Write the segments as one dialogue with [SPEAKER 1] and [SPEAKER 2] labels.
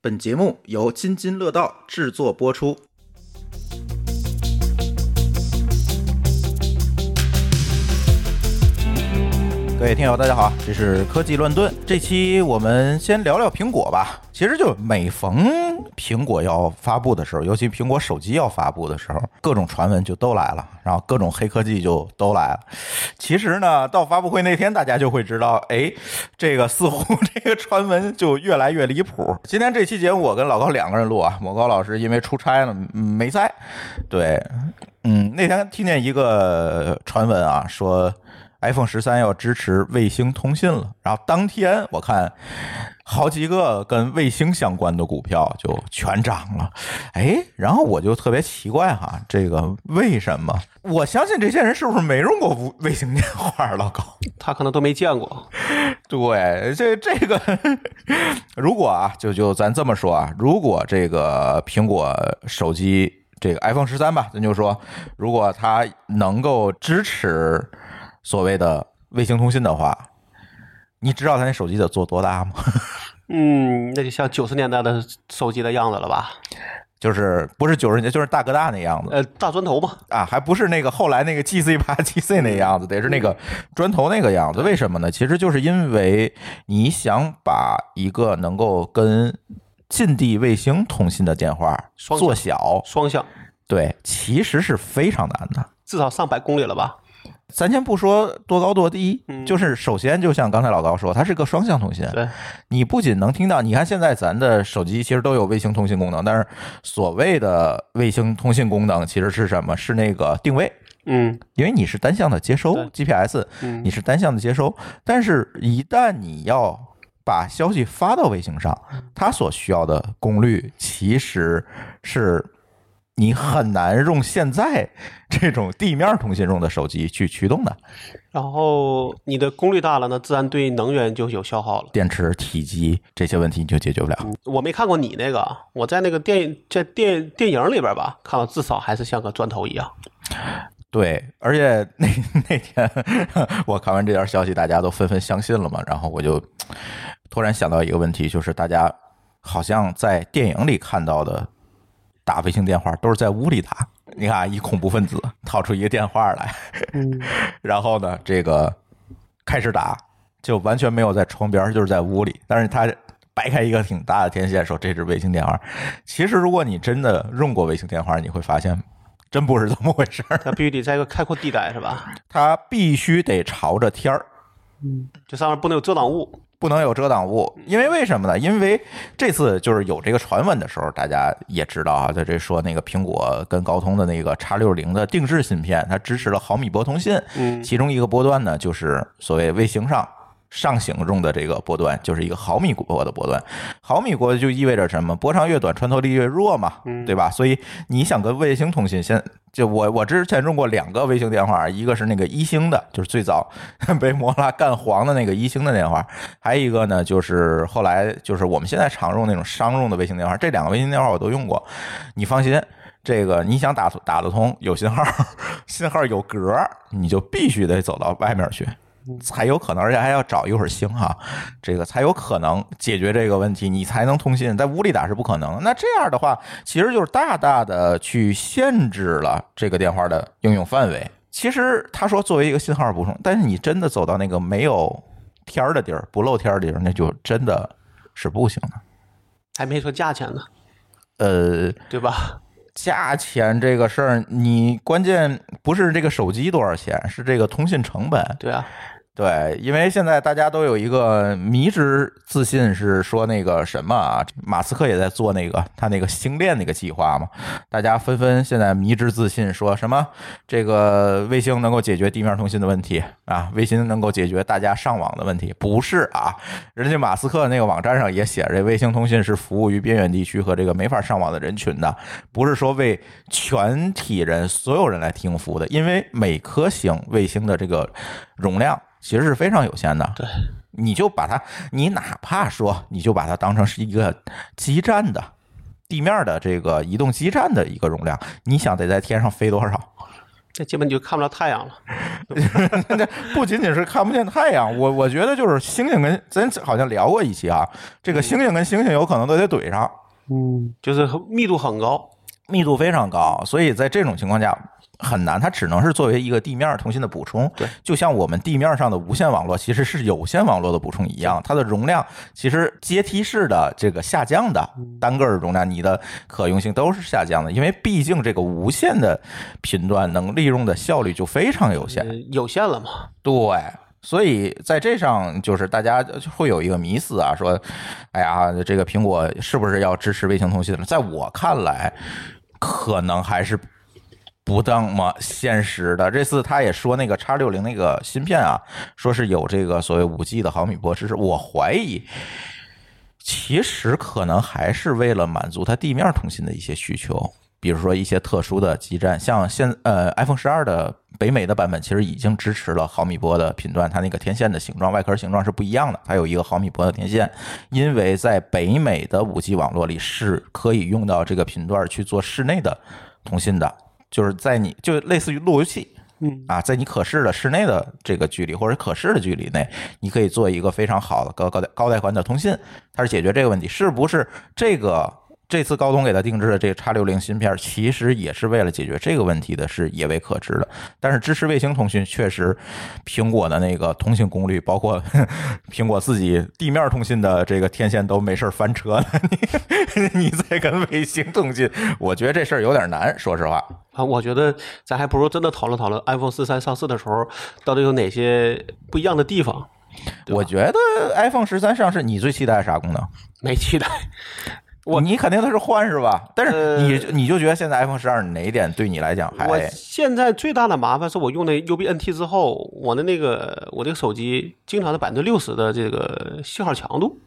[SPEAKER 1] 本节目由津津乐道制作播出。各位听友，大家好，这是科技乱炖。这期我们先聊聊苹果吧。其实就每逢苹果要发布的时候，尤其苹果手机要发布的时候，各种传闻就都来了，然后各种黑科技就都来了。其实呢，到发布会那天，大家就会知道，哎，这个似乎这个传闻就越来越离谱。今天这期节目，我跟老高两个人录啊，某高老师因为出差了嗯没在。对，嗯，那天听见一个传闻啊，说 iPhone 十三要支持卫星通信了。然后当天我看好几个跟卫星相关的股票就全涨了，哎，然后我就特别奇怪哈，这个为什么？我相信这些人是不是没用过无卫星电话？老高，
[SPEAKER 2] 他可能都没见过。
[SPEAKER 1] 对，这这个， 如果啊，就就咱这么说啊，如果这个苹果手机这个 iPhone 十三吧，咱就说，如果它能够支持所谓的卫星通信的话，你知道它那手机得做多大吗？
[SPEAKER 2] 嗯，那就像九十年代的手机的样子了吧？
[SPEAKER 1] 就是不是九十年，就是大哥大那样子
[SPEAKER 2] 呃，大砖头嘛，
[SPEAKER 1] 啊，还不是那个后来那个 GC 八 GC 那样子，
[SPEAKER 2] 嗯
[SPEAKER 1] 得是那个砖头那个样子。为什么呢？其实就是因为你想把一个能够跟近地卫星通信的电话
[SPEAKER 2] 双向
[SPEAKER 1] 做小，
[SPEAKER 2] 双向，
[SPEAKER 1] 对，其实是非常难的。
[SPEAKER 2] 至少上百公里了吧？
[SPEAKER 1] 咱先不说多高多低，
[SPEAKER 2] 嗯
[SPEAKER 1] 就是首先就像刚才老高说，它是个双向通信。
[SPEAKER 2] 对，
[SPEAKER 1] 你不仅能听到，你看现在咱的手机其实都有卫星通信功能，但是所谓的卫星通信功能其实是什么？是那个定位。
[SPEAKER 2] 嗯
[SPEAKER 1] 因为你是单向的接收
[SPEAKER 2] 对
[SPEAKER 1] GPS，
[SPEAKER 2] 嗯
[SPEAKER 1] 你是单向的接收，但是一旦你要把消息发到卫星上，
[SPEAKER 2] 嗯
[SPEAKER 1] 它所需要的功率其实是你很难用现在这种地面通信用的手机去驱动的。
[SPEAKER 2] 然后你的功率大了呢，自然对能源就有消耗了。
[SPEAKER 1] 电池、体积这些问题你就解决不了。
[SPEAKER 2] 我没看过你那个啊，我在那个电在电电影里边吧，看到至少还是像个砖头一样。
[SPEAKER 1] 对，而且那那天我看完这条消息，大家都纷纷相信了嘛，然后我就突然想到一个问题，就是大家好像在电影里看到的打卫星电话都是在屋里打。你看啊，一恐怖分子掏出一个电话来，
[SPEAKER 2] 嗯，
[SPEAKER 1] 然后呢，这个开始打，就完全没有在窗边，就是在屋里。但是他掰开一个挺大的天线，说这是卫星电话。其实，如果你真的用过卫星电话，你会发现，真不是这么回事儿。
[SPEAKER 2] 它必须得在一个开阔地带是吧？
[SPEAKER 1] 它必须得朝着天儿，
[SPEAKER 2] 就上面不能有遮挡物。
[SPEAKER 1] 不能有遮挡物。因为为什么呢？因为这次就是有这个传闻的时候，大家也知道啊，在这说那个苹果跟高通的那个叉六零的定制芯片，它支持了毫米波通信，
[SPEAKER 2] 嗯
[SPEAKER 1] 其中一个波段呢，就是所谓卫星上。上行用的这个波段就是一个毫米波的波段，毫米波就意味着什么？波长越短，穿透力越弱嘛，对吧？所以你想跟卫星通信，现就我我之前用过两个卫星电话，一个是那个一星的，就是最早 被摩拉干黄的那个一星的电话，还有一个呢就是后来就是我们现在常用那种商用的卫星电话。这两个卫星电话我都用过，你放心，这个你想打打得通，有信号， 信号有格儿，你就必须得走到外面去。才有可能，而且还要找一会儿星哈，这个才有可能解决这个问题，你才能通信，在屋里打是不可能。那这样的话，其实就是大大的去限制了这个电话的应用范围。其实他说作为一个信号补充，但是你真的走到那个没有天儿的地儿，不露天儿的地儿，那就真的是不行的。
[SPEAKER 2] 还没说价钱呢，
[SPEAKER 1] 呃，
[SPEAKER 2] 对吧？
[SPEAKER 1] 价钱这个事儿，你关键不是这个手机多少钱，是这个通信成本。
[SPEAKER 2] 对啊，
[SPEAKER 1] 对，因为现在大家都有一个迷之自信，是说那个什么啊，马斯克也在做那个他那个星链那个计划嘛，大家纷纷现在迷之自信，说什么这个卫星能够解决地面通信的问题啊，卫星能够解决大家上网的问题，不是啊？人家马斯克那个网站上也写着，这卫星通信是服务于边远地区和这个没法上网的人群的，不是说为全体人所有人来提供服务的，因为每颗星卫星的这个容量其实是非常有限的。
[SPEAKER 2] 对，
[SPEAKER 1] 你就把它，你哪怕说你就把它当成是一个基站的地面的这个移动基站的一个容量，你想得在天上飞多少？
[SPEAKER 2] 那基本就看不着太阳了。
[SPEAKER 1] 不仅仅是看不见太阳，我我觉得就是星星跟咱好像聊过一期啊，这个星星跟星星有可能都得怼上，
[SPEAKER 2] 嗯，就是密度很高。
[SPEAKER 1] 密度非常高，所以在这种情况下很难，它只能是作为一个地面通信的补充。
[SPEAKER 2] 对，
[SPEAKER 1] 就像我们地面上的无线网络其实是有线网络的补充一样，它的容量其实阶梯式的这个下降的单个儿容量，你的可用性都是下降的，因为毕竟这个无线的频段能利用的效率就非常有限。
[SPEAKER 2] 呃有限了嘛？
[SPEAKER 1] 对，所以在这上就是大家就会有一个迷思啊，说，哎呀，这个苹果是不是要支持卫星通信了？在我看来，可能还是。不那么现实的，这次他也说那个叉六零那个芯片啊，说是有这个所谓五 G 的毫米波支持。我怀疑，其实可能还是为了满足它地面通信的一些需求，比如说一些特殊的基站，像现呃 iPhone 十二的北美的版本其实已经支持了毫米波的频段，它那个天线的形状、外壳形状是不一样的，它有一个毫米波的天线，因为在北美的五 G 网络里是可以用到这个频段去做室内的通信的，就是在你就类似于路由器。
[SPEAKER 2] 嗯
[SPEAKER 1] 啊，在你可视的室内的这个距离或者可视的距离内，你可以做一个非常好的高高带高带宽的通信，它是解决这个问题。是不是这个这次高通给它定制的这个叉六零芯片，其实也是为了解决这个问题的，是也未可知的。但是支持卫星通讯，确实苹果的那个通信功率，包括 苹果自己地面通信的这个天线都没事儿翻车了， 你你再跟卫星通信，我觉得这事儿有点难，说实话。
[SPEAKER 2] 啊，我觉得咱还不如真的讨论讨论 iPhone 四三上市的时候，到底有哪些不一样的地方？
[SPEAKER 1] 我觉得 iPhone 十三上市，你最期待啥功能？
[SPEAKER 2] 没期待。
[SPEAKER 1] 我你肯定都是换是吧？但是
[SPEAKER 2] 呃
[SPEAKER 1] 你、你就觉得现在 iPhone 十二哪一点对你来讲
[SPEAKER 2] 我
[SPEAKER 1] 还
[SPEAKER 2] 现在最大的麻烦是我用那 UBNT 之后，我的那个我这个手机经常是百分之六十的这个信号强度。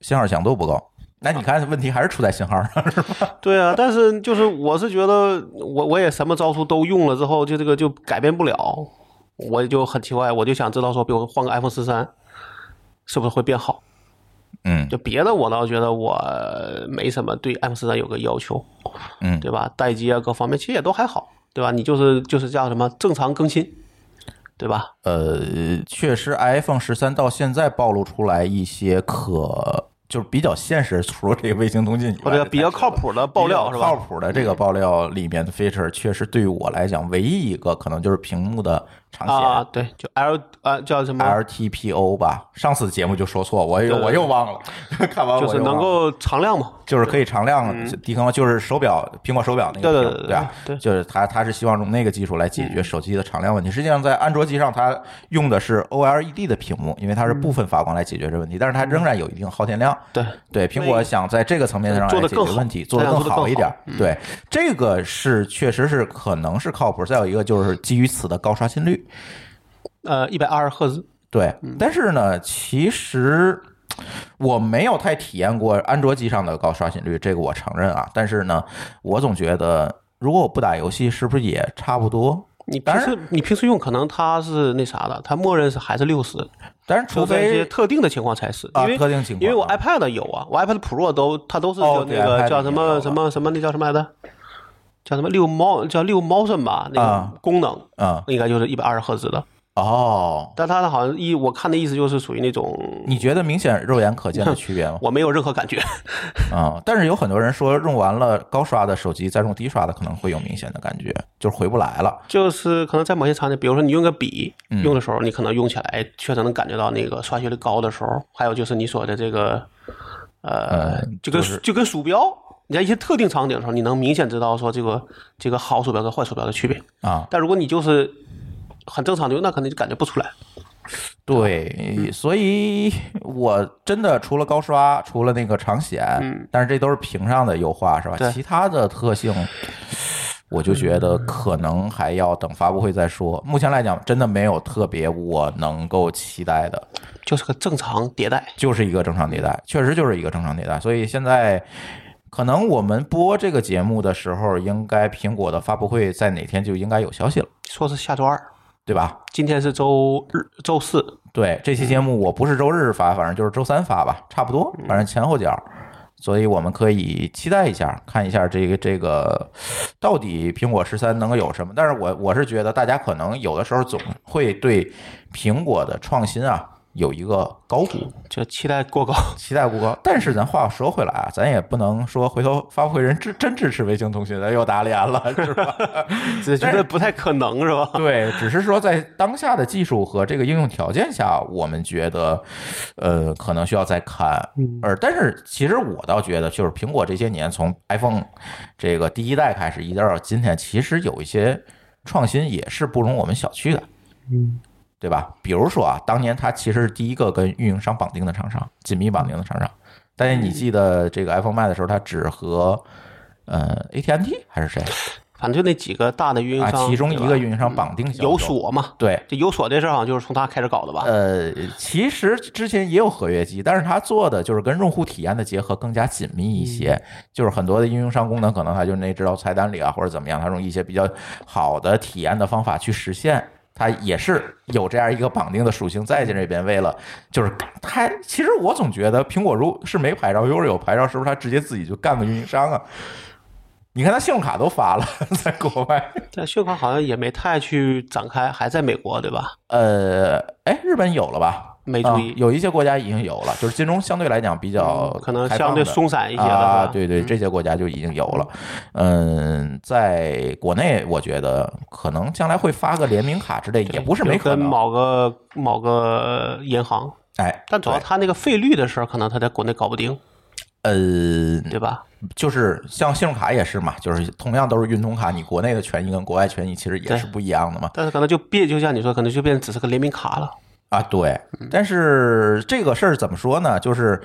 [SPEAKER 1] 信号强度不够？
[SPEAKER 2] 啊
[SPEAKER 1] 那你看问题还是出在信号 上，是吧？
[SPEAKER 2] 对啊，但是就是我是觉得我我也什么招数都用了之后，就这个就改变不了，我就很奇怪，我就想知道说，比如换个 iPhone 十三，是不是会变好？
[SPEAKER 1] 嗯
[SPEAKER 2] 就别的我倒觉得我没什么对 iPhone 十三有个要求，
[SPEAKER 1] 嗯，
[SPEAKER 2] 对吧？待机啊各方面其实也都还好，对吧？你就是就是叫什么正常更新，对吧？
[SPEAKER 1] 呃，确实 iPhone 十三到现在暴露出来一些可就是比较现实，除了这个卫星通信以
[SPEAKER 2] 或
[SPEAKER 1] 外
[SPEAKER 2] 者，哦比较靠谱的爆料
[SPEAKER 1] 比
[SPEAKER 2] 是
[SPEAKER 1] 较
[SPEAKER 2] 吧？嗯
[SPEAKER 1] 靠谱的这个爆料里面的 feature，确实对于我来讲，唯一一个可能就是屏幕的长显。
[SPEAKER 2] 啊，对，就 L 啊叫什么，
[SPEAKER 1] LTPO 吧，上次节目就说错，我又
[SPEAKER 2] 对
[SPEAKER 1] 我又忘了， 看完我又
[SPEAKER 2] 就是
[SPEAKER 1] 忘
[SPEAKER 2] 能
[SPEAKER 1] 了
[SPEAKER 2] 够常亮嘛，
[SPEAKER 1] 就是可以常亮低空，就是手表苹果手表那
[SPEAKER 2] 对
[SPEAKER 1] 个
[SPEAKER 2] 对
[SPEAKER 1] 屏
[SPEAKER 2] 对
[SPEAKER 1] 对啊，
[SPEAKER 2] 对嗯
[SPEAKER 1] 就是它它是希望用那个技术来解决手机的常亮问题。实际上在安卓机上，它用的是 OLED 的屏幕，因为它是部分发光来解决这问题，但是它仍然有一定耗电量。
[SPEAKER 2] 嗯对，
[SPEAKER 1] 对，苹果想在这个层面上来
[SPEAKER 2] 做得
[SPEAKER 1] 解
[SPEAKER 2] 更
[SPEAKER 1] 决
[SPEAKER 2] 好
[SPEAKER 1] 问题，做得
[SPEAKER 2] 想
[SPEAKER 1] 更
[SPEAKER 2] 做得更
[SPEAKER 1] 好一点
[SPEAKER 2] 好。嗯
[SPEAKER 1] 对，这个是确实是可能是靠谱。再有一个就是基于此的高刷新率，
[SPEAKER 2] 呃，一百二十赫兹，
[SPEAKER 1] 对，
[SPEAKER 2] 嗯
[SPEAKER 1] 但是呢，其实我没有太体验过安卓机上的高刷新率，这个我承认啊。但是呢，我总觉得如果我不打游戏，是不是也差不多？
[SPEAKER 2] 你
[SPEAKER 1] 当
[SPEAKER 2] 平
[SPEAKER 1] 然
[SPEAKER 2] 时你平时用可能它是那啥的，它默认是还是六十，
[SPEAKER 1] 但是除
[SPEAKER 2] 除非一些
[SPEAKER 1] 非
[SPEAKER 2] 特定的情况才是，
[SPEAKER 1] 啊
[SPEAKER 2] 因为
[SPEAKER 1] 特定情况
[SPEAKER 2] 因为我
[SPEAKER 1] 啊
[SPEAKER 2] iPad 有啊，我 iPad Pro 都它都是
[SPEAKER 1] 哦
[SPEAKER 2] 叫
[SPEAKER 1] 对
[SPEAKER 2] 那个
[SPEAKER 1] iPad
[SPEAKER 2] 叫什
[SPEAKER 1] 也有啊
[SPEAKER 2] 么
[SPEAKER 1] 了
[SPEAKER 2] 什么什么那叫什么来着？叫什么六猫叫六猫什吧那
[SPEAKER 1] 啊
[SPEAKER 2] 个功能，
[SPEAKER 1] 嗯
[SPEAKER 2] 应该就是一百二十赫兹的，
[SPEAKER 1] 哦，
[SPEAKER 2] 但它好像一我看的意思就是属于那种
[SPEAKER 1] 你觉得明显肉眼可见的区别 吗？
[SPEAKER 2] 我没有任何感觉，
[SPEAKER 1] 啊、但是有很多人说用完了高刷的手机，再用低刷的可能会有明显的感觉，就是回不来了。
[SPEAKER 2] 就是可能在某些场景，比如说你用个笔
[SPEAKER 1] 嗯
[SPEAKER 2] 用的时候，你可能用起来确实能感觉到那个刷新率高的时候，还有就是你说的这个，呃
[SPEAKER 1] 嗯，
[SPEAKER 2] 就跟
[SPEAKER 1] 就是
[SPEAKER 2] 就跟鼠标，你在一些特定场景的时候，你能明显知道说这个这个好鼠标跟坏鼠标的区别。
[SPEAKER 1] 啊，
[SPEAKER 2] 但如果你就是很正常的用，那可能就感觉不出来。
[SPEAKER 1] 对，所以我真的除了高刷，除了那个长显，但是这都是屏上的优化是吧
[SPEAKER 2] 对？
[SPEAKER 1] 其他的特性，我就觉得可能还要等发布会再说。目前来讲，真的没有特别我能够期待的，
[SPEAKER 2] 就是个正常迭代，
[SPEAKER 1] 就是一个正常迭代，确实就是一个正常迭代。所以现在。可能我们播这个节目的时候，应该苹果的发布会在哪天就应该有消息了，
[SPEAKER 2] 说是下周二，
[SPEAKER 1] 对吧？
[SPEAKER 2] 今天是周日，周四，
[SPEAKER 1] 对，这期节目我不是周日发，反正就是周三发吧，差不多，反正前后脚。所以我们可以期待一下，看一下这个这个到底苹果十三能够有什么。但是我我是觉得大家可能有的时候总会对苹果的创新啊有一个高估，
[SPEAKER 2] 就期待过高。
[SPEAKER 1] 期待不高。但是咱话说回来啊，咱也不能说回头发布会人支真支持卫星通讯，咱又打脸了，是吧？
[SPEAKER 2] 只觉得不太可能是 吧？
[SPEAKER 1] 对，只是说在当下的技术和这个应用条件下，我们觉得，呃，可能需要再看。而但是其实我倒觉得，就是苹果这些年从 iPhone 这个第一代开始，一直到今天，其实有一些创新也是不容我们小觑的。
[SPEAKER 2] 嗯，
[SPEAKER 1] 对吧？比如说啊，当年它其实是第一个跟运营商绑定的厂商，紧密绑定的厂商。但是你记得这个 iPhone 卖的时候，它只和呃 AT&T 还是谁
[SPEAKER 2] 反正就那几个大的运营
[SPEAKER 1] 啊？
[SPEAKER 2] 商，
[SPEAKER 1] 其中一个
[SPEAKER 2] 对吧嗯
[SPEAKER 1] 运营商绑定销售
[SPEAKER 2] 有锁嘛，
[SPEAKER 1] 对，
[SPEAKER 2] 这有锁这事儿好像就是从他开始搞的吧？
[SPEAKER 1] 呃，其实之前也有合约机，但是它做的就是跟用户体验的结合更加紧密一些。就是很多的应用商功能，可能它就内置到菜单里啊，或者怎么样，它用一些比较好的体验的方法去实现。它也是有这样一个绑定的属性在这边，为了就是它，其实我总觉得苹果如是没牌照，又是有牌照，是不是它直接自己就干个运营商啊？你看它信用卡都发了， 在国外，
[SPEAKER 2] 但信用卡好像也没太去展开，还在美国对吧？
[SPEAKER 1] 呃，哎，日本有了吧？
[SPEAKER 2] 没注
[SPEAKER 1] 嗯
[SPEAKER 2] 意，
[SPEAKER 1] 有一些国家已经有了，就是金融相对来讲比较
[SPEAKER 2] E 嗯可能
[SPEAKER 1] 开
[SPEAKER 2] 相
[SPEAKER 1] 放
[SPEAKER 2] 对
[SPEAKER 1] 的
[SPEAKER 2] 松散一些嗯了
[SPEAKER 1] 啊，
[SPEAKER 2] 是吧，
[SPEAKER 1] 对对，这些国家就已经有了。嗯，在国内，我觉得可能将来会发个联名卡之类，也不是没可
[SPEAKER 2] 跟
[SPEAKER 1] 能。
[SPEAKER 2] 某个某个银行，
[SPEAKER 1] 哎，
[SPEAKER 2] 但主要
[SPEAKER 1] 对
[SPEAKER 2] 他那个费率的事儿，可能他在国内搞不定，
[SPEAKER 1] 呃，
[SPEAKER 2] 对吧？
[SPEAKER 1] 就是像信用卡也是嘛，就是同样都是运通卡，你国内的权益跟国外权益其实也
[SPEAKER 2] 对
[SPEAKER 1] 是不一样的嘛。
[SPEAKER 2] 但是可能就变，就像你说，可能就变成只是个联名卡了。
[SPEAKER 1] 啊，对，
[SPEAKER 2] 嗯
[SPEAKER 1] 但是这个事儿怎么说呢？就是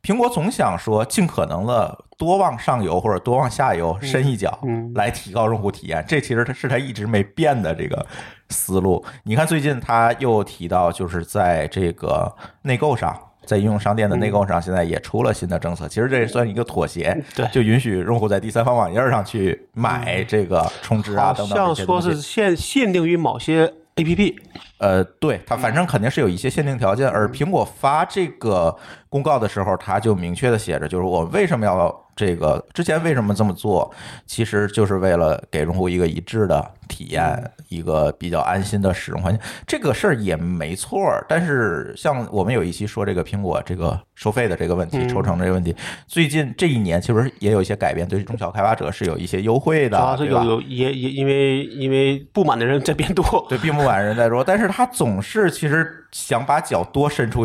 [SPEAKER 1] 苹果总想说尽可能的多往上游或者多往下游深一脚，
[SPEAKER 2] 嗯
[SPEAKER 1] 来提高用户体验。这其实它是它一直没变的这个思路。你看最近他又提到，就是在这个内购上。在应用商店的内购上，现在也出了新的政策。其实这也算一个妥协，
[SPEAKER 2] 嗯对嗯
[SPEAKER 1] 就允许用户在第三方网页上去买这个充值啊
[SPEAKER 2] 好
[SPEAKER 1] 等等这
[SPEAKER 2] 像
[SPEAKER 1] 些
[SPEAKER 2] 说
[SPEAKER 1] 东西。
[SPEAKER 2] 是限限定于某些 A P P，
[SPEAKER 1] 呃，对，它反
[SPEAKER 2] 嗯
[SPEAKER 1] 正肯定是有一些限定条件，而苹果发这个公告的时候，它就明确的写着，就是我为什么要这个，之前为什么这么做，其实就是为了给用户一个一致的体
[SPEAKER 2] 嗯
[SPEAKER 1] 验，一个比较安心的使用环境。这个事儿也没错儿，但是像我们有一期说这个苹果这个收费的这个问题、
[SPEAKER 2] 嗯
[SPEAKER 1] 抽成这个问题，最近这一年其实也有一些改变，对中小开发者是有一些优惠
[SPEAKER 2] 主
[SPEAKER 1] 的，
[SPEAKER 2] 要是
[SPEAKER 1] 对吧
[SPEAKER 2] 有有也也因为因为不满的人在变 多，
[SPEAKER 1] 对，并不晚人在说，但是他总是其实想把脚多伸出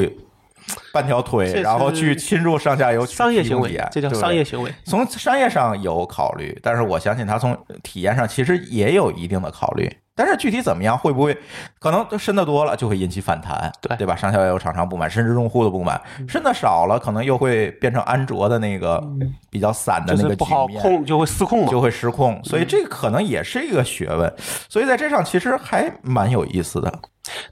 [SPEAKER 1] 半条
[SPEAKER 2] 这
[SPEAKER 1] 腿，
[SPEAKER 2] 是
[SPEAKER 1] 然后去侵入上下游去
[SPEAKER 2] 商业
[SPEAKER 1] 提
[SPEAKER 2] 行
[SPEAKER 1] 供
[SPEAKER 2] 为
[SPEAKER 1] 体验，
[SPEAKER 2] 这叫
[SPEAKER 1] 啊对不
[SPEAKER 2] 商
[SPEAKER 1] 对
[SPEAKER 2] 业。行为。
[SPEAKER 1] 从商业上有考虑，但是我相信他从体验上其实也有一定的考虑。但是具体怎么样，会不会可能伸的多了就会引起反弹，
[SPEAKER 2] 对嗯
[SPEAKER 1] 对吧？上下游厂商不满，甚至用户的不满；伸的少了，可能又会变成安卓的那个比较散的
[SPEAKER 2] 嗯
[SPEAKER 1] 那
[SPEAKER 2] 就
[SPEAKER 1] 个
[SPEAKER 2] 是不好
[SPEAKER 1] 局面
[SPEAKER 2] 控，就会失控嘛。
[SPEAKER 1] 就会失控，
[SPEAKER 2] 嗯
[SPEAKER 1] 所以这个可能也是一个学问。所以在这上其实还蛮有意思的。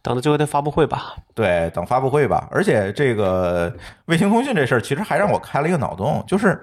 [SPEAKER 2] 等着这回的发布会吧，
[SPEAKER 1] 对，等发布会吧。而且这个卫星通讯这事儿，其实还让我开了一个脑洞，就是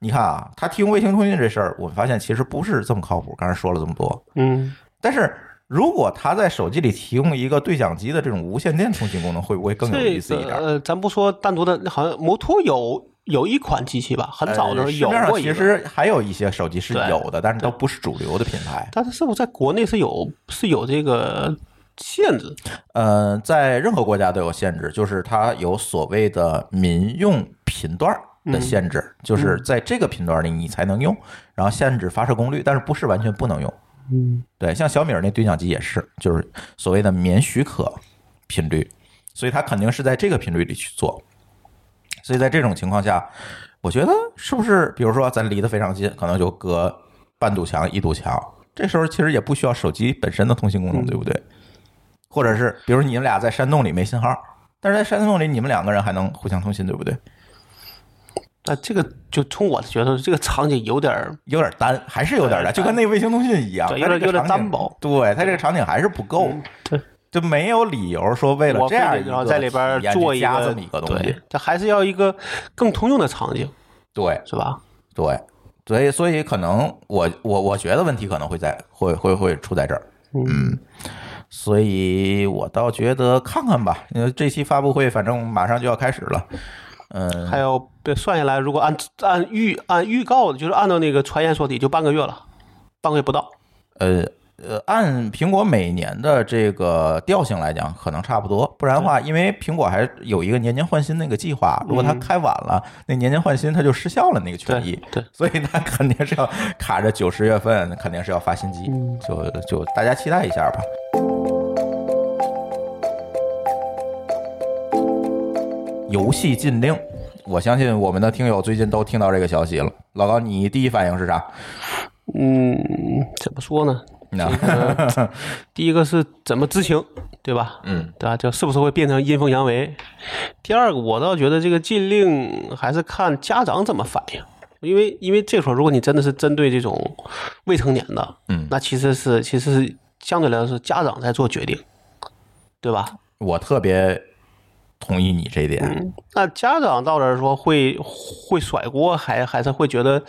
[SPEAKER 1] 你看啊，他提供卫星通讯这事儿，我们发现其实不是这么靠谱。刚才说了这么多，
[SPEAKER 2] 嗯，
[SPEAKER 1] 但是如果他在手机里提供一个对讲机的这种无线电通信功能，会不会更有意
[SPEAKER 2] 这
[SPEAKER 1] 思一
[SPEAKER 2] 个
[SPEAKER 1] 点？
[SPEAKER 2] 呃，咱不说单独的，那好像摩托有有一款机器吧，很早的时候
[SPEAKER 1] 呃市
[SPEAKER 2] 有
[SPEAKER 1] 面上
[SPEAKER 2] 过一
[SPEAKER 1] 其
[SPEAKER 2] 个，
[SPEAKER 1] 实还有一些手机是
[SPEAKER 2] 对
[SPEAKER 1] 有的，但是都不是主流的品牌。
[SPEAKER 2] 但是是不是在国内是有是有这个限制？
[SPEAKER 1] 呃，在任何国家都有限制，就是它有所谓的民用频段的限制，就是在这个频段里你才能用，然后限制发射功率，但是不是完全不能用。
[SPEAKER 2] 嗯，
[SPEAKER 1] 对，像小米儿那对讲机也是，就是所谓的免许可频率，所以它肯定是在这个频率里去做。所以在这种情况下，我觉得是不是，比如说咱离得非常近，可能就隔半堵墙、一堵墙，这时候其实也不需要手机本身的通信功能，对不对？或者是比如你们俩在山洞里没信号，但是在山洞里你们两个人还能互相通信，对不对？
[SPEAKER 2] 那这个就从我的角度，这个场景有点儿
[SPEAKER 1] 有点单，还是有点单，就跟那卫星通讯一样，
[SPEAKER 2] 对
[SPEAKER 1] 它
[SPEAKER 2] 有点
[SPEAKER 1] 这个
[SPEAKER 2] 有点
[SPEAKER 1] 场景
[SPEAKER 2] 单薄。
[SPEAKER 1] 对，它这个场景还是不够，
[SPEAKER 2] 对，
[SPEAKER 1] 就没有理由说为了
[SPEAKER 2] 我
[SPEAKER 1] 这样
[SPEAKER 2] 非
[SPEAKER 1] 一
[SPEAKER 2] 得
[SPEAKER 1] 个
[SPEAKER 2] 然后在里边儿
[SPEAKER 1] 体验
[SPEAKER 2] 做
[SPEAKER 1] 去
[SPEAKER 2] 一
[SPEAKER 1] 加
[SPEAKER 2] 个
[SPEAKER 1] 这么一个东西
[SPEAKER 2] 对，，它还是要一个更通用的场景，
[SPEAKER 1] 对
[SPEAKER 2] 是吧？
[SPEAKER 1] 对，所以所以可能我我我觉得问题可能会在会会会出在这儿，嗯。所以我倒觉得看看吧，因为这期发布会反正马上就要开始了，嗯，
[SPEAKER 2] 还有对算下来，如果按按预按预告的，就是按照那个传言说底，就半个月了，半个月不到。
[SPEAKER 1] 呃呃，按苹果每年的这个调性来讲，可能差不多。不然的话，因为苹果还有一个年年换新那个计划，如果它开晚了，那年年换新它就失效了那个
[SPEAKER 2] 嗯对
[SPEAKER 1] 权益，
[SPEAKER 2] 对，
[SPEAKER 1] 所以它肯定是要卡着九十月份，肯定是要发新机。
[SPEAKER 2] 嗯
[SPEAKER 1] 就就大家期待一下吧。游戏禁令，我相信我们的听友最近都听到这个消息了。老高，你第一反应是啥？
[SPEAKER 2] 嗯，怎么说呢？
[SPEAKER 1] 那
[SPEAKER 2] 第一个是怎么知情，对吧？
[SPEAKER 1] 嗯，
[SPEAKER 2] 对吧？就是不是会变成阴奉阳违？第二个，我倒觉得这个禁令还是看家长怎么反应，因为因为这会儿如果你真的是针对这种未成年的，
[SPEAKER 1] 嗯
[SPEAKER 2] 那其实是其实是相对来说是家长在做决定，对吧？
[SPEAKER 1] 我特别同意你这一
[SPEAKER 2] 嗯
[SPEAKER 1] 点。
[SPEAKER 2] 那家长到这儿说会会甩锅，还还是会觉得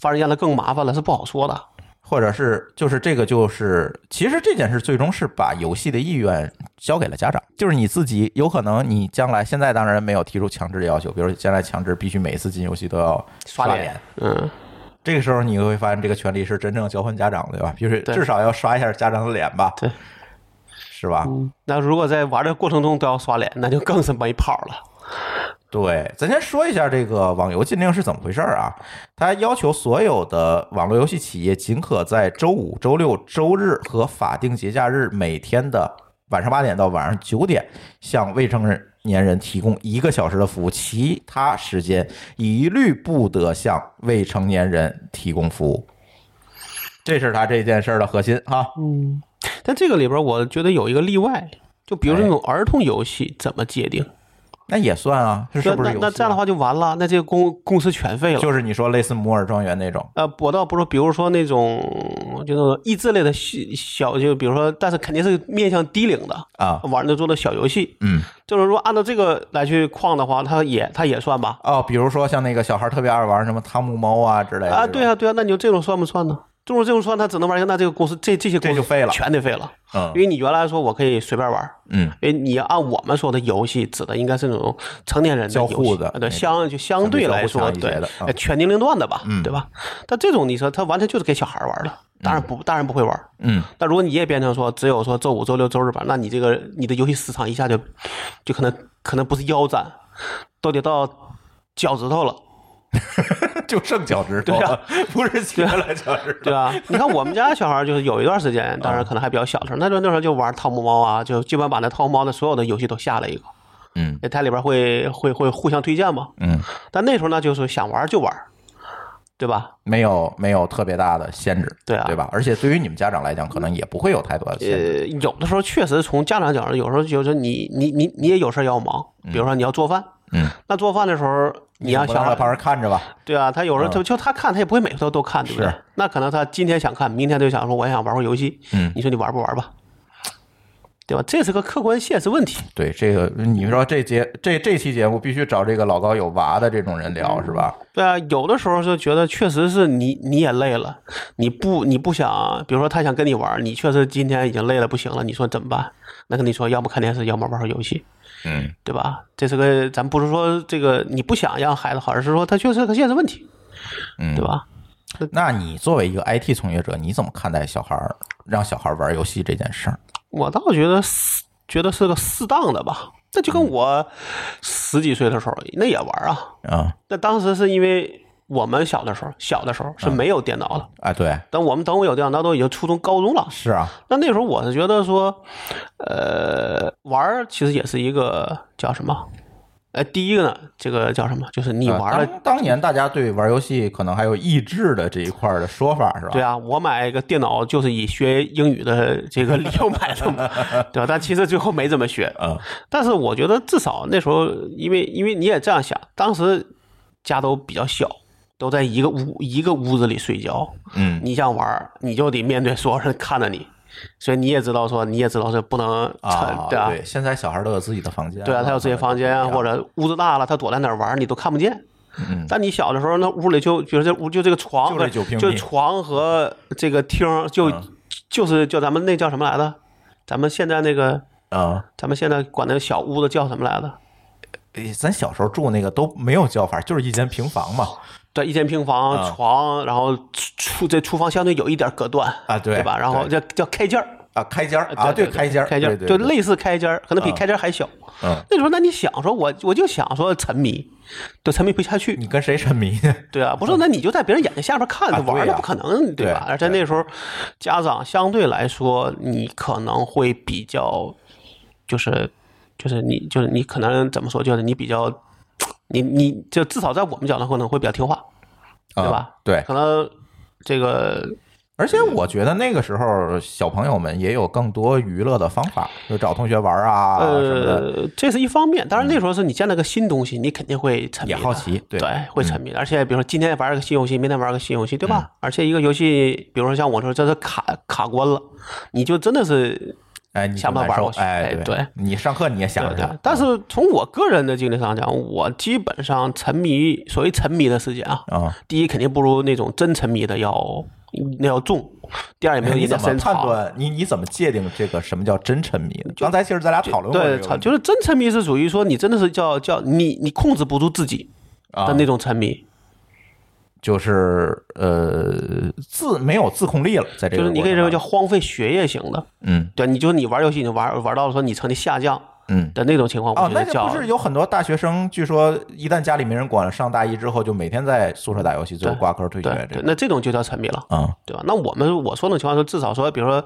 [SPEAKER 2] 反而让他更麻烦了，是不好说的。
[SPEAKER 1] 或者是就是这个就是，其实这件事最终是把游戏的意愿交给了家长，就是你自己有可能你将来现在当然没有提出强制的要求，比如将来强制必须每次进游戏都要
[SPEAKER 2] 刷
[SPEAKER 1] 脸，
[SPEAKER 2] 脸嗯，
[SPEAKER 1] 这个时候你会发现这个权利是真正交换家长的，对吧？就是
[SPEAKER 2] 对
[SPEAKER 1] 至少要刷一下家长的脸吧，
[SPEAKER 2] 对，
[SPEAKER 1] 是吧？
[SPEAKER 2] 那如果在玩的过程中都要刷脸，那就更是没跑了。
[SPEAKER 1] 对，咱先说一下这个网游禁令是怎么回事儿啊？它要求所有的网络游戏企业仅可在周五、周六、周日和法定节假日每天的晚上八点到晚上九点，向未成年人提供一个小时的服务，其他时间一律不得向未成年人提供服务。这是它这件事儿的核心哈。
[SPEAKER 2] 嗯，但这个里边我觉得有一个例外，就比如说
[SPEAKER 1] 哎
[SPEAKER 2] 那种儿童游戏怎么界定？
[SPEAKER 1] 那也算啊，是不是
[SPEAKER 2] 那
[SPEAKER 1] 有？
[SPEAKER 2] 那那这样的话就完了，那这个公公司全废了。
[SPEAKER 1] 就是你说类似摩尔庄园那种，
[SPEAKER 2] 呃，我倒不是，比如说那种就那种益智类的小小，就比如说，但是肯定是面向低龄的
[SPEAKER 1] 啊
[SPEAKER 2] 玩的做的小游戏。
[SPEAKER 1] 嗯。
[SPEAKER 2] 就是如果按照这个来去框的话，它也它也算吧？
[SPEAKER 1] 哦，比如说像那个小孩特别爱玩什么汤姆猫啊之类的
[SPEAKER 2] 啊，
[SPEAKER 1] 这种
[SPEAKER 2] 对，啊，对啊，那你就这种算不算呢？这种这种算，它只能玩一个，那这个公司这这些公司
[SPEAKER 1] 这就废了
[SPEAKER 2] 全得废了。
[SPEAKER 1] 嗯
[SPEAKER 2] 因为你原来说我可以随便玩，
[SPEAKER 1] 嗯，
[SPEAKER 2] 因为你要按我们说的游戏，指的应该是那种成年人的
[SPEAKER 1] 交
[SPEAKER 2] 游
[SPEAKER 1] 互
[SPEAKER 2] 戏
[SPEAKER 1] 的
[SPEAKER 2] 啊
[SPEAKER 1] 那
[SPEAKER 2] 对，
[SPEAKER 1] 种
[SPEAKER 2] 相就相对来说
[SPEAKER 1] 相对交互强一
[SPEAKER 2] 对
[SPEAKER 1] 些的嗯啊
[SPEAKER 2] 呃全年龄段的吧，对吧？但这种你说他完全就是给小孩玩的，当然不，当然不会玩。
[SPEAKER 1] 嗯，
[SPEAKER 2] 但如果你也变成说只有说周五、周六、周日玩，那你这个你的游戏时长一下就就可能可能不是腰斩，都得到脚趾头了。
[SPEAKER 1] 就剩脚趾头
[SPEAKER 2] 对
[SPEAKER 1] 了，
[SPEAKER 2] 啊
[SPEAKER 1] 不是切了脚趾头。
[SPEAKER 2] 对啊， 你看我们家小孩儿就是有一段时间，当
[SPEAKER 1] 嗯
[SPEAKER 2] 然可能还比较小的时候，那时候那时候就玩汤姆猫啊，就基本把那汤姆猫的所有的游戏都下了一个。
[SPEAKER 1] 嗯
[SPEAKER 2] 那它里边会会会互相推荐嘛。
[SPEAKER 1] 嗯，
[SPEAKER 2] 但那时候呢，就是想玩就玩，对吧？
[SPEAKER 1] 没有没有特别大的限制，
[SPEAKER 2] 对啊
[SPEAKER 1] 对吧？而且对于你们家长来讲，可能也不会有太多的限制。
[SPEAKER 2] 呃，有的时候确实从家长角度，有时候就是你你你你也有事儿要忙，比如说你要做饭，
[SPEAKER 1] 嗯，
[SPEAKER 2] 那做饭的时候呃你让
[SPEAKER 1] 不
[SPEAKER 2] 小
[SPEAKER 1] 能在
[SPEAKER 2] 孩
[SPEAKER 1] 旁边看着 吧？
[SPEAKER 2] 对啊，他有时候就就他看，他也不会每次都都看，对不对
[SPEAKER 1] 嗯是？
[SPEAKER 2] 那可能他今天想看，明天就想说我也想玩会儿游戏，
[SPEAKER 1] 嗯
[SPEAKER 2] 你说你玩不玩吧？对吧？这是个客观现实问题。
[SPEAKER 1] 对，这个你说这节这这期节目必须找这个老高有娃的这种人聊是吧？
[SPEAKER 2] 对啊，有的时候就觉得确实是你你也累了，你不你不想，比如说他想跟你玩，你确实今天已经累了不行了，你说怎么办？那跟你说，要么看电视，要么玩会儿游戏，
[SPEAKER 1] 嗯，
[SPEAKER 2] 对吧？这是个咱不是说这个你不想让孩子好，而是说他确实是个现实问题，
[SPEAKER 1] 嗯
[SPEAKER 2] 对吧？
[SPEAKER 1] 那你作为一个 IT 从业者，你怎么看待小孩儿让小孩儿玩游戏这件事儿？
[SPEAKER 2] 我倒觉得是觉得是个适当的吧，那就跟我十几岁的时候那也玩啊，
[SPEAKER 1] 啊、
[SPEAKER 2] 那当时是因为我们小的时候，小的时候是没有电脑的，
[SPEAKER 1] 哎，对，
[SPEAKER 2] 等我们等我有电脑，那都已经初中高中了。
[SPEAKER 1] 是啊，
[SPEAKER 2] 那那时候我是觉得说，呃，玩儿其实也是一个叫什么？呃，第一个呢，这个叫什么？就是你
[SPEAKER 1] 呃
[SPEAKER 2] 玩了，
[SPEAKER 1] 当当年大家对玩游戏可能还有益智的这一块儿的说法是吧？
[SPEAKER 2] 对啊，我买一个电脑就是以学英语的这个理由买 的嘛，对吧？但其实最后没怎么学。
[SPEAKER 1] 嗯，
[SPEAKER 2] 但是我觉得至少那时候，因为因为你也这样想，当时家都比较小，都在一个屋一个屋子里睡觉，
[SPEAKER 1] 嗯
[SPEAKER 2] 你想玩儿，你就得面对所有人看着你，所以你也知道说，你也知道是不能
[SPEAKER 1] 啊，
[SPEAKER 2] 对吧？
[SPEAKER 1] 对，现在小孩都有自己的房间，
[SPEAKER 2] 对啊，他有自己房间啊，或
[SPEAKER 1] 者
[SPEAKER 2] 者屋子大了，他躲在哪儿玩儿你都看不见。
[SPEAKER 1] 嗯
[SPEAKER 2] 但你小的时候，那屋里就就是这屋就这个床
[SPEAKER 1] 就
[SPEAKER 2] 和
[SPEAKER 1] 这九平米
[SPEAKER 2] 就床和这个厅儿就、
[SPEAKER 1] 嗯
[SPEAKER 2] 就是叫咱们那叫什么来着？咱们现在那个
[SPEAKER 1] 啊
[SPEAKER 2] 咱们现在管那个小屋子叫什么来着？
[SPEAKER 1] 诶哎咱小时候住那个都没有叫法，就是一间平房嘛。
[SPEAKER 2] 对，一间平房、
[SPEAKER 1] 啊
[SPEAKER 2] 床，然后厨这厨房相对有一点隔断
[SPEAKER 1] 啊对
[SPEAKER 2] 吧？然后
[SPEAKER 1] 对
[SPEAKER 2] 叫叫开间儿
[SPEAKER 1] 啊，开间儿啊，
[SPEAKER 2] 呃对
[SPEAKER 1] 开间儿，
[SPEAKER 2] 开间儿
[SPEAKER 1] 对
[SPEAKER 2] 就
[SPEAKER 1] 对，
[SPEAKER 2] 类似开间儿，可能比
[SPEAKER 1] 啊
[SPEAKER 2] 开间儿还小。
[SPEAKER 1] 嗯，
[SPEAKER 2] 那时候，那你想说我，我就想说沉迷，都沉迷不下去，
[SPEAKER 1] 你跟谁沉迷呢？
[SPEAKER 2] 对啊，不是，那你就在别人眼睛下边看，
[SPEAKER 1] 嗯啊
[SPEAKER 2] 他玩
[SPEAKER 1] 对
[SPEAKER 2] 的
[SPEAKER 1] 啊
[SPEAKER 2] 不可能，
[SPEAKER 1] 对
[SPEAKER 2] 吧？而在那时候，家长相对来说，你可能会比较，就是，就是你，就是你可能怎么说，就是你比较，你你就至少在我们角度可能会比较听话， 对
[SPEAKER 1] 啊
[SPEAKER 2] 吧？
[SPEAKER 1] 对，
[SPEAKER 2] 可能这个
[SPEAKER 1] 而且我觉得那个时候小朋友们也有更多娱乐的方法，就找同学玩儿啊什么的，嗯
[SPEAKER 2] 呃，这是一方面。当然那时候是你见了个新东西，你肯定会沉迷
[SPEAKER 1] 也
[SPEAKER 2] 的，
[SPEAKER 1] 好奇，对嗯
[SPEAKER 2] 对，会沉迷的。而且比如说今天玩个新游戏，明天玩个新游戏，对吧？而且一个游戏，比如说像我说这是卡卡关了，你就真的是
[SPEAKER 1] 哎，你就
[SPEAKER 2] 想办法
[SPEAKER 1] 难受
[SPEAKER 2] 玩过去
[SPEAKER 1] 哎
[SPEAKER 2] 哎，对，
[SPEAKER 1] 你上课你也想
[SPEAKER 2] 对
[SPEAKER 1] 着
[SPEAKER 2] 对
[SPEAKER 1] 它，。
[SPEAKER 2] 但是从我个人的经历上讲，我基本上沉迷，所谓沉迷的时间啊，
[SPEAKER 1] 啊，
[SPEAKER 2] 第一肯定不如那种真沉迷的要那要重，第二也没有
[SPEAKER 1] 哎你
[SPEAKER 2] 人家
[SPEAKER 1] 怎么
[SPEAKER 2] 深
[SPEAKER 1] 判
[SPEAKER 2] 藏。
[SPEAKER 1] 断？你你怎么界定这个什么叫真沉迷？刚才其实咱俩讨论过这
[SPEAKER 2] 对，
[SPEAKER 1] 个
[SPEAKER 2] 沉
[SPEAKER 1] 问题
[SPEAKER 2] 就是真沉迷是属于说你真的是叫叫你你控制不住自己
[SPEAKER 1] 啊
[SPEAKER 2] 的，那种沉迷，
[SPEAKER 1] 就是呃自没有自控力了，在这
[SPEAKER 2] 就
[SPEAKER 1] 个
[SPEAKER 2] 是你可以认
[SPEAKER 1] 过
[SPEAKER 2] 为
[SPEAKER 1] 程
[SPEAKER 2] 叫荒废学业型的，
[SPEAKER 1] 当中嗯
[SPEAKER 2] 对，你就你玩游戏你玩玩到说你成绩下降
[SPEAKER 1] 嗯。
[SPEAKER 2] 的那种情况，
[SPEAKER 1] 哦，
[SPEAKER 2] 我觉
[SPEAKER 1] 那
[SPEAKER 2] 得
[SPEAKER 1] 就
[SPEAKER 2] 叫
[SPEAKER 1] 不是有很多大学生，据说一旦家里没人管了，上大一之后就每天在宿舍打游戏，最后
[SPEAKER 2] 对
[SPEAKER 1] 挂科退
[SPEAKER 2] 对
[SPEAKER 1] 学这个，
[SPEAKER 2] 对那这种就叫沉迷了。
[SPEAKER 1] 啊
[SPEAKER 2] 对吧？那我们我说那种情况说，至少说，比如说，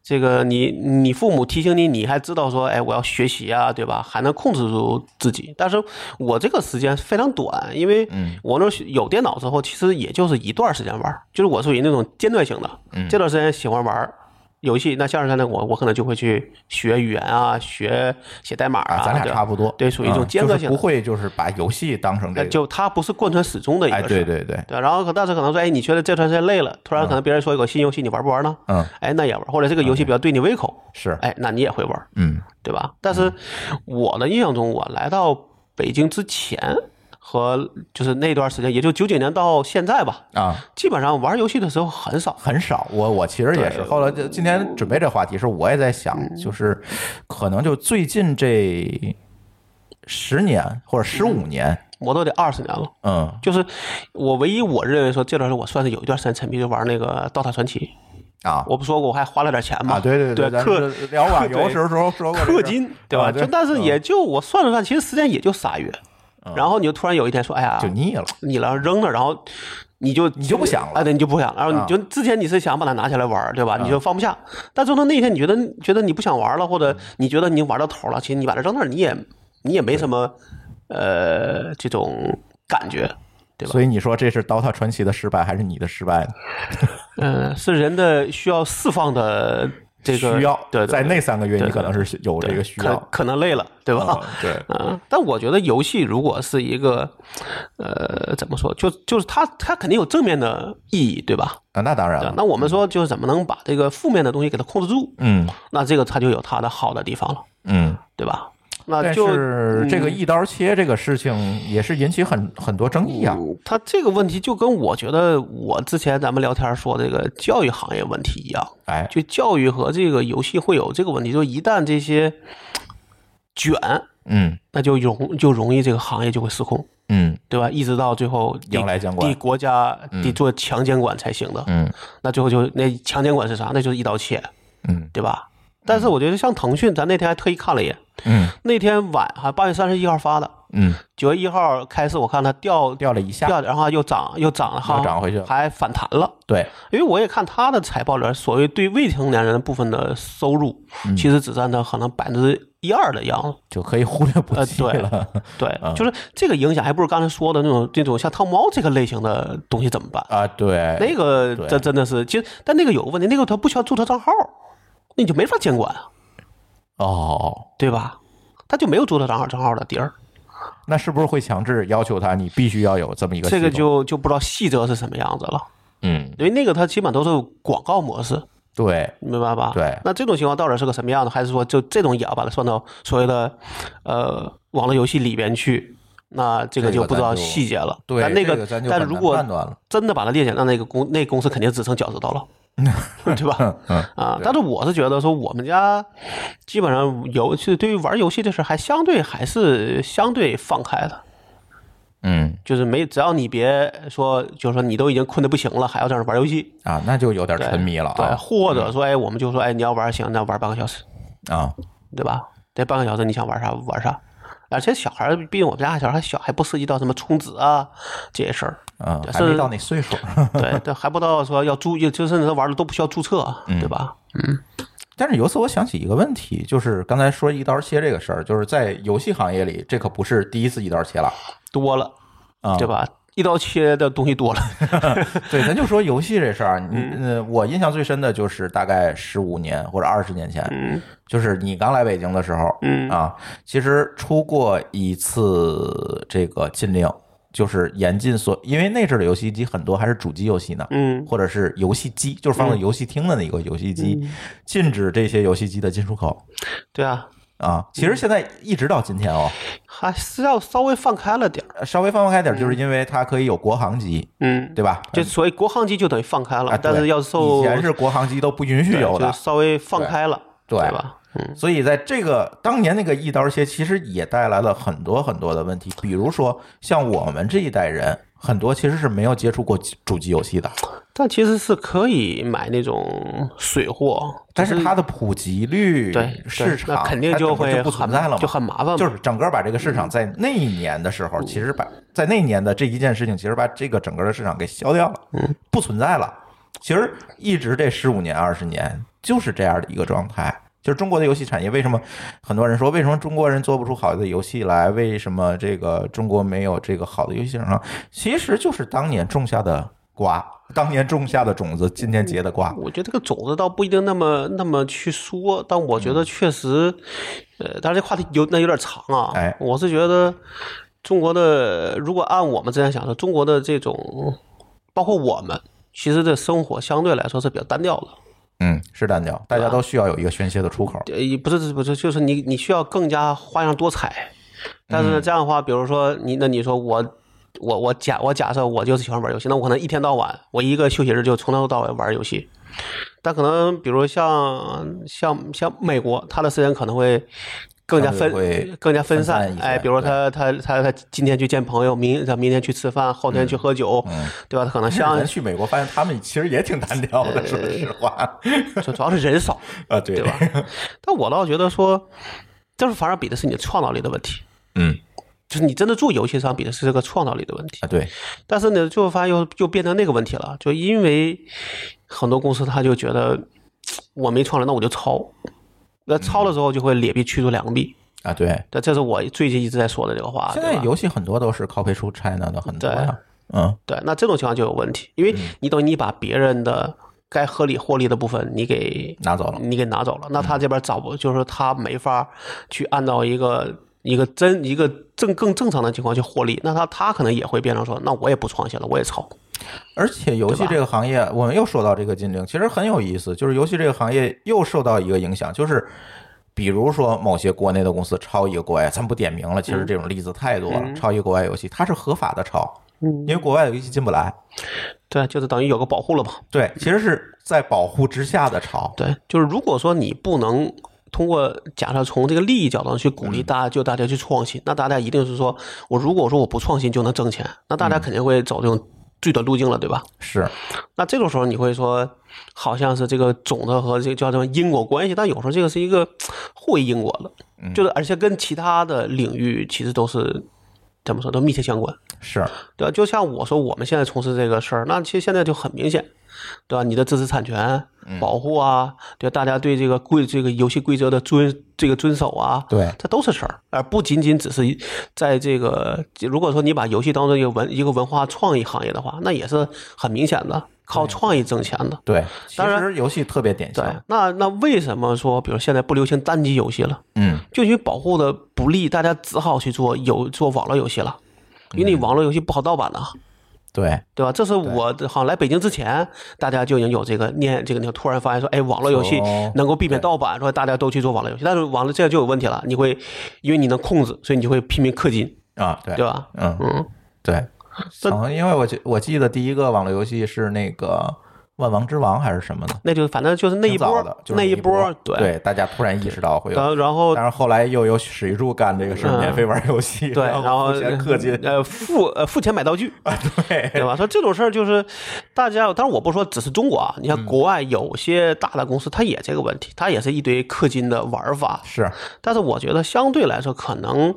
[SPEAKER 2] 这个你你父母提醒你，你还知道说，哎，我要学习啊，对吧？还能控制住自己。但是我这个时间非常短，因为
[SPEAKER 1] 嗯
[SPEAKER 2] 我那时候有电脑之后，其实也就是一段时间玩儿，就是我属于那种间断型的，
[SPEAKER 1] 嗯
[SPEAKER 2] 这段时间喜欢玩儿游戏。那像是现在我我可能就会去学语言啊，学写代码
[SPEAKER 1] 啊，咱俩
[SPEAKER 2] 对吧
[SPEAKER 1] 差不多，
[SPEAKER 2] 对属于一种
[SPEAKER 1] 啊
[SPEAKER 2] 间隔
[SPEAKER 1] 就是
[SPEAKER 2] 性
[SPEAKER 1] 不
[SPEAKER 2] 的
[SPEAKER 1] 会就是把游戏当成这
[SPEAKER 2] 那
[SPEAKER 1] 个，
[SPEAKER 2] 就它不是贯穿始终的一个
[SPEAKER 1] 哎，
[SPEAKER 2] 事儿。
[SPEAKER 1] 对嗯对对，
[SPEAKER 2] 对，然后可但是可能说，哎，你觉得这段时间累了，突然可能别人说有个新游戏，你玩不玩呢？
[SPEAKER 1] 嗯，
[SPEAKER 2] 哎，那也玩，或者这个游戏比较对你胃口，
[SPEAKER 1] 是，
[SPEAKER 2] 哎，那你也会玩，
[SPEAKER 1] 啊嗯
[SPEAKER 2] 对吧？但是我的印象中，我来到北京之前和就是那段时间，也就九九年到现在吧，
[SPEAKER 1] 啊，
[SPEAKER 2] 基本上玩游戏的时候很少。
[SPEAKER 1] 很少。我我其实也是，
[SPEAKER 2] 对嗯
[SPEAKER 1] 后来就今天准备这话题时，我也在想，就是可能就最近这十年或者十
[SPEAKER 2] 嗯
[SPEAKER 1] 五年，
[SPEAKER 2] 我都得二十年了，
[SPEAKER 1] 嗯
[SPEAKER 2] 就是我唯一我认为说这段时间我算是有一段时间沉迷就玩那个《DOTA 传奇》，
[SPEAKER 1] 啊
[SPEAKER 2] 我不说过我还花了点钱吗？
[SPEAKER 1] 啊，对对
[SPEAKER 2] 对，
[SPEAKER 1] 咱
[SPEAKER 2] 氪
[SPEAKER 1] 是聊网游时候说说过这事
[SPEAKER 2] 氪
[SPEAKER 1] 儿
[SPEAKER 2] 金，对吧？
[SPEAKER 1] 啊对
[SPEAKER 2] 就但是也就我算了算，其实时间也就仨月，然后你就突然有一天说，哎呀，
[SPEAKER 1] 嗯就腻了，
[SPEAKER 2] 你然后扔了，然后你就
[SPEAKER 1] 你就不想了啊
[SPEAKER 2] 哎，对，你就不想了，然后你就之前你是想把它拿起来玩儿，对吧？你就放不下，但最终那一天你觉得觉得你不想玩了，或
[SPEAKER 1] 嗯
[SPEAKER 2] 者你觉得你已经玩到头了，其实你把它扔那儿，你也你也没什么呃这种感觉，对吧
[SPEAKER 1] 所以你说这是《DOTA 传奇》的失败，还是你的失败呢？
[SPEAKER 2] 嗯、是人的需要释放的这个
[SPEAKER 1] 需要
[SPEAKER 2] 对对
[SPEAKER 1] 在
[SPEAKER 2] 对
[SPEAKER 1] 那三个月，
[SPEAKER 2] 对
[SPEAKER 1] 你可能是有这个需
[SPEAKER 2] 可
[SPEAKER 1] 要，
[SPEAKER 2] 可能累了，对吧？
[SPEAKER 1] 嗯对，
[SPEAKER 2] 嗯，但我觉得游戏如果是一个，呃，怎么说，就就是它它肯定有正面的意义，对吧？
[SPEAKER 1] 啊，那当然
[SPEAKER 2] 对吧
[SPEAKER 1] 了，
[SPEAKER 2] 那我们说就是怎么能把这个负面的东西给它控制住，
[SPEAKER 1] 嗯
[SPEAKER 2] 那这个它就有它的好的地方了，
[SPEAKER 1] 嗯。
[SPEAKER 2] 对吧？那
[SPEAKER 1] 但
[SPEAKER 2] 啊就是
[SPEAKER 1] 这个
[SPEAKER 2] 嗯
[SPEAKER 1] 一刀切这个事情也是引起很很多争议啊。
[SPEAKER 2] 嗯它这个问题就跟我觉得我之前咱们聊天说这个教育行业问题一样，
[SPEAKER 1] 哎，
[SPEAKER 2] 就教育和这个游戏会有这个问题，就一旦这些卷，
[SPEAKER 1] 嗯
[SPEAKER 2] 那就容就容易这个行业就会失控。
[SPEAKER 1] 嗯
[SPEAKER 2] 对吧？一直到最后得
[SPEAKER 1] 迎来监管
[SPEAKER 2] 得国家得做强监管才行的。
[SPEAKER 1] 嗯
[SPEAKER 2] 那最后就那强监管是啥？那就是一刀切，
[SPEAKER 1] 嗯
[SPEAKER 2] 对吧？但是我觉得像腾讯，咱那天还特意看了一眼，
[SPEAKER 1] 嗯
[SPEAKER 2] 那天晚哈八月三十一号发的，
[SPEAKER 1] 嗯，
[SPEAKER 2] 九月一号开始我看它掉
[SPEAKER 1] 掉了一下，
[SPEAKER 2] 掉，然后又涨又涨了哈，
[SPEAKER 1] 又涨回去了
[SPEAKER 2] 还反弹了。
[SPEAKER 1] 对，
[SPEAKER 2] 因为我也看它的财报里边，所谓对未成年人的部分的收入，
[SPEAKER 1] 嗯
[SPEAKER 2] 其实只占到可能百分之一二的样子。
[SPEAKER 1] 就可以忽略不计
[SPEAKER 2] 呃对
[SPEAKER 1] 了
[SPEAKER 2] 对，
[SPEAKER 1] 嗯
[SPEAKER 2] 就是这个影响，还不如刚才说的那种那种像汤猫这个类型的东西怎么办？
[SPEAKER 1] 啊。对，
[SPEAKER 2] 那个
[SPEAKER 1] 对
[SPEAKER 2] 真真的是，其实但那个有个问题，那个他不需要注册账号，那你就没法监管啊，
[SPEAKER 1] 哦，
[SPEAKER 2] 对吧？他就没有注册账号账号的底儿，
[SPEAKER 1] 那是不是会强制要求他你必须要有这么一个
[SPEAKER 2] 这个
[SPEAKER 1] 系统
[SPEAKER 2] 就就不知道细则是什么样子了，
[SPEAKER 1] 嗯，
[SPEAKER 2] 因为那个它基本都是广告模式，
[SPEAKER 1] 对，
[SPEAKER 2] 你明白吧？
[SPEAKER 1] 对
[SPEAKER 2] 那这种情况到底是个什么样的？还是说就这种也要把它算到所谓的呃网络游戏里边去？那这个
[SPEAKER 1] 这个
[SPEAKER 2] 就不知道
[SPEAKER 1] 咱就
[SPEAKER 2] 细节了。
[SPEAKER 1] 对，
[SPEAKER 2] 但那
[SPEAKER 1] 这个咱就
[SPEAKER 2] 但
[SPEAKER 1] 很
[SPEAKER 2] 如
[SPEAKER 1] 难
[SPEAKER 2] 果
[SPEAKER 1] 判断了
[SPEAKER 2] 真的把它列起来，那那个公那公司肯定只剩饺子头了。对吧？
[SPEAKER 1] 嗯
[SPEAKER 2] 啊，但是我是觉得说，我们家基本上游戏对于玩游戏这事儿还相对还是相对放开的，
[SPEAKER 1] 嗯
[SPEAKER 2] 就是没只要你别说，就是说你都已经困得不行了，还要在那玩游戏，
[SPEAKER 1] 啊，那就有点
[SPEAKER 2] 对
[SPEAKER 1] 沉迷了
[SPEAKER 2] 对，
[SPEAKER 1] 啊
[SPEAKER 2] 或者说，哎，我们就说，哎，你要玩行，那玩半个小时，
[SPEAKER 1] 啊，
[SPEAKER 2] 对吧？这半个小时你想玩啥玩啥。而且小孩儿，毕竟我们家小孩儿还小，还不涉及到什么充值啊这些事儿，
[SPEAKER 1] 嗯，
[SPEAKER 2] 对
[SPEAKER 1] 还没
[SPEAKER 2] 是
[SPEAKER 1] 到那岁数。
[SPEAKER 2] 对， 但还不到说要注意，就甚至玩的都不需要注册，
[SPEAKER 1] 嗯
[SPEAKER 2] 对吧？
[SPEAKER 1] 但是由此我想起一个问题，就是刚才说一刀切这个事儿，就是在游戏行业里，这可不是第一次一刀切了
[SPEAKER 2] 多了，
[SPEAKER 1] 啊，
[SPEAKER 2] 对？吧？一刀切的东西多了，
[SPEAKER 1] 对，咱就说游戏这事儿，你
[SPEAKER 2] 嗯
[SPEAKER 1] 呃，我印象最深的就是大概十五年或者二十年前，
[SPEAKER 2] 嗯
[SPEAKER 1] 就是你刚来北京的时候
[SPEAKER 2] 嗯
[SPEAKER 1] 啊，其实出过一次这个禁令，就是严禁所，因为那阵儿的游戏机很多还是主机游戏呢，
[SPEAKER 2] 嗯
[SPEAKER 1] 或者是游戏机，就是放在游戏厅的那个游戏机，禁止这些游戏机的进出口
[SPEAKER 2] 对啊，
[SPEAKER 1] 啊。其实现在一直到今天哦，
[SPEAKER 2] 还是要稍微放开了点儿，
[SPEAKER 1] 稍微放开点儿，就是因为它可以有国行机，
[SPEAKER 2] 嗯，
[SPEAKER 1] 对吧？
[SPEAKER 2] 就所以国行机就等于放开了，
[SPEAKER 1] 哎啊，对
[SPEAKER 2] 但是要受
[SPEAKER 1] 以前是国行机都不允许
[SPEAKER 2] 对
[SPEAKER 1] 有
[SPEAKER 2] 就
[SPEAKER 1] 的，
[SPEAKER 2] 稍微放开了，
[SPEAKER 1] 对
[SPEAKER 2] 吧？嗯
[SPEAKER 1] 所以在这个当年那个一刀切，其实也带来了很多很多的问题，比如说像我们这一代人，很多其实是没有接触过主机游戏的，
[SPEAKER 2] 但其实是可以买那种水货，
[SPEAKER 1] 但是它的普及率、
[SPEAKER 2] 对
[SPEAKER 1] 市
[SPEAKER 2] 对那
[SPEAKER 1] 场
[SPEAKER 2] 肯定
[SPEAKER 1] 它整个就
[SPEAKER 2] 会
[SPEAKER 1] 不
[SPEAKER 2] 很
[SPEAKER 1] 存在了嘛，
[SPEAKER 2] 就很麻烦嘛，
[SPEAKER 1] 就是整个把这个市场在那一年的时候，其实把在那一年的这一件事情，其实把这个整个的市场给消掉了，不存在了。其实一直这十五年、二十年就是这样的一个状态。就是中国的游戏产业，为什么很多人说为什么中国人做不出好的游戏来？为什么这个中国没有这个好的游戏市场？其实就是当年种下的瓜，当年种下的种子，今天结的瓜。
[SPEAKER 2] 我觉得这个种子倒不一定那么那么去说，但我觉得
[SPEAKER 1] 嗯
[SPEAKER 2] 确实，呃，当然这话题有那有点长啊。
[SPEAKER 1] 哎
[SPEAKER 2] 我是觉得中国的，如果按我们之前想的，中国的这种，包括我们，其实的生活相对来说是比较单调的。
[SPEAKER 1] 嗯，是单调，大家都需要有一个宣泄的出口。
[SPEAKER 2] 呃，也不是不是，就是你你需要更加花样多彩。但
[SPEAKER 1] 嗯
[SPEAKER 2] 是呢，这样的话，比如说你，那你说我。我我假我假设我就是喜欢玩游戏，那我可能一天到晚，我一个休息日就从头到尾玩游戏。但可能比如像像像美国，他的时间可能会更加
[SPEAKER 1] 相
[SPEAKER 2] 分
[SPEAKER 1] 对会
[SPEAKER 2] 更加分
[SPEAKER 1] 分散一些
[SPEAKER 2] 哎，比如他他他他今天去见朋友，明他明天去吃饭，后
[SPEAKER 1] 嗯
[SPEAKER 2] 天去喝酒，对吧？他可能 像
[SPEAKER 1] 咱去美国发现他们其实也挺单调的，说实话
[SPEAKER 2] 主主要是人少，
[SPEAKER 1] 啊，对
[SPEAKER 2] 呃对吧？但我倒觉得说，就是反而比的是你的创造力的问题。
[SPEAKER 1] 嗯
[SPEAKER 2] 就是你真的做游戏上比的是这个创造力的问题，
[SPEAKER 1] 啊，对，
[SPEAKER 2] 但是呢，最后发现又又变成那个问题了，就因为很多公司他就觉得嘖我没创造，那我就抄，那抄了之后就会劣币驱逐良币，
[SPEAKER 1] 啊对。
[SPEAKER 2] 对，这是我最近一直在说的这个话，
[SPEAKER 1] 现在
[SPEAKER 2] 对吧？
[SPEAKER 1] 游戏很多都是 copy 出 China 的很多呀，嗯
[SPEAKER 2] 对，那这种情况就有问题，因为你等于你把别人的该合理获利的部分你给
[SPEAKER 1] 拿走了
[SPEAKER 2] 你给拿走了，那他这边找不，就是说他没法去按照一个一个真一个正更正常的情况去获利，那他他可能也会变成说，那我也不创新了，我也抄。
[SPEAKER 1] 而且游戏这个行业，我们又说到这个禁令，其实很有意思，就是游戏这个行业又受到一个影响，就是。比如说，某些国内的公司抄一个国外，咱不点名了。其
[SPEAKER 2] 嗯
[SPEAKER 1] 实这种例子太多了。抄一个国外游戏，它是合法的抄，
[SPEAKER 2] 嗯
[SPEAKER 1] 因为国外的游戏进不来。
[SPEAKER 2] 对，啊就是等于有个保护了嘛。
[SPEAKER 1] 对，其实是在保护之下的抄。
[SPEAKER 2] 对，就是如果说你不能通过假设从这个利益角度上去鼓励大家，就大家去创新，那大家一定是说，我如果说我不创新就能挣钱，那大家肯定会走这种最短路径了，对吧？
[SPEAKER 1] 是，
[SPEAKER 2] 那这种时候你会说，好像是这个种子和这个叫什么因果关系，但有时候这个是一个互为因果的，就是而且跟其他的领域其实都是怎么说都密切相关。
[SPEAKER 1] 是，
[SPEAKER 2] 对吧？就像我说，我们现在从事这个事儿，那其实现在就很明显，对吧？你的知识产权保护啊，对吧大家对这个规这个游戏规则的遵这个遵守啊，
[SPEAKER 1] 对
[SPEAKER 2] 这都是事儿，而不仅仅只是一在这个如果说你把游戏当做一个文一个文化创意行业的话，那也是很明显的，靠创意挣钱的。
[SPEAKER 1] 对。其
[SPEAKER 2] 当然
[SPEAKER 1] 实游戏特别典型
[SPEAKER 2] 对。，那那为什么说，比如现在不流行单机游戏了？
[SPEAKER 1] 嗯，
[SPEAKER 2] 就因为保护的不利，大家只好去做游做网络游戏了，因为你网络游戏不好盗版的。啊
[SPEAKER 1] 对，
[SPEAKER 2] 对吧？这是我好像来北京之前，大家就已经有这个念这个念，突然发现说，哎，网络游戏
[SPEAKER 1] 哦
[SPEAKER 2] 能够避免
[SPEAKER 1] 对
[SPEAKER 2] 盗版，说大家都去做网络游戏，但是网络这样就有问题了，你会因为你能控制，所以你就会拼命氪金，
[SPEAKER 1] 啊，对
[SPEAKER 2] 对，吧？
[SPEAKER 1] 嗯，
[SPEAKER 2] 嗯，
[SPEAKER 1] 对，嗯，因为我记我记得第一个网络游戏是那个万王之王还是什么的，
[SPEAKER 2] 那就反正就是那一
[SPEAKER 1] 挺早
[SPEAKER 2] 波
[SPEAKER 1] 的，，就是那
[SPEAKER 2] 那一波，
[SPEAKER 1] 对，大家突然意识到会有。
[SPEAKER 2] 然后然后
[SPEAKER 1] 但是后来又有史玉柱干这个事儿，
[SPEAKER 2] 嗯
[SPEAKER 1] 免费玩游戏，
[SPEAKER 2] 对，然后
[SPEAKER 1] 付钱氪 金，哎
[SPEAKER 2] 呃，付呃付钱买道具，
[SPEAKER 1] 对，
[SPEAKER 2] 对吧？所以这种事儿就是大家，当然我不说只是中国啊，你
[SPEAKER 1] 嗯
[SPEAKER 2] 看国外有些大的公司，它也这个问题，它也是一堆氪金的玩法，
[SPEAKER 1] 是
[SPEAKER 2] 但是我觉得相对来说，可能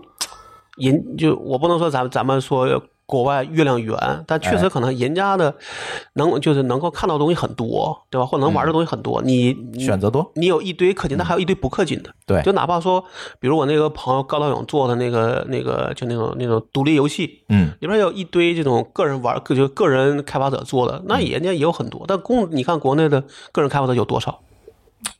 [SPEAKER 2] 人就我不能说咱咱们说国外月亮圆，但确
[SPEAKER 1] 哎
[SPEAKER 2] 实可能人家的能就是能够看到的东西很多，对吧？或者能玩
[SPEAKER 1] 嗯
[SPEAKER 2] 的东西很多，你你
[SPEAKER 1] 选择多，
[SPEAKER 2] 你有一堆氪金，但
[SPEAKER 1] 嗯
[SPEAKER 2] 还有一堆不氪金的。
[SPEAKER 1] 对
[SPEAKER 2] 就哪怕说，比如我那个朋友高道勇做的那个那个，就那种那种独立游戏，
[SPEAKER 1] 嗯，
[SPEAKER 2] 里边有一堆这种个人玩，个就个人开发者做的，那人家也有很多。但公你看国内的个人开发者有多少，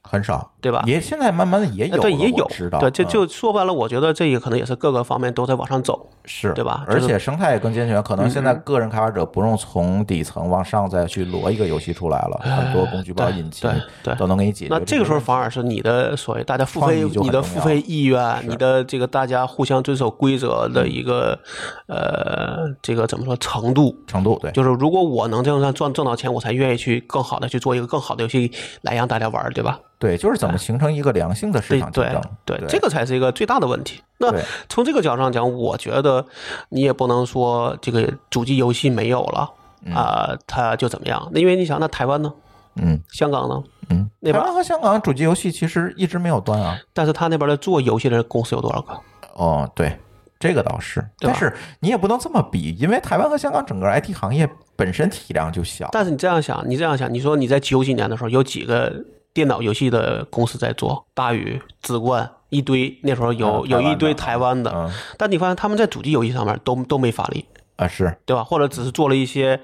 [SPEAKER 1] 很少，
[SPEAKER 2] 对吧？
[SPEAKER 1] 也现在慢慢的也有
[SPEAKER 2] 呃
[SPEAKER 1] 了，
[SPEAKER 2] 对，也有
[SPEAKER 1] 我知道，
[SPEAKER 2] 对，就
[SPEAKER 1] 嗯
[SPEAKER 2] 就说白了，我觉得这也可能也是各个方面都在往上走。
[SPEAKER 1] 是
[SPEAKER 2] 对吧
[SPEAKER 1] 而
[SPEAKER 2] 就是嗯
[SPEAKER 1] 且生态也更健全，可能现在个人开发者不用从底层往上再去摞一个游戏出来了，很多工具包、引擎
[SPEAKER 2] 哎对对
[SPEAKER 1] 都能给你解决。
[SPEAKER 2] 那这个时候反而是你的所谓大家付费
[SPEAKER 1] 创意就，很
[SPEAKER 2] 你的
[SPEAKER 1] 重
[SPEAKER 2] 付
[SPEAKER 1] 要
[SPEAKER 2] 费意愿，你的这个大家互相遵守规则的
[SPEAKER 1] 嗯
[SPEAKER 2] 一个呃，这个怎么说程度？
[SPEAKER 1] 程度，对，
[SPEAKER 2] 就是如果我能这样赚挣到钱，我才愿意去更好的去做一个更好的游戏来让大家玩儿，对吧？
[SPEAKER 1] 对，就是怎么形成一个良性的市
[SPEAKER 2] 哎对
[SPEAKER 1] 场竞
[SPEAKER 2] 对
[SPEAKER 1] 争？
[SPEAKER 2] 对，这个才是一个最大的问题。那
[SPEAKER 1] 对
[SPEAKER 2] 从这个角度上讲，我觉得你也不能说这个主机游戏没有了啊、它就怎么样？那因为你想，那台湾呢，
[SPEAKER 1] 嗯
[SPEAKER 2] 香港呢，
[SPEAKER 1] 嗯，
[SPEAKER 2] 那
[SPEAKER 1] 台
[SPEAKER 2] 边
[SPEAKER 1] 湾和香港主机游戏其实一直没有断啊。
[SPEAKER 2] 但是他那边的做游戏的公司有多少个？
[SPEAKER 1] 哦，对，这个倒是，
[SPEAKER 2] 对吧
[SPEAKER 1] 但是你也不能这么比，因为台湾和香港整个 IT 行业本身体量就小，
[SPEAKER 2] 但是你这样想，你这样想，你说你在九几年的时候有几个电脑游戏的公司在做？大宇、紫冠一堆，那时候有、
[SPEAKER 1] 嗯
[SPEAKER 2] 有一堆
[SPEAKER 1] 台
[SPEAKER 2] 台湾的，
[SPEAKER 1] 嗯
[SPEAKER 2] 但你发现他们在主机游戏上面都都没发力，
[SPEAKER 1] 啊是，
[SPEAKER 2] 对吧？或者只是做了一些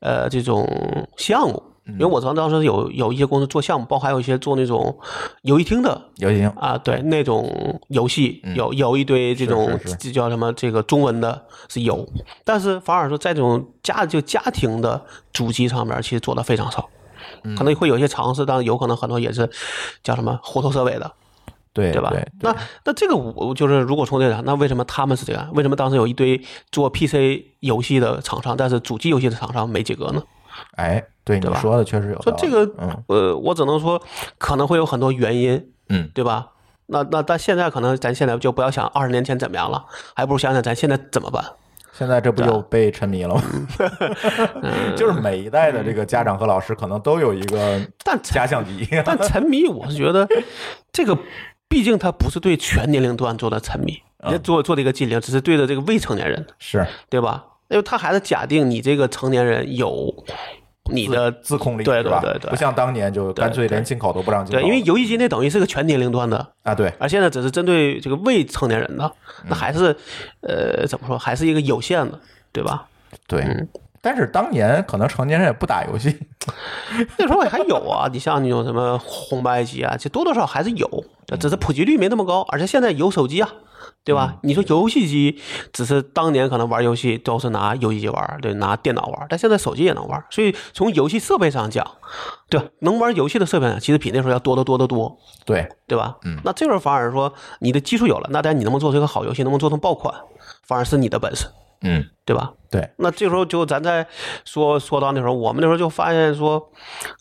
[SPEAKER 2] 呃这种项目。因为我知道当时有有一些公司做项目，包括还有一些做那种游戏厅的
[SPEAKER 1] 游戏厅
[SPEAKER 2] 啊，对那种游戏有有一堆这种
[SPEAKER 1] 嗯是是是
[SPEAKER 2] 这叫什么这个中文的是有，但是反而说在这种家就家庭的主机上面，其实做的非常少，
[SPEAKER 1] 嗯
[SPEAKER 2] 可能会有一些尝试，但有可能很多也是叫什么虎头蛇尾的，
[SPEAKER 1] 对
[SPEAKER 2] 对吧？那那这个我就是如果从这个，那为什么他们是这样？为什么当时有一堆做 PC 游戏的厂商，但是主机游戏的厂商没几个呢？
[SPEAKER 1] 哎，对
[SPEAKER 2] 对
[SPEAKER 1] 你
[SPEAKER 2] 吧
[SPEAKER 1] 说的确实有道
[SPEAKER 2] 说
[SPEAKER 1] 理，
[SPEAKER 2] 这个
[SPEAKER 1] 嗯，
[SPEAKER 2] 呃，我只能说可能会有很多原因，
[SPEAKER 1] 嗯，
[SPEAKER 2] 对吧？那那但现在可能咱现在就不要想二十年前怎么样了，还不如想想咱现在怎么办。
[SPEAKER 1] 现在这不
[SPEAKER 2] 对啊嗯
[SPEAKER 1] 就被沉迷了吗？ 就是每一代的这个家长和老师可能都有一个
[SPEAKER 2] 但
[SPEAKER 1] 假想 敌，
[SPEAKER 2] 但沉迷，我是觉得这个，毕竟它不是对全年龄段做的沉迷，
[SPEAKER 1] 啊
[SPEAKER 2] 人家做做的一个禁令，只是对着这个未成年人，
[SPEAKER 1] 是
[SPEAKER 2] 对吧？因为他还是假定你这个成年人有你的
[SPEAKER 1] 自控力，
[SPEAKER 2] 对对
[SPEAKER 1] 是吧
[SPEAKER 2] 对对
[SPEAKER 1] 不像当年就干脆连进口都不让进口，
[SPEAKER 2] 对，因为游戏机那等于是个全年龄段的，
[SPEAKER 1] 啊，对，
[SPEAKER 2] 而现在只是针对这个未成年人的，
[SPEAKER 1] 嗯
[SPEAKER 2] 那还是呃怎么说，还是一个有限的，对吧？
[SPEAKER 1] 对。
[SPEAKER 2] 嗯
[SPEAKER 1] 但是当年可能成年人也不打游戏，
[SPEAKER 2] 那时候还有啊，你像那种什么红白机啊，这多多少少还是有，只是普及率没那么高，而且现在有手机啊。对吧？你说游戏机，只是当年可能玩游戏都是拿游戏机玩，对，拿电脑玩，但现在手机也能玩。所以从游戏设备上讲，对吧？能玩游戏的设备上，其实比那时候要多得多得多。
[SPEAKER 1] 对，
[SPEAKER 2] 对吧？嗯，那这时候反而说你的基础有了，那但你能不能做出一个好游戏，能不能做成爆款，反而是你的本事，
[SPEAKER 1] 嗯，
[SPEAKER 2] 对吧？
[SPEAKER 1] 对，
[SPEAKER 2] 那这时候就咱再说说到那时候，我们那时候就发现说，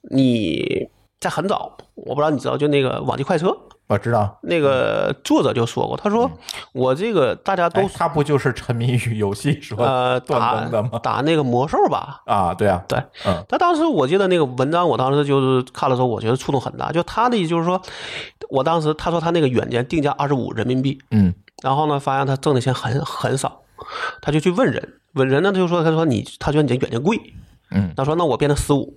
[SPEAKER 2] 你在很早，我不知道你知道，就那个《网际快车》
[SPEAKER 1] 我知道，
[SPEAKER 2] 那个作者就说过，他说我这个大家
[SPEAKER 1] 嗯哎
[SPEAKER 2] 都、
[SPEAKER 1] 他不就是沉迷于游戏说
[SPEAKER 2] 呃
[SPEAKER 1] 断
[SPEAKER 2] 打
[SPEAKER 1] 更的吗？
[SPEAKER 2] 打那个魔兽吧，
[SPEAKER 1] 啊，对啊，
[SPEAKER 2] 对，
[SPEAKER 1] 嗯
[SPEAKER 2] 他当时我记得那个文章，我当时就是看的时候，我觉得触动很大。就他的意思就是说，我当时他说他那个软件定价二十五人民币，
[SPEAKER 1] 嗯
[SPEAKER 2] 然后呢，发现他挣的钱很很少，他就去问人，问人呢，他就说，他说你，他觉得你这软件贵，
[SPEAKER 1] 嗯
[SPEAKER 2] 他说那我变成十五，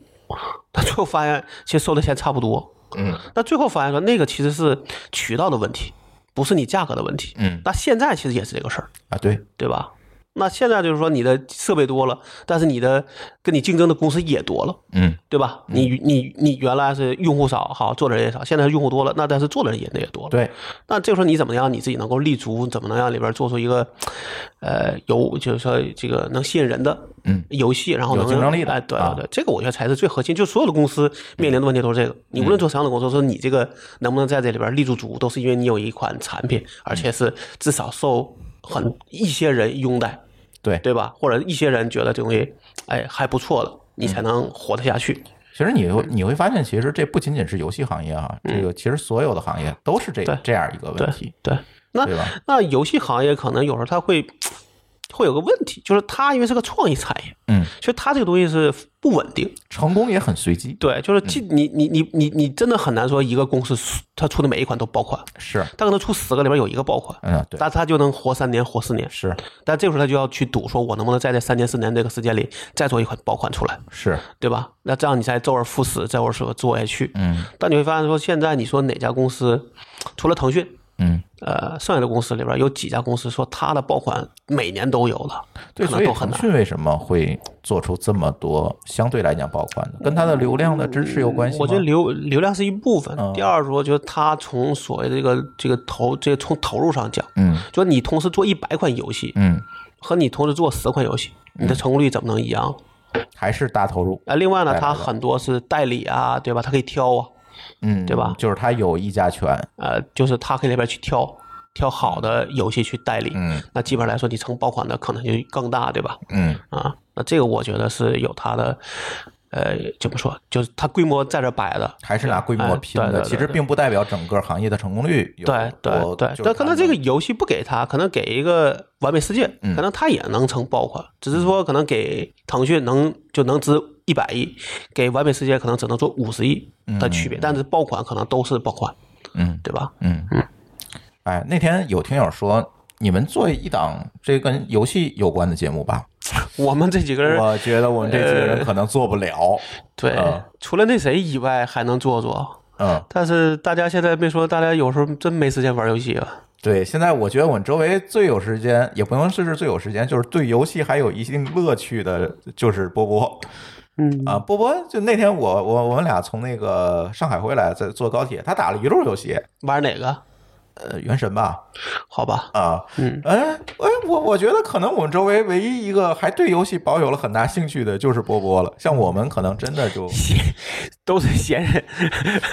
[SPEAKER 2] 他最后发现其实收的钱差不多，
[SPEAKER 1] 嗯，
[SPEAKER 2] 那最后发现说那个其实是渠道的问题，不是你价格的问题，
[SPEAKER 1] 嗯
[SPEAKER 2] 那现在其实也是这个事儿，
[SPEAKER 1] 啊，对，
[SPEAKER 2] 对吧？那现在就是说你的设备多了，但是你的跟你竞争的公司也多了。
[SPEAKER 1] 嗯
[SPEAKER 2] 对吧？你你你原来是用户少，好做的人也少，现在用户多了，那但是做的人也也多了。
[SPEAKER 1] 对，
[SPEAKER 2] 那这个时候你怎么样你自己能够立足？怎么能让里边做出一个，呃，有就是说这个能吸引人的
[SPEAKER 1] 嗯
[SPEAKER 2] 游戏，然后能
[SPEAKER 1] 有竞争力的
[SPEAKER 2] 哎，对
[SPEAKER 1] 啊嗯
[SPEAKER 2] 对对，这个我觉得才是最核心。就所有的公司面临的问题都是这个。你无论做什么样的工作，说你这个能不能在这里边立住足，都是因为你有一款产品，而
[SPEAKER 1] 嗯
[SPEAKER 2] 且是至少受很一些人拥戴，
[SPEAKER 1] 对嗯
[SPEAKER 2] 对吧？或者一些人觉得这东西哎还不错的，你才能活得下去。
[SPEAKER 1] 其实你会你会发现，其实这不仅仅是游戏行业啊，这个其实所有的行业都是这
[SPEAKER 2] 嗯对
[SPEAKER 1] 这样一个问题，
[SPEAKER 2] 对，那
[SPEAKER 1] 对吧？
[SPEAKER 2] 那游戏行业可能有时候它会会有个问题，就是它因为是个创意产业，
[SPEAKER 1] 嗯，
[SPEAKER 2] 其实它这个东西是不稳定。
[SPEAKER 1] 成功也很随机，
[SPEAKER 2] 对，就是既你你你你你真的很难说一个公司它出的每一款都爆款，
[SPEAKER 1] 是，
[SPEAKER 2] 它可能出十个里边有一个爆款，
[SPEAKER 1] 嗯，对，
[SPEAKER 2] 但它就能活三年活四年。
[SPEAKER 1] 是
[SPEAKER 2] 但这个时候他就要去赌，说我能不能在这三年四年这个时间里再做一款爆款出来，
[SPEAKER 1] 是，
[SPEAKER 2] 对吧？那这样你才周而复始，周而复始做下去。
[SPEAKER 1] 嗯
[SPEAKER 2] 但你会发现说，现在你说哪家公司，除了腾讯，
[SPEAKER 1] 嗯，
[SPEAKER 2] 呃，剩下的公司里边有几家公司说它的爆款每年都有了，
[SPEAKER 1] 对，
[SPEAKER 2] 可
[SPEAKER 1] 所
[SPEAKER 2] 能
[SPEAKER 1] 以
[SPEAKER 2] 都很
[SPEAKER 1] 腾
[SPEAKER 2] 难。
[SPEAKER 1] 讯为什么会做出这么多相对来讲爆款的，跟它的流量的支持有关系吗？
[SPEAKER 2] 嗯我觉得流流量是一部分
[SPEAKER 1] 嗯，
[SPEAKER 2] 第二说就是它从所谓的这个这个投这个从投入上讲，
[SPEAKER 1] 嗯
[SPEAKER 2] 就是你同时做一百款游戏
[SPEAKER 1] 嗯，
[SPEAKER 2] 和你同时做十款游戏，你的成功率怎么能一样？
[SPEAKER 1] 还是大投入，
[SPEAKER 2] 啊，另外呢，
[SPEAKER 1] 带来
[SPEAKER 2] 它
[SPEAKER 1] 的
[SPEAKER 2] 很多是代理啊，对吧？它可以挑啊，
[SPEAKER 1] 嗯，
[SPEAKER 2] 对吧
[SPEAKER 1] 就是它有议价权，
[SPEAKER 2] 呃，就是它可以那边去挑挑好的游戏去代理，
[SPEAKER 1] 嗯
[SPEAKER 2] 那基本上来说，你成爆款的可能就更大，对吧？
[SPEAKER 1] 嗯
[SPEAKER 2] 啊，那这个我觉得是有它的，呃，怎么说，就是它规模在这摆的。
[SPEAKER 1] 还是拿规模拼
[SPEAKER 2] 哎对
[SPEAKER 1] 的，
[SPEAKER 2] 对对
[SPEAKER 1] 其实并不代表整个行业的成功率有
[SPEAKER 2] 对对
[SPEAKER 1] 多
[SPEAKER 2] 对，
[SPEAKER 1] 就是
[SPEAKER 2] 但可
[SPEAKER 1] 它
[SPEAKER 2] 能这个游戏不给他，可能给一个完美世界，
[SPEAKER 1] 嗯
[SPEAKER 2] 可能他也能成爆款，只是说可能给腾讯能就能值一百亿，给完美世界可能只能做五十亿的区别，但是爆款可能都是爆款，
[SPEAKER 1] 嗯，
[SPEAKER 2] 对吧？
[SPEAKER 1] 嗯嗯，哎，那天有听友说。你们做一档这跟游戏有关的节目吧？
[SPEAKER 2] 我们这几个人
[SPEAKER 1] 我觉得我们这几个人可能做不了。
[SPEAKER 2] 对，
[SPEAKER 1] 嗯
[SPEAKER 2] 除了那谁以外还能做做，
[SPEAKER 1] 嗯，
[SPEAKER 2] 但是大家现在别说，大家有时候真没时间玩游戏啊了。
[SPEAKER 1] 对，现在我觉得我们周围最有时间，也不能说是最有时间，就是对游戏还有一定乐趣的，就是波波。
[SPEAKER 2] 嗯
[SPEAKER 1] 啊，波波就那天我我我们俩从那个上海回来，在坐高铁，他打了一路游戏，
[SPEAKER 2] 玩哪个？
[SPEAKER 1] 呃，原神吧，
[SPEAKER 2] 好吧，
[SPEAKER 1] 啊，
[SPEAKER 2] 嗯，
[SPEAKER 1] 哎哎，我我觉得可能我们周围唯一一个还对游戏保有了很大兴趣的就是波波了，像我们可能真的 就、
[SPEAKER 2] 闲都是闲人，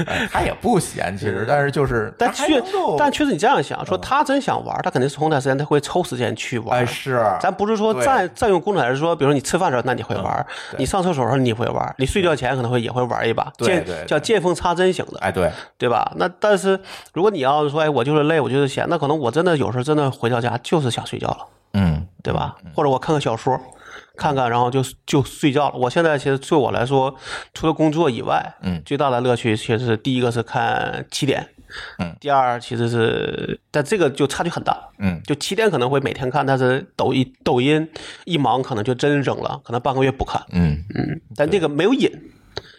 [SPEAKER 1] 哎他也不闲，其实，但是就是
[SPEAKER 2] 但
[SPEAKER 1] 他还
[SPEAKER 2] 确
[SPEAKER 1] 能嗯够
[SPEAKER 2] 但确实你这样想，说他真想玩，他肯定是空档时间他会抽时间去玩。
[SPEAKER 1] 哎是，
[SPEAKER 2] 咱不是说
[SPEAKER 1] 对
[SPEAKER 2] 占占用工作，而是说，比如你吃饭的时候，那你会玩；
[SPEAKER 1] 对
[SPEAKER 2] 你上厕所的时候，你会玩；你睡觉前可能会也会玩一把，
[SPEAKER 1] 对
[SPEAKER 2] 见
[SPEAKER 1] 对对
[SPEAKER 2] 叫见缝插针型的。
[SPEAKER 1] 哎对，
[SPEAKER 2] 对吧？那但是如果你要是说，哎，我就是累，我就是闲，那可能我真的有时候真的回到家就是想睡觉了，
[SPEAKER 1] 嗯
[SPEAKER 2] 对吧？或者我看个小说，看看然后就就睡觉了。我现在其实对我来说，除了工作以外，
[SPEAKER 1] 嗯
[SPEAKER 2] 最大的乐趣其实是第一个是看起点，
[SPEAKER 1] 嗯，
[SPEAKER 2] 第二其实是，但这个就差距很大，
[SPEAKER 1] 嗯
[SPEAKER 2] 就起点可能会每天看，但是抖音抖音一忙可能就真扔了，可能半个月不看，
[SPEAKER 1] 嗯，
[SPEAKER 2] 嗯，但这个没有瘾，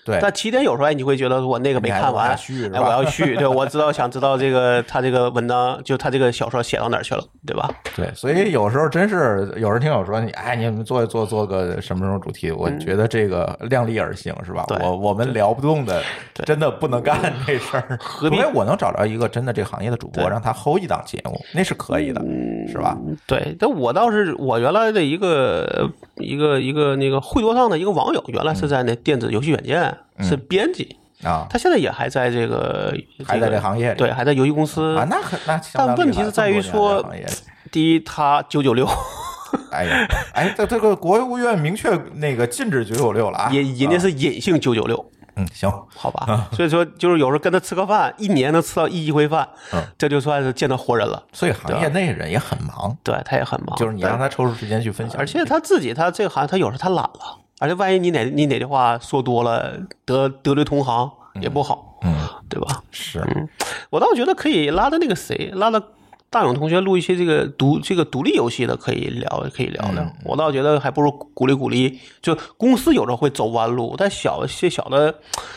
[SPEAKER 1] 对，
[SPEAKER 2] 但起点有时候哎，你会觉得我那个没看
[SPEAKER 1] 你还
[SPEAKER 2] 完
[SPEAKER 1] 往下续是，吧
[SPEAKER 2] 哎，我要续，对，我知道想知道这个他这个文章，就他这个小说写到哪儿去了，对吧？
[SPEAKER 1] 对，所以有时候真是有人听友说你，哎，你们做做做个什么什么主题，我觉得这个量力而行是吧？
[SPEAKER 2] 嗯对
[SPEAKER 1] 我我们聊不动的，
[SPEAKER 2] 对
[SPEAKER 1] 真的不能干这事儿。
[SPEAKER 2] 何必
[SPEAKER 1] 除非我能找着一个真的这行业的主播，
[SPEAKER 2] 对嗯
[SPEAKER 1] 让他 hold 一档节目，那是可以的，是吧？
[SPEAKER 2] 对，但我倒是我原来的一个一个一个那个会多上的一个网友，原来是在那电子游戏软件是编辑，
[SPEAKER 1] 嗯啊
[SPEAKER 2] 他现在也还在这个
[SPEAKER 1] 还在这行业里
[SPEAKER 2] 对，还在游戏公司
[SPEAKER 1] 啊，那很那相当
[SPEAKER 2] 但问
[SPEAKER 1] 厉
[SPEAKER 2] 题
[SPEAKER 1] 害
[SPEAKER 2] 是在于
[SPEAKER 1] 这么多年
[SPEAKER 2] 说
[SPEAKER 1] 的行业
[SPEAKER 2] 第一，他九九六
[SPEAKER 1] 哎呀，哎，这这个国务院明确那个禁止九九六了啊，
[SPEAKER 2] 也人家
[SPEAKER 1] 啊
[SPEAKER 2] 是隐性九九六，
[SPEAKER 1] 嗯行，
[SPEAKER 2] 好吧？所以说，就是有时候跟他吃个饭，一年能吃到一一回饭
[SPEAKER 1] 嗯，
[SPEAKER 2] 这就算是见到活人了。
[SPEAKER 1] 所以行业内人也很忙，
[SPEAKER 2] 啊对，他也很忙，
[SPEAKER 1] 就是你让他抽出时间去分
[SPEAKER 2] 对
[SPEAKER 1] 享，
[SPEAKER 2] 而且他自己，他这个行业，他有时候他懒了，而且万一你哪你哪句话说多了，得得罪同行也不好，
[SPEAKER 1] 嗯
[SPEAKER 2] 对吧？
[SPEAKER 1] 是
[SPEAKER 2] 我倒觉得可以拉着那个谁，拉着大勇同学录一些这个独这个独立游戏的，可以聊，可以聊聊。
[SPEAKER 1] 嗯
[SPEAKER 2] 我倒觉得还不如鼓励鼓励，就公司有时候会走弯路，但小一些小的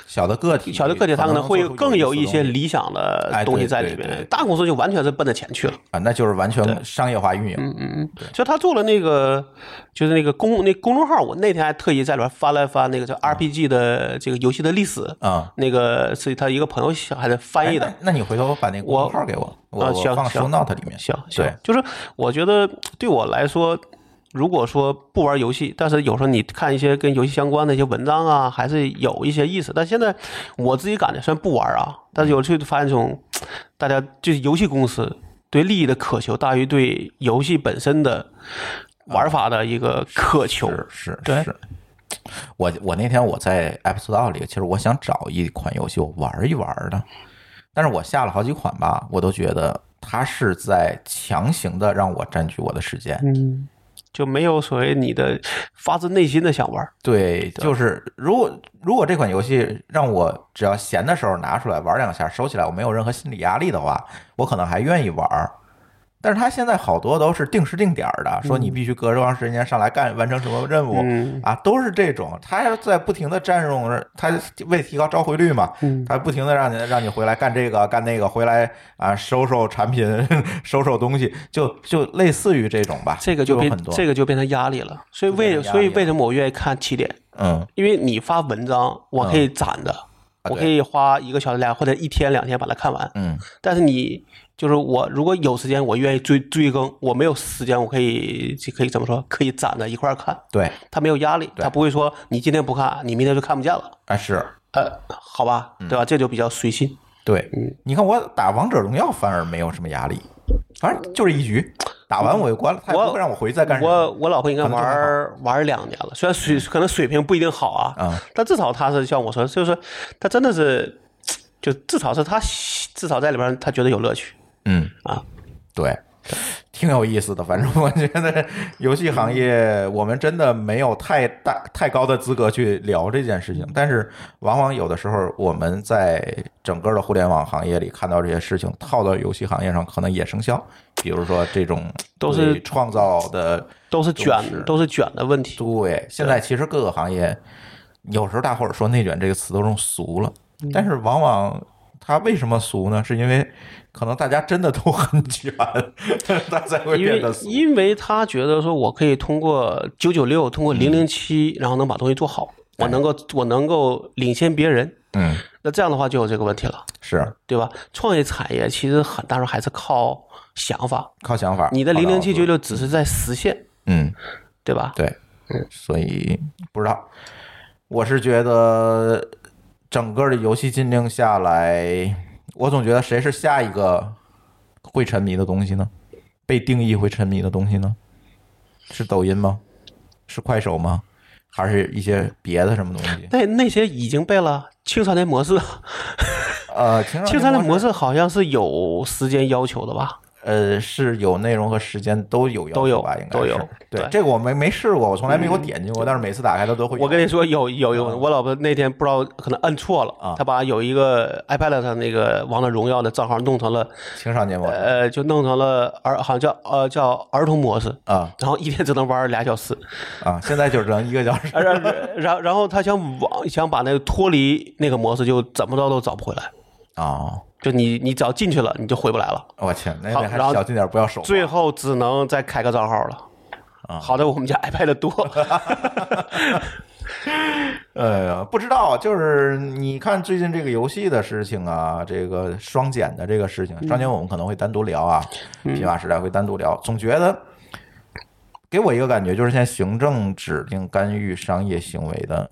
[SPEAKER 1] 小的个体，
[SPEAKER 2] 小的个体，他可能会更有一些
[SPEAKER 1] 理
[SPEAKER 2] 理想的东西在里
[SPEAKER 1] 哎对对对
[SPEAKER 2] 面。大公司就完全是奔着钱去了。
[SPEAKER 1] 啊，那就是完全商业化运营。
[SPEAKER 2] 嗯，就他做了那个，就是那个公那公众号，我那天还特意在里边翻了翻那个叫
[SPEAKER 1] 嗯
[SPEAKER 2] RPG 的这个游戏的历史，
[SPEAKER 1] 啊，
[SPEAKER 2] 那个是他一个朋友写还在嗯翻
[SPEAKER 1] 哎
[SPEAKER 2] 译的
[SPEAKER 1] 那。那你回头把那个公众号给我，我
[SPEAKER 2] 啊
[SPEAKER 1] 我
[SPEAKER 2] 行
[SPEAKER 1] 放
[SPEAKER 2] 行
[SPEAKER 1] show note 里面。
[SPEAKER 2] 行行
[SPEAKER 1] 对，
[SPEAKER 2] 就是我觉得对我来说，如果说不玩游戏，但是有时候你看一些跟游戏相关的一些文章啊，还是有一些意思。但现在我自己感觉，虽然不玩啊，但是有时候就发现这种大家就是游戏公司对利益的渴求大于对游戏本身的玩法的一个渴求。
[SPEAKER 1] 啊是是
[SPEAKER 2] 对
[SPEAKER 1] 是，我我那天我在 App Store 里，其实我想找一款游戏我玩一玩的，但是我下了好几款吧，我都觉得它是在强行的让我占据我的时间。
[SPEAKER 2] 嗯，就没有所谓你的发自内心的想玩。
[SPEAKER 1] 对，就是如果如果这款游戏让我只要闲的时候拿出来玩两下，收起来，我没有任何心理压力的话，我可能还愿意玩儿。但是它现在好多都是定时定点儿的，说你必须隔多长时间上来干完成什么任务、
[SPEAKER 2] 嗯
[SPEAKER 1] 啊，都是这种。它要在不停的占用，它为了提高召回率嘛，
[SPEAKER 2] 嗯
[SPEAKER 1] 它不停的让你让你回来干这个干那个，回来啊收收产品， 收收东西，就就类似于这种吧。
[SPEAKER 2] 这个
[SPEAKER 1] 就有
[SPEAKER 2] 变
[SPEAKER 1] 很多，
[SPEAKER 2] 这个就变成压力了。所以
[SPEAKER 1] 就
[SPEAKER 2] 为
[SPEAKER 1] 变成压力了
[SPEAKER 2] 所以为什么我愿意看起点？
[SPEAKER 1] 嗯，
[SPEAKER 2] 因为你发文章，我可以攒的，
[SPEAKER 1] 啊
[SPEAKER 2] 我可以花一个小时俩或者一天两天把它看完。
[SPEAKER 1] 嗯，
[SPEAKER 2] 但是你就是我，如果有时间，我愿意追追更；我没有时间，我可以就可以怎么说？可以攒着一块儿看，
[SPEAKER 1] 对，
[SPEAKER 2] 它没有压力，
[SPEAKER 1] 对
[SPEAKER 2] 它不会说你今天不看，你明天就看不见了。
[SPEAKER 1] 啊是。
[SPEAKER 2] 呃，好吧，
[SPEAKER 1] 嗯
[SPEAKER 2] 对吧？这就比较随心。
[SPEAKER 1] 对，
[SPEAKER 2] 嗯
[SPEAKER 1] 你看我打王者荣耀反而没有什么压力，反正就是一局，打完我就关了，他也不会让我回去再干什么。
[SPEAKER 2] 我我老婆应该玩
[SPEAKER 1] 可能
[SPEAKER 2] 儿玩儿两年了，虽然水可能水平不一定好啊，
[SPEAKER 1] 嗯
[SPEAKER 2] 但至少她是像我说，就是她真的是，就至少是她至少在里边儿她觉得有乐趣
[SPEAKER 1] 嗯，
[SPEAKER 2] 啊。
[SPEAKER 1] 对，挺有意思的。反正我觉得游戏行业，我们真的没有太大太高的资格去聊这件事情，但是往往有的时候我们在整个的互联网行业里看到这些事情，套到游戏行业上可能也生效。比如说这种
[SPEAKER 2] 都是
[SPEAKER 1] 对创造的
[SPEAKER 2] 都是卷
[SPEAKER 1] 是，
[SPEAKER 2] 都是卷的问题。
[SPEAKER 1] 对，现在其实各个行业，有时候大伙儿说“内卷”这个词都用俗了，
[SPEAKER 2] 嗯
[SPEAKER 1] 但是往往它为什么俗呢？是因为可能大家真的都很卷， 大家才会
[SPEAKER 2] 因
[SPEAKER 1] 变
[SPEAKER 2] 为
[SPEAKER 1] 得俗。
[SPEAKER 2] 因为他觉得说，我可以通过九九六，通过零零七，
[SPEAKER 1] 嗯
[SPEAKER 2] 然后能把东西做好，
[SPEAKER 1] 哎
[SPEAKER 2] 我能够我能够领先别人，
[SPEAKER 1] 嗯，
[SPEAKER 2] 那这样的话就有这个问题了，
[SPEAKER 1] 是
[SPEAKER 2] 对吧？创业产业其实很大时候还是靠想法，
[SPEAKER 1] 靠想法。
[SPEAKER 2] 你的
[SPEAKER 1] 啊靠
[SPEAKER 2] 零
[SPEAKER 1] 脑
[SPEAKER 2] 零
[SPEAKER 1] 子
[SPEAKER 2] 七九，六只是在实现，
[SPEAKER 1] 嗯，
[SPEAKER 2] 对吧？
[SPEAKER 1] 对，所以不知道，我是觉得整个的游戏禁令下来，我总觉得谁是下一个会沉迷的东西呢？被定义会沉迷的东西呢？是抖音吗？是快手吗？还是一些别的什么东 西？
[SPEAKER 2] 那那些已经被了青少年模式，
[SPEAKER 1] 呃，青
[SPEAKER 2] 青
[SPEAKER 1] 少
[SPEAKER 2] 少年
[SPEAKER 1] 年
[SPEAKER 2] 模式好像是有时间要求的吧？
[SPEAKER 1] 呃是有内容和时间都有要
[SPEAKER 2] 都有
[SPEAKER 1] 求吧，应该
[SPEAKER 2] 都
[SPEAKER 1] 是
[SPEAKER 2] 有
[SPEAKER 1] 对
[SPEAKER 2] 对嗯
[SPEAKER 1] 这个我没没试过，我从来没给我点进过，但是每次打开它都会有。
[SPEAKER 2] 我跟你说，有嗯有有，我老婆那天不知道可能摁错了，
[SPEAKER 1] 啊
[SPEAKER 2] 她把有一个 iPad 上那个王者荣耀的账号弄成了，
[SPEAKER 1] 青少年模式
[SPEAKER 2] 呃，就弄成了儿，好像叫呃叫儿童模式，
[SPEAKER 1] 啊
[SPEAKER 2] 然后一天只能玩俩小时，
[SPEAKER 1] 啊，现在就只能一个小时。
[SPEAKER 2] 然然然后她想往想把那个脱离那个模式，就怎么着都找不回来，
[SPEAKER 1] 哦，
[SPEAKER 2] 就你你只要进去了，你就回不来了，
[SPEAKER 1] 我去，那
[SPEAKER 2] 好
[SPEAKER 1] 那还
[SPEAKER 2] 然后
[SPEAKER 1] 是小心点，不要手滑。
[SPEAKER 2] 最后只能再开个账号了。好在我们家 iPad 多，
[SPEAKER 1] 呃，不知道，就是你看最近这个游戏的事情啊，这个双减的这个事情，
[SPEAKER 2] 嗯
[SPEAKER 1] 双减我们可能会单独聊啊，皮马时代会单独聊。总觉得给我一个感觉，就是现在行政指令干预商业行为的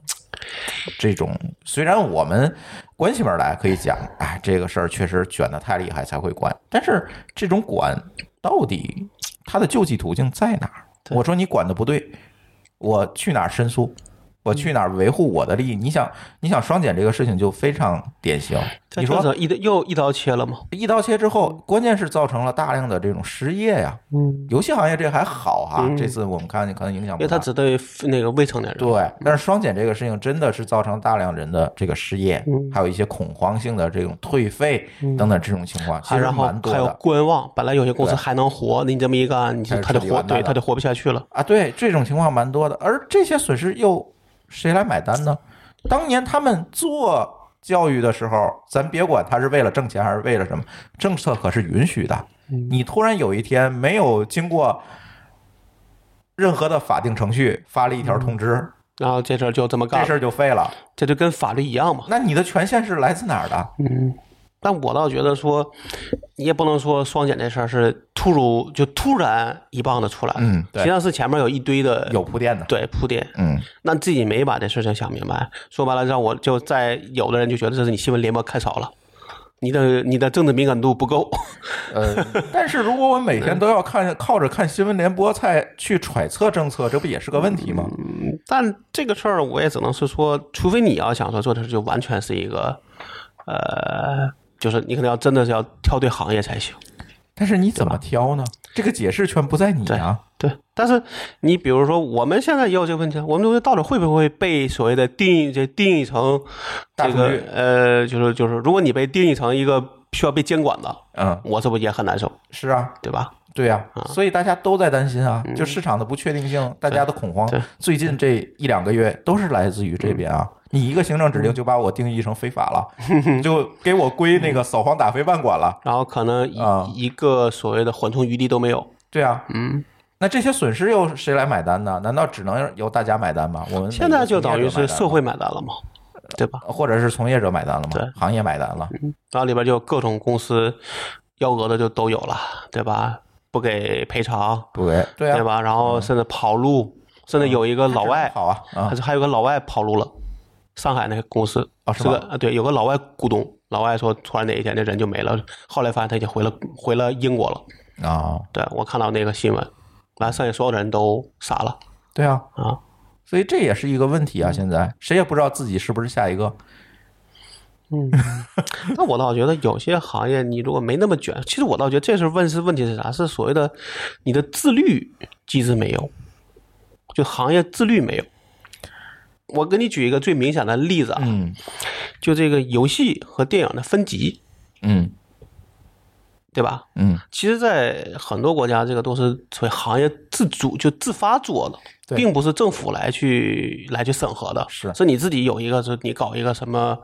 [SPEAKER 1] 这种，虽然我们关起门来可以讲，哎，这个事儿确实卷的太厉害才会管，但是这种管到底它的救济途径在哪儿？我说你管的不对，我去哪儿申诉？我去哪儿维护我的利益？
[SPEAKER 2] 嗯
[SPEAKER 1] 你想，你想双减这个事情就非常典型。你说
[SPEAKER 2] 这一又一刀切了吗？
[SPEAKER 1] 一刀切之后，关键是造成了大量的这种失业呀。
[SPEAKER 2] 嗯，
[SPEAKER 1] 游戏行业这还好哈，这次我们看可能影响
[SPEAKER 2] 因
[SPEAKER 1] 不
[SPEAKER 2] 为
[SPEAKER 1] 大
[SPEAKER 2] 它。只对那个未成年人。
[SPEAKER 1] 对，但是双减这个事情真的是造成大量人的这个失业，
[SPEAKER 2] 嗯
[SPEAKER 1] 还有一些恐慌性的这种退费等等这种情况，其
[SPEAKER 2] 还
[SPEAKER 1] 实
[SPEAKER 2] 然后
[SPEAKER 1] 蛮多
[SPEAKER 2] 还有
[SPEAKER 1] 的
[SPEAKER 2] 观望，本来有些公司
[SPEAKER 1] 对
[SPEAKER 2] 还能活，那你这么一干，你就
[SPEAKER 1] 开始
[SPEAKER 2] 他
[SPEAKER 1] 彻
[SPEAKER 2] 就
[SPEAKER 1] 底
[SPEAKER 2] 活，
[SPEAKER 1] 完蛋
[SPEAKER 2] 对，
[SPEAKER 1] 了
[SPEAKER 2] 他就活不下去了。
[SPEAKER 1] 啊。对，这种情况蛮多的，而这些损失又谁来买单呢？当年他们做教育的时候，咱别管他是为了挣钱还是为了什么，政策可是允许的。
[SPEAKER 2] 嗯
[SPEAKER 1] 你突然有一天没有经过任何的法定程序发了一
[SPEAKER 2] 嗯
[SPEAKER 1] 条通知，
[SPEAKER 2] 然后这事儿就这么
[SPEAKER 1] 这
[SPEAKER 2] 干
[SPEAKER 1] 事
[SPEAKER 2] 了，
[SPEAKER 1] 儿就废了。
[SPEAKER 2] 这就跟法律一样嘛。
[SPEAKER 1] 那你的权限是来自哪儿的？
[SPEAKER 2] 嗯，但我倒觉得说，你也不能说双减这事儿是突如就突然一棒子出来，
[SPEAKER 1] 嗯对
[SPEAKER 2] 实际上是前面有一堆的
[SPEAKER 1] 有铺垫的。
[SPEAKER 2] 对铺垫，
[SPEAKER 1] 嗯，
[SPEAKER 2] 那自己没把这事情想明白，说白了让我就在有的人就觉得这是你新闻联播看少了，你的你的政治敏感度不够，
[SPEAKER 1] 呃，但是如果我每天都要看靠着看新闻联播才去揣测政策，这不也是个问题吗？
[SPEAKER 2] 但这个事儿我也只能是说，除非你要想说做的事就完全是一个，呃，就是你可能要真的是要挑对行业才行。
[SPEAKER 1] 但是你怎么挑呢？这个解释权不在你啊。
[SPEAKER 2] 对，但是你比如说，我们现在也有这个问题，我们这个到底会不会被所谓的定义这定义成
[SPEAKER 1] 大
[SPEAKER 2] 这
[SPEAKER 1] 数
[SPEAKER 2] 个
[SPEAKER 1] 据
[SPEAKER 2] 呃，就是就是，如果你被定义成一个需要被监管的，
[SPEAKER 1] 嗯，
[SPEAKER 2] 我这不也很难受，
[SPEAKER 1] 是啊，
[SPEAKER 2] 对吧？
[SPEAKER 1] 对呀、
[SPEAKER 2] 啊
[SPEAKER 1] 所以大家都在担心啊，就市场的不确定性，大家的恐慌
[SPEAKER 2] 对，
[SPEAKER 1] 最近这一两个月都是来自于这边啊。你一个行政指令就把我定义成非法了，就给我归那个扫黄打非办管了。
[SPEAKER 2] 然后可能一、
[SPEAKER 1] 啊
[SPEAKER 2] 一个所谓的缓冲余地都没有。
[SPEAKER 1] 对啊，
[SPEAKER 2] 嗯，
[SPEAKER 1] 那这些损失又谁来买单呢？难道只能由大家买单吗？我们
[SPEAKER 2] 现在就等于是社
[SPEAKER 1] 社，
[SPEAKER 2] 会买单了嘛，对吧？
[SPEAKER 1] 或者是从业者买单了吗？
[SPEAKER 2] 对嗯
[SPEAKER 1] 行业买单了。
[SPEAKER 2] 然后里边就各种公司幺蛾子就都有了，对吧？不给赔偿，
[SPEAKER 1] 对对
[SPEAKER 2] 对
[SPEAKER 1] 啊，
[SPEAKER 2] 吧？然后甚至跑路，甚至有一个老外，
[SPEAKER 1] 好啊啊
[SPEAKER 2] 还是还有个老外跑路了，上海那个公司
[SPEAKER 1] 啊是
[SPEAKER 2] 是个
[SPEAKER 1] 吗
[SPEAKER 2] 啊，对，有个老外股东，老外说突然哪一天这人就没了，后来发现他已经回了回了英国了，
[SPEAKER 1] 啊，
[SPEAKER 2] 对我看到那个新闻，完剩下所有的人都傻了
[SPEAKER 1] 对啊，
[SPEAKER 2] 啊，
[SPEAKER 1] 所以这也是一个问题啊。现在谁也不知道自己是不是下一个。
[SPEAKER 2] 嗯，但我倒觉得有些行业你如果没那么卷，其实我倒觉得这是问是问题是啥？是所谓的你的自律机制没有，就行业自律没有。我给你举一个最明显的例子啊，
[SPEAKER 1] 嗯
[SPEAKER 2] 就这个游戏和电影的分级，
[SPEAKER 1] 嗯
[SPEAKER 2] 对吧？
[SPEAKER 1] 嗯，
[SPEAKER 2] 其实，在很多国家，这个都是所谓行业自主就自发做的，
[SPEAKER 1] 对
[SPEAKER 2] 并不是政府来去来去审核的，
[SPEAKER 1] 是
[SPEAKER 2] 是你自己有一个，是你搞一个什么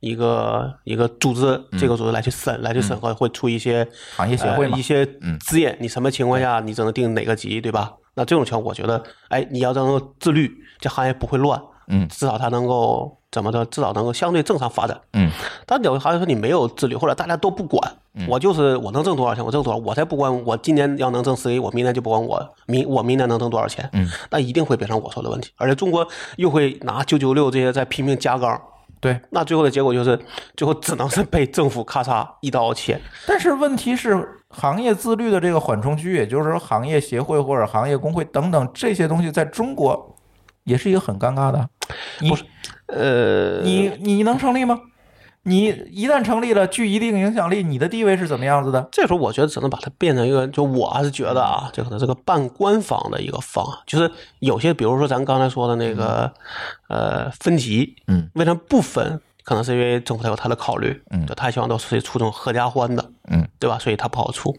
[SPEAKER 2] 一个一个组织，
[SPEAKER 1] 嗯
[SPEAKER 2] 这个组织来去审、来去审核，会出一些
[SPEAKER 1] 行业协会
[SPEAKER 2] 呃
[SPEAKER 1] 嘛
[SPEAKER 2] 一，些
[SPEAKER 1] 嗯
[SPEAKER 2] 字眼，你什么情况下你只能定哪个级，对吧？那这种情况，我觉得，哎，你要能够自律，这行业不会乱，
[SPEAKER 1] 嗯
[SPEAKER 2] 至少它能够怎么着，至少能够相对正常发展。
[SPEAKER 1] 嗯，
[SPEAKER 2] 但有的行业说你没有自律，或者大家都不管，我就是我能挣多少钱，我挣多少，我才不管。我今年要能挣十个亿，我明年就不管我明我明年能挣多少钱。嗯，那一定会变成我说的问题。而且中国又会拿九九六这些在拼命加杠，
[SPEAKER 1] 对。
[SPEAKER 2] 那最后的结果就是，最后只能是被政府咔嚓一刀切。
[SPEAKER 1] 但是问题是，行业自律的这个缓冲区，也就是说，行业协会或者行业工会等等这些东西，在中国也是一个很尴尬的。你
[SPEAKER 2] 呃，
[SPEAKER 1] 你你能成立吗？你一旦成立了，具一定影响力，你的地位是怎么样子的？
[SPEAKER 2] 这时候我觉得只能把它变成一个，就我还是觉得
[SPEAKER 1] 嗯
[SPEAKER 2] 啊，这可能是个半官方的一个方案，就是有些，比如说咱刚才说的那个，呃，分级，
[SPEAKER 1] 嗯，
[SPEAKER 2] 为什么不分？可能是因为政府它有它的考虑，
[SPEAKER 1] 嗯
[SPEAKER 2] 就他希望都是出这种合家欢的，
[SPEAKER 1] 嗯，
[SPEAKER 2] 对吧？所以它不好出。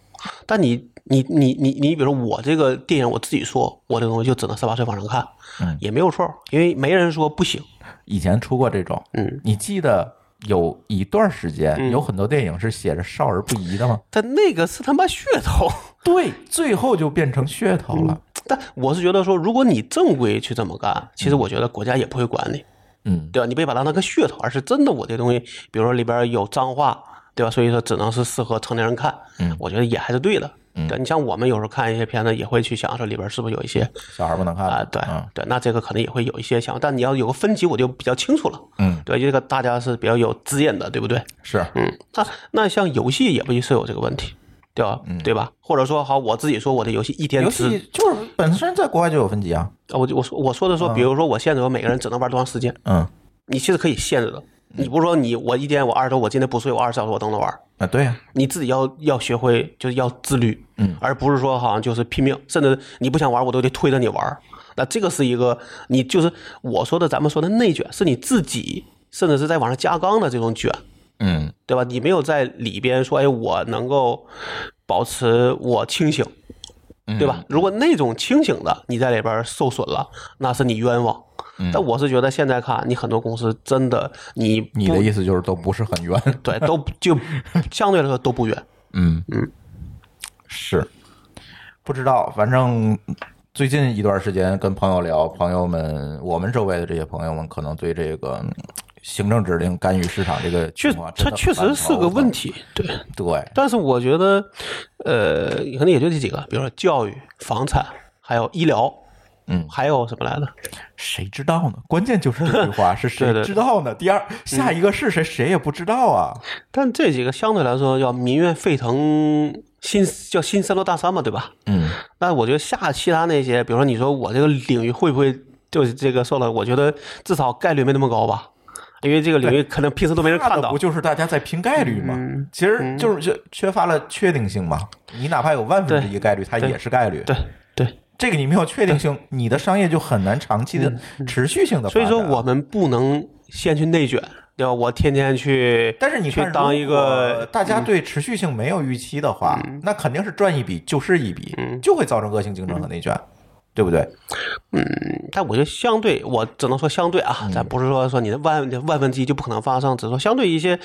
[SPEAKER 2] 但你你你你你，比如说我这个电影，我自己说，我这个东西就只能十八岁往上看，
[SPEAKER 1] 嗯
[SPEAKER 2] 也没有错，因为没人说不行，
[SPEAKER 1] 以前出过这种，
[SPEAKER 2] 嗯，
[SPEAKER 1] 你记得有一段时间有很多电影是写着少儿不宜的 吗？
[SPEAKER 2] 但那个是他妈噱头。
[SPEAKER 1] 对，最后就变成噱头了。
[SPEAKER 2] 但我是觉得说，如果你正规去这么干，其实我觉得国家也不会管你，
[SPEAKER 1] 嗯，
[SPEAKER 2] 对吧？你别把它当个噱头，而是真的我这东西，比如说里边有脏话，对吧？所以说只能是适合成年人看，
[SPEAKER 1] 嗯
[SPEAKER 2] 我觉得也还是对的。
[SPEAKER 1] 嗯
[SPEAKER 2] 对，你像我们有时候看一些片子，也会去想说里边是不是有一些
[SPEAKER 1] 小孩不能看
[SPEAKER 2] 啊、对
[SPEAKER 1] 嗯
[SPEAKER 2] 对，那这个可能也会有一些想，但你要有个分级，我就比较清楚了，
[SPEAKER 1] 嗯，
[SPEAKER 2] 对吧？这个大家是比较有资源的，对不对？
[SPEAKER 1] 是，
[SPEAKER 2] 嗯，那那像游戏也不是有这个问题，对吧？
[SPEAKER 1] 嗯
[SPEAKER 2] 对吧？或者说好，我自己说我的游戏一天
[SPEAKER 1] 游
[SPEAKER 2] 只
[SPEAKER 1] 戏就是本身在国外就有分级啊。
[SPEAKER 2] 啊，我就我说我说的说，比如说我限制我每个人只能玩多长时间，
[SPEAKER 1] 嗯，
[SPEAKER 2] 你其实可以限制的。你不是说你我一天我二十多，我今天不睡，我二十小时我都能玩。
[SPEAKER 1] 啊，对呀，
[SPEAKER 2] 你自己要要学会就是要自律，
[SPEAKER 1] 嗯，
[SPEAKER 2] 而不是说好像就是拼命，甚至你不想玩我都得推着你玩。那这个是一个你就是我说的咱们说的内卷，是你自己甚至是在往上加杠的这种卷，
[SPEAKER 1] 嗯，
[SPEAKER 2] 对吧？你没有在里边说，哎，我能够保持我清醒，
[SPEAKER 1] 嗯
[SPEAKER 2] 对吧？如果那种清醒的你在里边受损了，那是你冤枉。
[SPEAKER 1] 嗯
[SPEAKER 2] 但我是觉得现在看，你很多公司真的你不
[SPEAKER 1] 你的意思就是都不是很冤。
[SPEAKER 2] 对 都就相对来说都不远。
[SPEAKER 1] 嗯嗯，是，不知道，反正最近一段时间跟朋友聊，朋友们，我们周围的这些朋友们，可能对这个嗯行政指令干预市场这个
[SPEAKER 2] 确
[SPEAKER 1] 情况，
[SPEAKER 2] 它确实是个问
[SPEAKER 1] 题。
[SPEAKER 2] 题，对。
[SPEAKER 1] 对，
[SPEAKER 2] 但是我觉得，呃，可能也就这几个，比如说教育、房产，还有医疗，
[SPEAKER 1] 嗯
[SPEAKER 2] 还有什么来着？
[SPEAKER 1] 谁知道呢？ 关键就是这句话是谁
[SPEAKER 2] 对对
[SPEAKER 1] 知道呢？第二，下一个是谁，谁也不知道啊。
[SPEAKER 2] 但这几个相对来说要民怨沸腾，新叫新三落大山嘛，对吧？
[SPEAKER 1] 嗯
[SPEAKER 2] 那我觉得下其他那些，比如说你说我这个领域会不会就是这个受了？我觉得至少概率没那么高吧，因为这个领域可能平时都没 人
[SPEAKER 1] 怕
[SPEAKER 2] 看
[SPEAKER 1] 的
[SPEAKER 2] 到嗯
[SPEAKER 1] 不。就是大家在拼概率吗？其实就是缺缺乏了确定性嘛。你哪怕有万分之一概率，它也是概率。
[SPEAKER 2] 对对，嗯
[SPEAKER 1] 这个你没有确定性，你的商业就很难长期的、持续性的。
[SPEAKER 2] 所以说我，们不能先去内卷，对吧？我天天去，
[SPEAKER 1] 但是你
[SPEAKER 2] 去
[SPEAKER 1] 看，
[SPEAKER 2] 当一
[SPEAKER 1] 如果
[SPEAKER 2] 个嗯
[SPEAKER 1] 大家对持续性没有预期的话，那肯定是赚一笔就是一笔，
[SPEAKER 2] 嗯
[SPEAKER 1] 就会造成恶性竞争和内卷，对不对？
[SPEAKER 2] 但我觉得相对，我只能说相对啊，咱不是说说你的万万分之一就不可能发生，只是说相对一些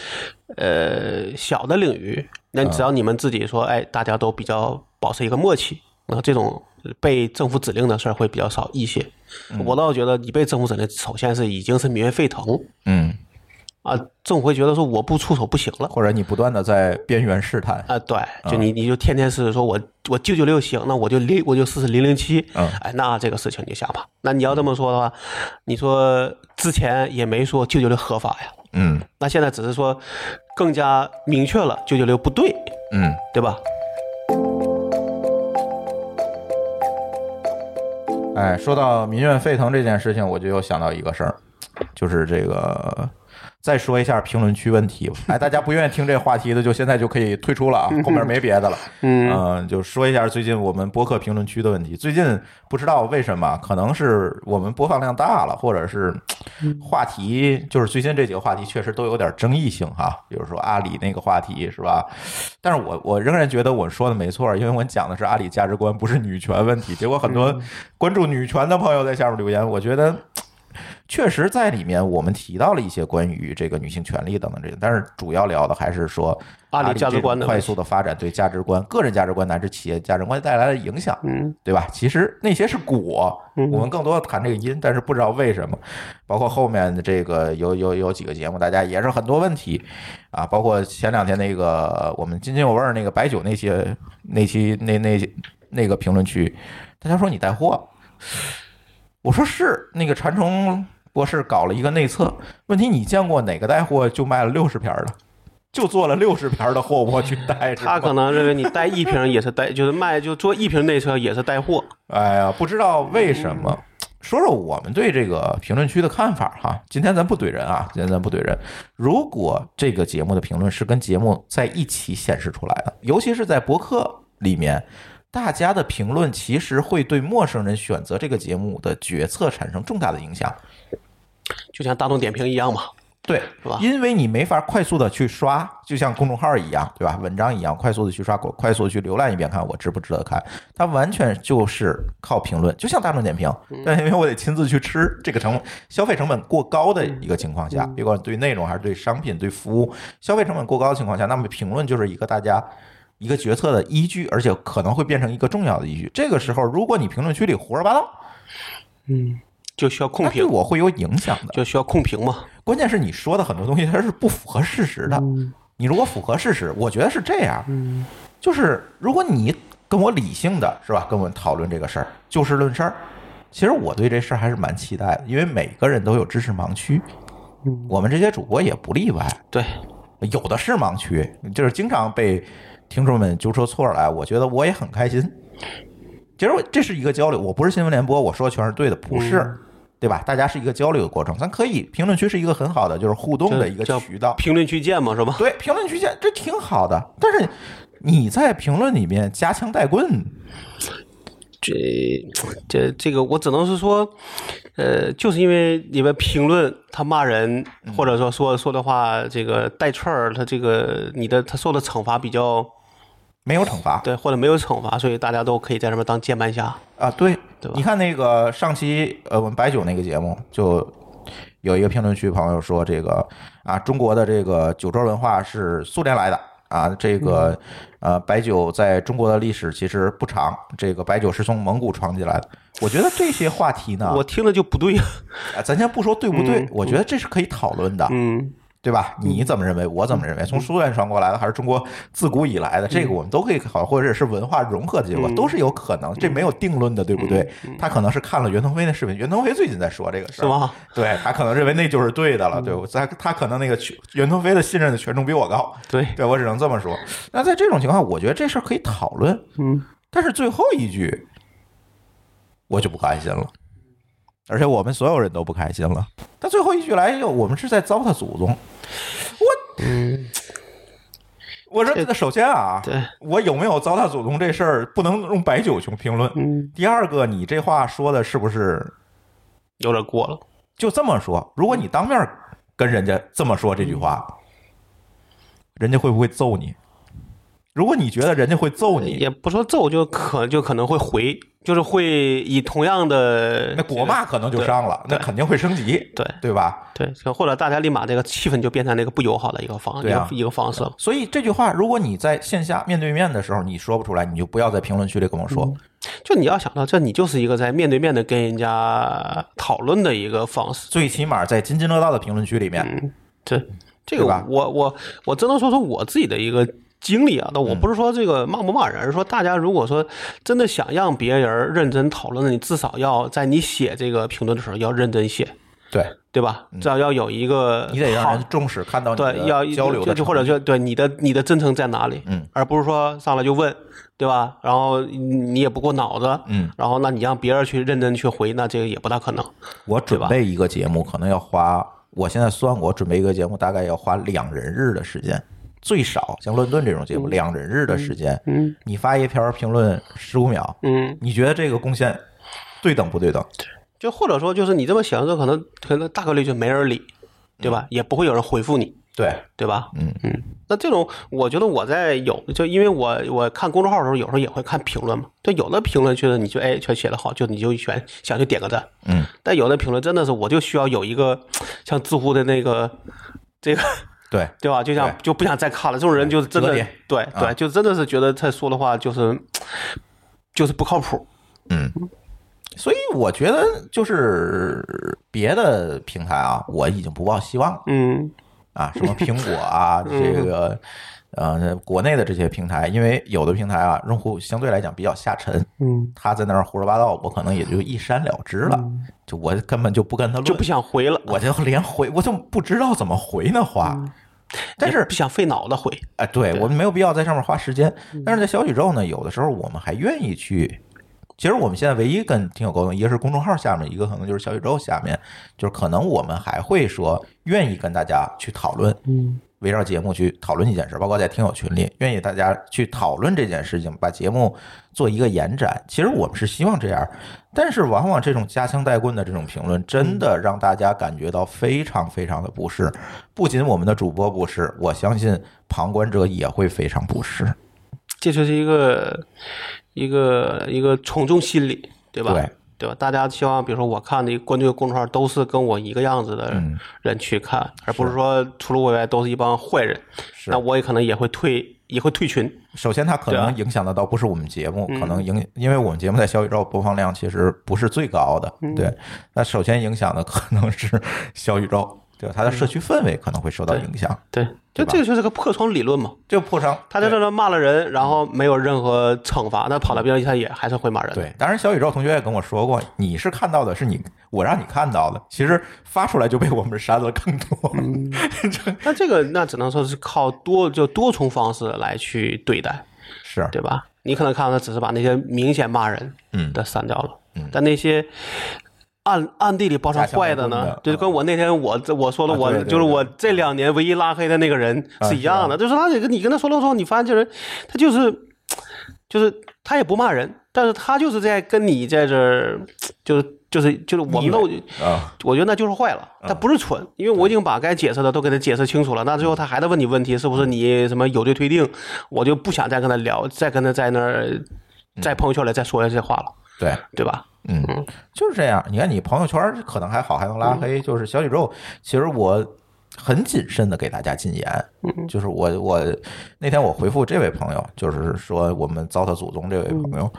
[SPEAKER 2] 呃小的领域，那只要你们自己说，哎，大家都比较保持一个默契，然后这种被政府指令的事儿会比较少一些。我倒觉得你被政府指令，首先是已经是民怨沸腾
[SPEAKER 1] 嗯，
[SPEAKER 2] 啊，政府会觉得说我不出手不行了。
[SPEAKER 1] 或者你不断的在边缘试探，
[SPEAKER 2] 啊，对，就
[SPEAKER 1] 嗯
[SPEAKER 2] 你你就天天是说我我九九六行，那我就零我就试试零零七，
[SPEAKER 1] 嗯
[SPEAKER 2] 哎，那这个事情你就想吧。那你要这么说的话，你说之前也没说九九六合法呀，
[SPEAKER 1] 嗯
[SPEAKER 2] 那现在只是说更加明确了九九六不对，
[SPEAKER 1] 嗯。
[SPEAKER 2] 对吧？
[SPEAKER 1] 哎，说到民怨沸腾这件事情，我就又想到一个事儿，就是这个。再说一下评论区问题吧，哎，大家不愿意听这话题的，就现在就可以退出了啊，后面没别的了。嗯、就说一下最近我们播客评论区的问题。最近不知道为什么，可能是我们播放量大了，或者是话题，就是最近这几个话题确实都有点争议性哈。比如说阿里那个话题是吧？但是我我仍然觉得我说的没错，因为我讲的是阿里价值观，不是女权问题。结果很多关注女权的朋友在下面留言，我觉得确实在里面我们提到了一些关于这个女性权利等等这些，但是主要聊的还是说
[SPEAKER 2] 阿里
[SPEAKER 1] 这
[SPEAKER 2] 价值观
[SPEAKER 1] 种
[SPEAKER 2] 的问
[SPEAKER 1] 快
[SPEAKER 2] 题
[SPEAKER 1] 速的发展对价值观、个人价值观乃至企业价值观带来的影响，嗯，对吧？其实那些是果，
[SPEAKER 2] 嗯
[SPEAKER 1] 我们更多的谈这个因，但是不知道为什么，包括后面的这个有有有几个节目，大家也是很多问题啊，包括前两天那个我们津津有味儿那个白酒那些那期那那那个评论区，大家说你带货，我说是那个馋虫博士搞了一个内测，问题你见过哪个带货就卖了六十瓶儿的？就做了六十瓶儿的货，我去带是吗
[SPEAKER 2] 他可能认为你带一瓶也是带，就是卖就做一瓶内测也是带货，
[SPEAKER 1] 哎呀，不知道为什么。说说我们对这个评论区的看法哈。今天咱不怼人啊，今天咱不怼人。如果这个节目的评论是跟节目在一起显示出来的，尤其是在博客里面，大家的评论其实会对陌生人选择这个节目的决策产生重大的影响。
[SPEAKER 2] 就像大众点评一样嘛。
[SPEAKER 1] 对，
[SPEAKER 2] 是吧
[SPEAKER 1] 因为你没法快速的去刷，就像公众号一样，对吧？文章一样，快速的去刷，快速地去浏览一遍，看我值不值得看。它完全就是靠评论，就像大众点评，但因为我得亲自去吃，这个成本消费成本过高的一个情况下，别管对内容还是对商品、对服务，消费成本过高的情况下，那么评论就是一个大家。一个决策的依据，而且可能会变成一个重要的依据。这个时候，如果你评论区里胡说八道，
[SPEAKER 2] 嗯，就需要控
[SPEAKER 1] 那对
[SPEAKER 2] 评，
[SPEAKER 1] 我会有影响的。
[SPEAKER 2] 就需要控评嘛。
[SPEAKER 1] 关键是你说的很多东西它是不符合事实的。你如果符合事实，我觉得是这样，就是如果你跟我理性的是吧，跟我讨论这个事儿，就事论事儿。其实我对这事儿还是蛮期待的，因为每个人都有知识盲区，我们这些主播也不例外。
[SPEAKER 2] 对，
[SPEAKER 1] 有的是盲区，就是经常被听众们揪出错儿来。我觉得我也很开心。其实我这是一个交流，我不是新闻联播，我说的全是对的，不是，对吧？大家是一个交流的过程，咱可以评论区是一个很好的就是互动的一个
[SPEAKER 2] 叫
[SPEAKER 1] 渠道。
[SPEAKER 2] 评论区见嘛，是吧？
[SPEAKER 1] 对，评论区见，这挺好的。但是你在评论里面夹枪带棍，
[SPEAKER 2] 这这这个，我只能是说，呃，就是因为你们评论他骂人，或者说说说的话，这个带刺儿，他这个你的他受的惩罚比较
[SPEAKER 1] 没有惩罚
[SPEAKER 2] 对，或者没有惩罚，所以大家都可以在上面当键盘侠。
[SPEAKER 1] 啊。对，
[SPEAKER 2] 对吧
[SPEAKER 1] 你看那个上期呃，我们白酒那个节目就有一个评论区朋友说，这个啊，中国的这个酒桌文化是苏联来的啊，这
[SPEAKER 2] 嗯
[SPEAKER 1] 个呃，白酒在中国的历史其实不长，这个白酒是从蒙古传进来的。我觉得这些
[SPEAKER 2] 啊
[SPEAKER 1] 话题呢，啊
[SPEAKER 2] 我听着就不对呀。
[SPEAKER 1] 啊咱先不说对不对，我觉得这是可以讨论的。
[SPEAKER 2] 嗯，
[SPEAKER 1] 对吧？你怎么认为？我怎么认为？从书院传过来的，还是中国自古以来的？
[SPEAKER 2] 嗯
[SPEAKER 1] 这个我们都可以考，或者是文化融合的结果，都是有可能。
[SPEAKER 2] 嗯
[SPEAKER 1] 这没有定论的，对不对？他可能是看了袁腾飞的视频，袁腾飞最近在说这个事
[SPEAKER 2] 是
[SPEAKER 1] 儿，
[SPEAKER 2] 吗？嗯
[SPEAKER 1] 对他可能认为那就是对的了，对我他他可能那个权袁腾飞的信任的权重比我高，
[SPEAKER 2] 对，
[SPEAKER 1] 对我只能这么说。那在这种情况，我觉得这事儿可以讨论，
[SPEAKER 2] 嗯，
[SPEAKER 1] 但是最后一句我就不开心了，而且我们所有人都不开心了。但最后一句来一个，我们是在糟蹋祖宗。我，我说，首先啊，
[SPEAKER 2] 嗯对，
[SPEAKER 1] 我有没有糟蹋祖宗这事儿，不能用白酒去评论。
[SPEAKER 2] 嗯，
[SPEAKER 1] 第二个，你这话说的是不是
[SPEAKER 2] 有点过了，
[SPEAKER 1] 就这么说？如果你当面跟人家这么说这句话，
[SPEAKER 2] 嗯
[SPEAKER 1] 人家会不会揍你？如果你觉得人家会揍你，
[SPEAKER 2] 呃也不说揍，就可就可能会回，就是会以同样的
[SPEAKER 1] 那国骂可能就上了，那肯定会升级，
[SPEAKER 2] 对
[SPEAKER 1] 对吧？
[SPEAKER 2] 对，就或者大家立马这个气氛就变成那个不友好的一个方一
[SPEAKER 1] 对啊
[SPEAKER 2] 个一个方式了。
[SPEAKER 1] 所以这句话，如果你在线下面对面的时候你说不出来，你就不要在评论区里跟我
[SPEAKER 2] 嗯
[SPEAKER 1] 说。
[SPEAKER 2] 就你要想到，这你就是一个在面对面的跟人家讨论的一个方式。
[SPEAKER 1] 最起码在津津乐道的评论区里
[SPEAKER 2] 嗯
[SPEAKER 1] 面，
[SPEAKER 2] 这这个
[SPEAKER 1] 对吧
[SPEAKER 2] 我我我只能说说我自己的一个经历
[SPEAKER 1] 嗯
[SPEAKER 2] 啊，但我不是说这个骂不骂人，而是说大家如果说真的想让别人认真讨论的，你至少要在你写这个评论的时候要认真写，
[SPEAKER 1] 对
[SPEAKER 2] 对吧？至少要有一个
[SPEAKER 1] 嗯你得让
[SPEAKER 2] 好
[SPEAKER 1] 人重视看到你
[SPEAKER 2] 对，要
[SPEAKER 1] 的交流
[SPEAKER 2] 就
[SPEAKER 1] 的
[SPEAKER 2] 就
[SPEAKER 1] 成
[SPEAKER 2] 或者就对你的你的真诚在哪里，
[SPEAKER 1] 嗯，
[SPEAKER 2] 而不是说上来就问，对吧？然后你你也不过脑子，
[SPEAKER 1] 嗯，
[SPEAKER 2] 然后那你让别人去认真去回，那这个也不大可能，
[SPEAKER 1] 我准备一个节目，可能要花，我现在算过，我准备一个节目大概要花两人日的时间，最少像乱炖这种节目，两人日的时间，
[SPEAKER 2] 嗯
[SPEAKER 1] 你发一条评论十五秒，
[SPEAKER 2] 嗯，
[SPEAKER 1] 你觉得这个贡献对等不对等？
[SPEAKER 2] 就或者说就是你这么想的时候，可能可能大概率就没人理，对吧？也不会有人回复你，
[SPEAKER 1] 对，
[SPEAKER 2] 对吧？
[SPEAKER 1] 嗯
[SPEAKER 2] 嗯，那这种我觉得我在有，就因为我我看公众号的时候，有时候也会看评论嘛。就有的评论觉得你就哎，全写的好，就你就全想去点个赞。
[SPEAKER 1] 嗯，
[SPEAKER 2] 但有的评论真的是我就需要有一个像知乎的那个这个。
[SPEAKER 1] 对，
[SPEAKER 2] 对吧？就像就不想再看了，这种人就是真的
[SPEAKER 1] 折叠，啊
[SPEAKER 2] 对对，就真的是觉得他说的话就是就是不靠谱。
[SPEAKER 1] 所以我觉得就是别的平台啊，我已经不抱希望了
[SPEAKER 2] 嗯
[SPEAKER 1] 啊，什么苹果 啊，这个呃国内的这些平台，因为有的平台啊，用户相对来讲比较下沉，
[SPEAKER 2] 嗯，
[SPEAKER 1] 他在那儿胡说八道，我可能也就一删了之了，就我根本就不跟他
[SPEAKER 2] 就
[SPEAKER 1] 论
[SPEAKER 2] 不，想回了，
[SPEAKER 1] 我就连回我就不知道怎么回那话。
[SPEAKER 2] 嗯
[SPEAKER 1] 但
[SPEAKER 2] 也
[SPEAKER 1] 是
[SPEAKER 2] 不想费脑子回。
[SPEAKER 1] 哎，对
[SPEAKER 2] 对
[SPEAKER 1] 我们没有必要在上面花时间。但是在小宇宙呢，有的时候我们还愿意去。其实我们现在唯一跟听友沟通，一个是公众号下面，一个可能就是小宇宙下面，就是可能我们还会说愿意跟大家去讨论，
[SPEAKER 2] 嗯
[SPEAKER 1] 围绕节目去讨论一件事，包括在听友群里，愿意大家去讨论这件事情，把节目做一个延展。其实我们是希望这样，但是往往这种夹枪带棍的这种评论，真的让大家感觉到非常非常的不适。不仅我们的主播不适，我相信旁观者也会非常不适。
[SPEAKER 2] 这就是一个一个一个从众心理，对吧？
[SPEAKER 1] 对
[SPEAKER 2] 吧？大家希望，比如说我看的关注的公众号都是跟我一个样子的
[SPEAKER 1] 嗯
[SPEAKER 2] 人去看，而不是说除了我以外都是一帮坏人。
[SPEAKER 1] 是
[SPEAKER 2] 那我也可能也会退，也会退群。
[SPEAKER 1] 首先，它可能影响得到不是我们节目，可能影，因为我们节目在小宇宙播放量其实不是最高的，对。那首先影响的可能是小宇宙，对吧？它的社区氛围可能会受到影响，
[SPEAKER 2] 对，
[SPEAKER 1] 对
[SPEAKER 2] 就
[SPEAKER 1] 吧
[SPEAKER 2] 这个就是个破窗理论嘛。
[SPEAKER 1] 就破伤。
[SPEAKER 2] 他在这儿骂了人，然后没有任何惩罚，那跑到边上去他也还是会骂人。，
[SPEAKER 1] 对，当然小宇宙同学也跟我说过，你是看到的是你，我让你看到的，其实发出来就被我们删了更多。
[SPEAKER 2] 嗯那这个那只能说是靠多就多重方式来去对待，
[SPEAKER 1] 是，
[SPEAKER 2] 对吧？你可能看到他只是把那些明显骂人
[SPEAKER 1] 嗯
[SPEAKER 2] 的删掉了，
[SPEAKER 1] 嗯
[SPEAKER 2] 但那些。暗暗地里包上坏
[SPEAKER 1] 夹枪
[SPEAKER 2] 的
[SPEAKER 1] 带棍
[SPEAKER 2] 呢
[SPEAKER 1] 的，
[SPEAKER 2] 就是跟我那天我这我说了
[SPEAKER 1] 啊
[SPEAKER 2] 我
[SPEAKER 1] 对对对啊
[SPEAKER 2] 就是我这两年唯一拉黑的那个人是一样的，就是他这个你跟他说了之后，你发现这人他就是就是他也不骂人，但是他就是在跟你在这儿就是就是就是我们都
[SPEAKER 1] 啊、
[SPEAKER 2] 我觉得那就是坏了，他不是蠢，因为我已经把该解释的都给他解释清楚了。那最后他还在问你问题，是不是
[SPEAKER 1] 嗯
[SPEAKER 2] 你什么有罪推定？我就不想再跟他聊，再跟他在那儿
[SPEAKER 1] 嗯
[SPEAKER 2] 在朋友圈里再说这些话了，
[SPEAKER 1] 对，
[SPEAKER 2] 对吧？
[SPEAKER 1] 嗯，就是这样。你看，你朋友圈可能还好，还能
[SPEAKER 2] 嗯
[SPEAKER 1] 拉黑，就是小宇宙。其实我很谨慎的给大家禁言，
[SPEAKER 2] 嗯
[SPEAKER 1] 就是我我那天我回复这位
[SPEAKER 2] 嗯
[SPEAKER 1] 朋友，就是说我们糟蹋祖宗这位朋友，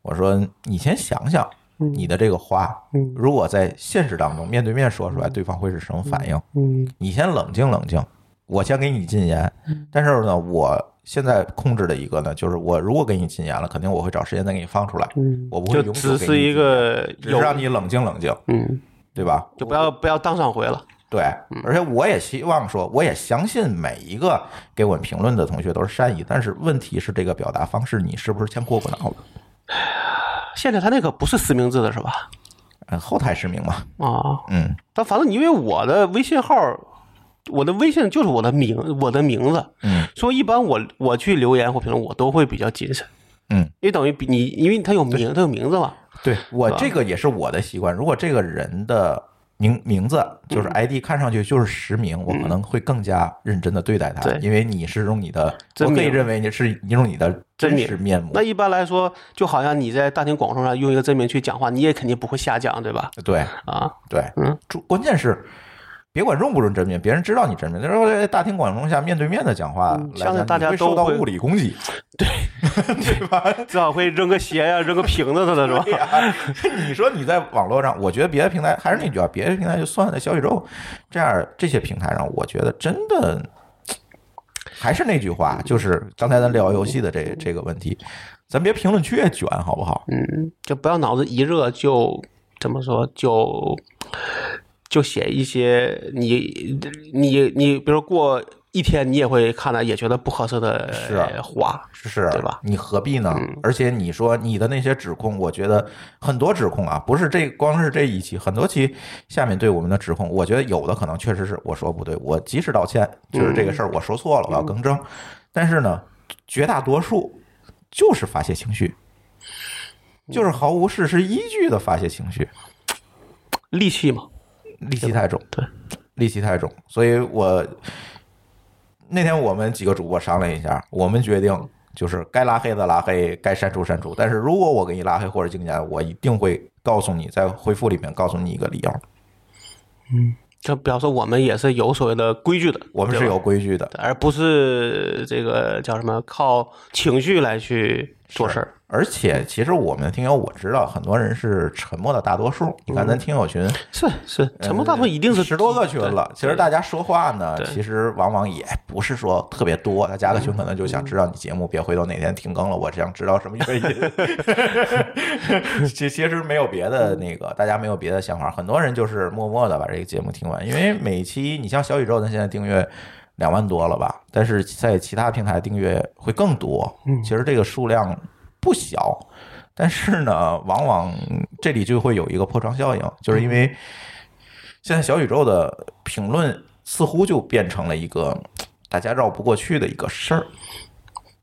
[SPEAKER 1] 我说你先想想，你的这个话，
[SPEAKER 2] 嗯
[SPEAKER 1] 如果在现实当中面对面说出来，对方会是什么反应？
[SPEAKER 2] 嗯
[SPEAKER 1] 你先冷静冷静，我先给你禁言。但是呢，我现在控制的一个呢，就是我如果给你禁言了，肯定我会找时间再给你放出来，
[SPEAKER 2] 嗯，
[SPEAKER 1] 我不会
[SPEAKER 2] 就
[SPEAKER 1] 永久
[SPEAKER 2] 只
[SPEAKER 1] 给
[SPEAKER 2] 是
[SPEAKER 1] 你
[SPEAKER 2] 一
[SPEAKER 1] 禁言，
[SPEAKER 2] 个
[SPEAKER 1] 只是
[SPEAKER 2] 有，
[SPEAKER 1] 让你冷静冷静，
[SPEAKER 2] 嗯，
[SPEAKER 1] 对吧？
[SPEAKER 2] 就不要不要当上回了，
[SPEAKER 1] 对，
[SPEAKER 2] 嗯
[SPEAKER 1] 而且我也希望说，我也相信每一个给我们评论的同学都是善意，但是问题是这个表达方式你是不是先过过脑了？
[SPEAKER 2] 现在他那个不是实名制的是吧？
[SPEAKER 1] 嗯，后台实名嘛，
[SPEAKER 2] 啊，
[SPEAKER 1] 嗯，
[SPEAKER 2] 但反正因为我的微信号，我的微信就是我的名，我的名字，
[SPEAKER 1] 嗯，
[SPEAKER 2] 所以一般我我去留言或评论，我都会比较谨慎，
[SPEAKER 1] 嗯，
[SPEAKER 2] 因为等于比你，因为他有名，他有名字嘛，
[SPEAKER 1] 对我
[SPEAKER 2] 吧
[SPEAKER 1] 这个也是我的习惯。如果这个人的名名字就是
[SPEAKER 2] 嗯
[SPEAKER 1] ID 看上去就是实名，我可能会更加认真的对待他，
[SPEAKER 2] 对
[SPEAKER 1] 因为你是用你的，
[SPEAKER 2] 真
[SPEAKER 1] 我可以
[SPEAKER 2] 名
[SPEAKER 1] 认为你是用你的
[SPEAKER 2] 真
[SPEAKER 1] 真
[SPEAKER 2] 名
[SPEAKER 1] 实面目
[SPEAKER 2] 那。一般来说，就好像你在大庭广众上用一个真名去讲话，你也肯定不会瞎讲，对吧？
[SPEAKER 1] 对
[SPEAKER 2] 啊，
[SPEAKER 1] 对，
[SPEAKER 2] 嗯
[SPEAKER 1] 主，关键是。别管用不用真名，别人知道你真名。但是在大庭广众下面对面的讲话来
[SPEAKER 2] 嗯相
[SPEAKER 1] 讲，
[SPEAKER 2] 信大
[SPEAKER 1] 你
[SPEAKER 2] 家
[SPEAKER 1] 会
[SPEAKER 2] 都
[SPEAKER 1] 受到
[SPEAKER 2] 会
[SPEAKER 1] 物理攻击。
[SPEAKER 2] 至少会扔个鞋呀、扔个瓶子的是吧？
[SPEAKER 1] 你说你在网络上，我觉得别的平台还是那句话，啊别的平台就算了，小宇宙这样这些平台上，我觉得真的还是那句话，就是刚才咱聊游戏的这这个问题，咱别评论区也卷，好不好？
[SPEAKER 2] 嗯，就不要脑子一热就怎么说就就写一些你你你，比如过一天你也会看到也觉得不合适的呃
[SPEAKER 1] 是啊
[SPEAKER 2] 话，
[SPEAKER 1] 是，
[SPEAKER 2] 对吧？嗯
[SPEAKER 1] 你何必呢？而且你说你的那些指控，我觉得很多指控啊，不是这光是这一期，很多期下面对我们的指控，我觉得有的可能确实是我说不对，我及时道歉，就是
[SPEAKER 2] 嗯
[SPEAKER 1] 这个事儿我说错了，我要更正。但是呢，绝大多数就是发泄情绪，
[SPEAKER 2] 嗯
[SPEAKER 1] 就是毫无事实依据的发泄情绪，
[SPEAKER 2] 戾气嘛，
[SPEAKER 1] 戾气太重，
[SPEAKER 2] 对，
[SPEAKER 1] 戾气太重，所以我那天我们几个主播商量一下，我们决定就是该拉黑的拉黑，该删除删除。但是如果我给你拉黑或者禁言，我一定会告诉你，在回复里面告诉你一个理由。
[SPEAKER 2] 就比方说我们也是有所谓的规矩的，
[SPEAKER 1] 我们
[SPEAKER 2] 对
[SPEAKER 1] 是
[SPEAKER 2] 吧
[SPEAKER 1] 有规矩的，
[SPEAKER 2] 而不是这个叫什么靠情绪来去做事儿。
[SPEAKER 1] 而且其实我们的听友我知道，很多人是沉默的大多数。你
[SPEAKER 2] 嗯
[SPEAKER 1] 看咱听友群，
[SPEAKER 2] 是是，沉默大会一定是
[SPEAKER 1] 呃十多个群了。其实大家说话呢
[SPEAKER 2] 对，嗯
[SPEAKER 1] 其实往往也不是说特别多。他加个群可能就想知道你节目，别回头哪天停更了，我想知道什么原 因。其其实没有别的那个，大家没有别的想法，很多人就是默默的把这个节目听完，因为每期你像小宇宙，咱现在订阅。两万多了吧，但是在其他平台订阅会更多。
[SPEAKER 2] 嗯
[SPEAKER 1] 其实这个数量不小，但是呢，往往这里就会有一个破窗效应，就是
[SPEAKER 2] 嗯
[SPEAKER 1] 因为现在小宇宙的评论似乎就变成了一个大家绕不过去的一个事儿。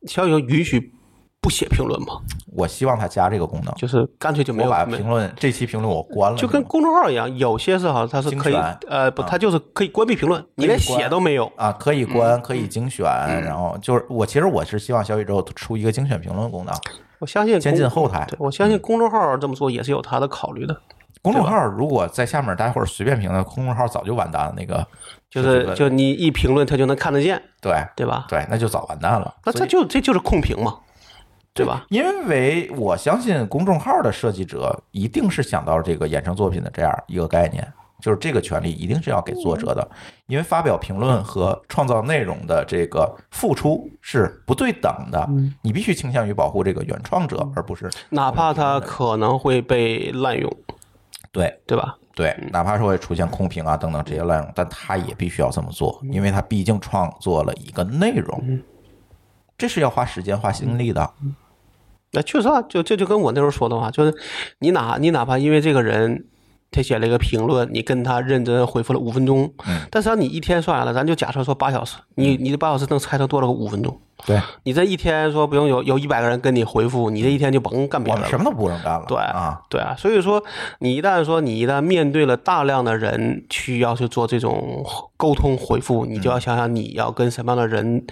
[SPEAKER 2] 小友允许不写评论吗？
[SPEAKER 1] 我希望他加这个功能，
[SPEAKER 2] 就是干脆就没
[SPEAKER 1] 我
[SPEAKER 2] 有
[SPEAKER 1] 把
[SPEAKER 2] 没
[SPEAKER 1] 评论这期评论我关了，
[SPEAKER 2] 就跟公众号一样，有些是好像它是可以
[SPEAKER 1] 精选
[SPEAKER 2] 呃不，它就是可以关闭评论，你连写都没有。
[SPEAKER 1] 啊可以
[SPEAKER 2] 嗯
[SPEAKER 1] 关，可以精选，然后就是我其实我是希望小宇宙出一个精选评论功能，
[SPEAKER 2] 我相信
[SPEAKER 1] 先进
[SPEAKER 2] 公
[SPEAKER 1] 后台。
[SPEAKER 2] 哦对我相信公众号这么做也是有它的考虑的，
[SPEAKER 1] 公众号如果在下面待会儿随便评论，公众号早就完蛋了。那个
[SPEAKER 2] 就是
[SPEAKER 1] 个
[SPEAKER 2] 就你一评论它就能看得见，
[SPEAKER 1] 对
[SPEAKER 2] 对吧？
[SPEAKER 1] 对，那就早完蛋了。
[SPEAKER 2] 那这就这就是控评嘛，对吧？
[SPEAKER 1] 因为我相信公众号的设计者一定是想到这个衍生作品的这样一个概念，就是这个权利一定是要给作者的，因为发表评论和创造内容的这个付出是不对等的，你必须倾向于保护这个原创者，而不是
[SPEAKER 2] 哪怕它可能会被滥用，
[SPEAKER 1] 对
[SPEAKER 2] 对吧？
[SPEAKER 1] 对，
[SPEAKER 2] 嗯
[SPEAKER 1] 哪怕说会出现空屏啊等等这些滥用，但他也必须要这么做，因为他毕竟创作了一个内容，这是要花时间花心力的，
[SPEAKER 2] 那确实啊，就这就跟我那时候说的话，就是你哪你哪怕因为这个人他写了一个评论，你跟他认真回复了五分钟，但是你一天算下来，咱就假设说八小时，你你这八小时能拆成多少个五分钟？
[SPEAKER 1] 对。
[SPEAKER 2] 你这一天说不用有有一百个人跟你回复，你这一天就甭干别
[SPEAKER 1] 我
[SPEAKER 2] 的
[SPEAKER 1] 们
[SPEAKER 2] 了
[SPEAKER 1] 什。么都不能干了，
[SPEAKER 2] 对
[SPEAKER 1] 啊，
[SPEAKER 2] 对啊，所以说你一旦说你一旦面对了大量的人去要去做这种沟通回复，你就要想想你要跟什么样的人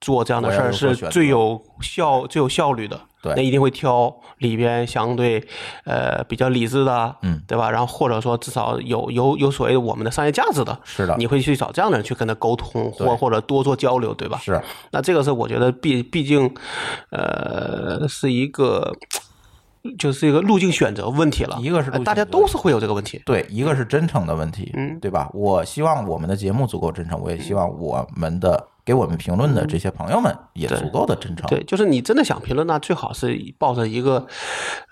[SPEAKER 2] 做这样的
[SPEAKER 1] 嗯
[SPEAKER 2] 事
[SPEAKER 1] 我要
[SPEAKER 2] 儿
[SPEAKER 1] 有所
[SPEAKER 2] 是
[SPEAKER 1] 选择
[SPEAKER 2] 最有效、最有效率的。
[SPEAKER 1] 对
[SPEAKER 2] 那一定会挑里边相对呃比较理智的，
[SPEAKER 1] 嗯，
[SPEAKER 2] 对吧？然后或者说至少有有有所谓我们的商业价值的，
[SPEAKER 1] 是的
[SPEAKER 2] 你会去找这样的人去跟他沟通，或
[SPEAKER 1] 对
[SPEAKER 2] 或者多做交流，对吧？
[SPEAKER 1] 是
[SPEAKER 2] 那这个是我觉得毕毕竟，呃，是一个就是这个路径选择问题了。呃
[SPEAKER 1] 一个是路径
[SPEAKER 2] 大家
[SPEAKER 1] 选择问
[SPEAKER 2] 都
[SPEAKER 1] 题
[SPEAKER 2] 是会有这个问题。
[SPEAKER 1] 对，一个是真诚的问题，
[SPEAKER 2] 嗯
[SPEAKER 1] 对吧？我希望我们的节目足够真诚，我也希望我们的给我们评论的这些朋友们也
[SPEAKER 2] 对
[SPEAKER 1] 足够的真诚。
[SPEAKER 2] 对，就是你真的想评论呢，最好是抱着一个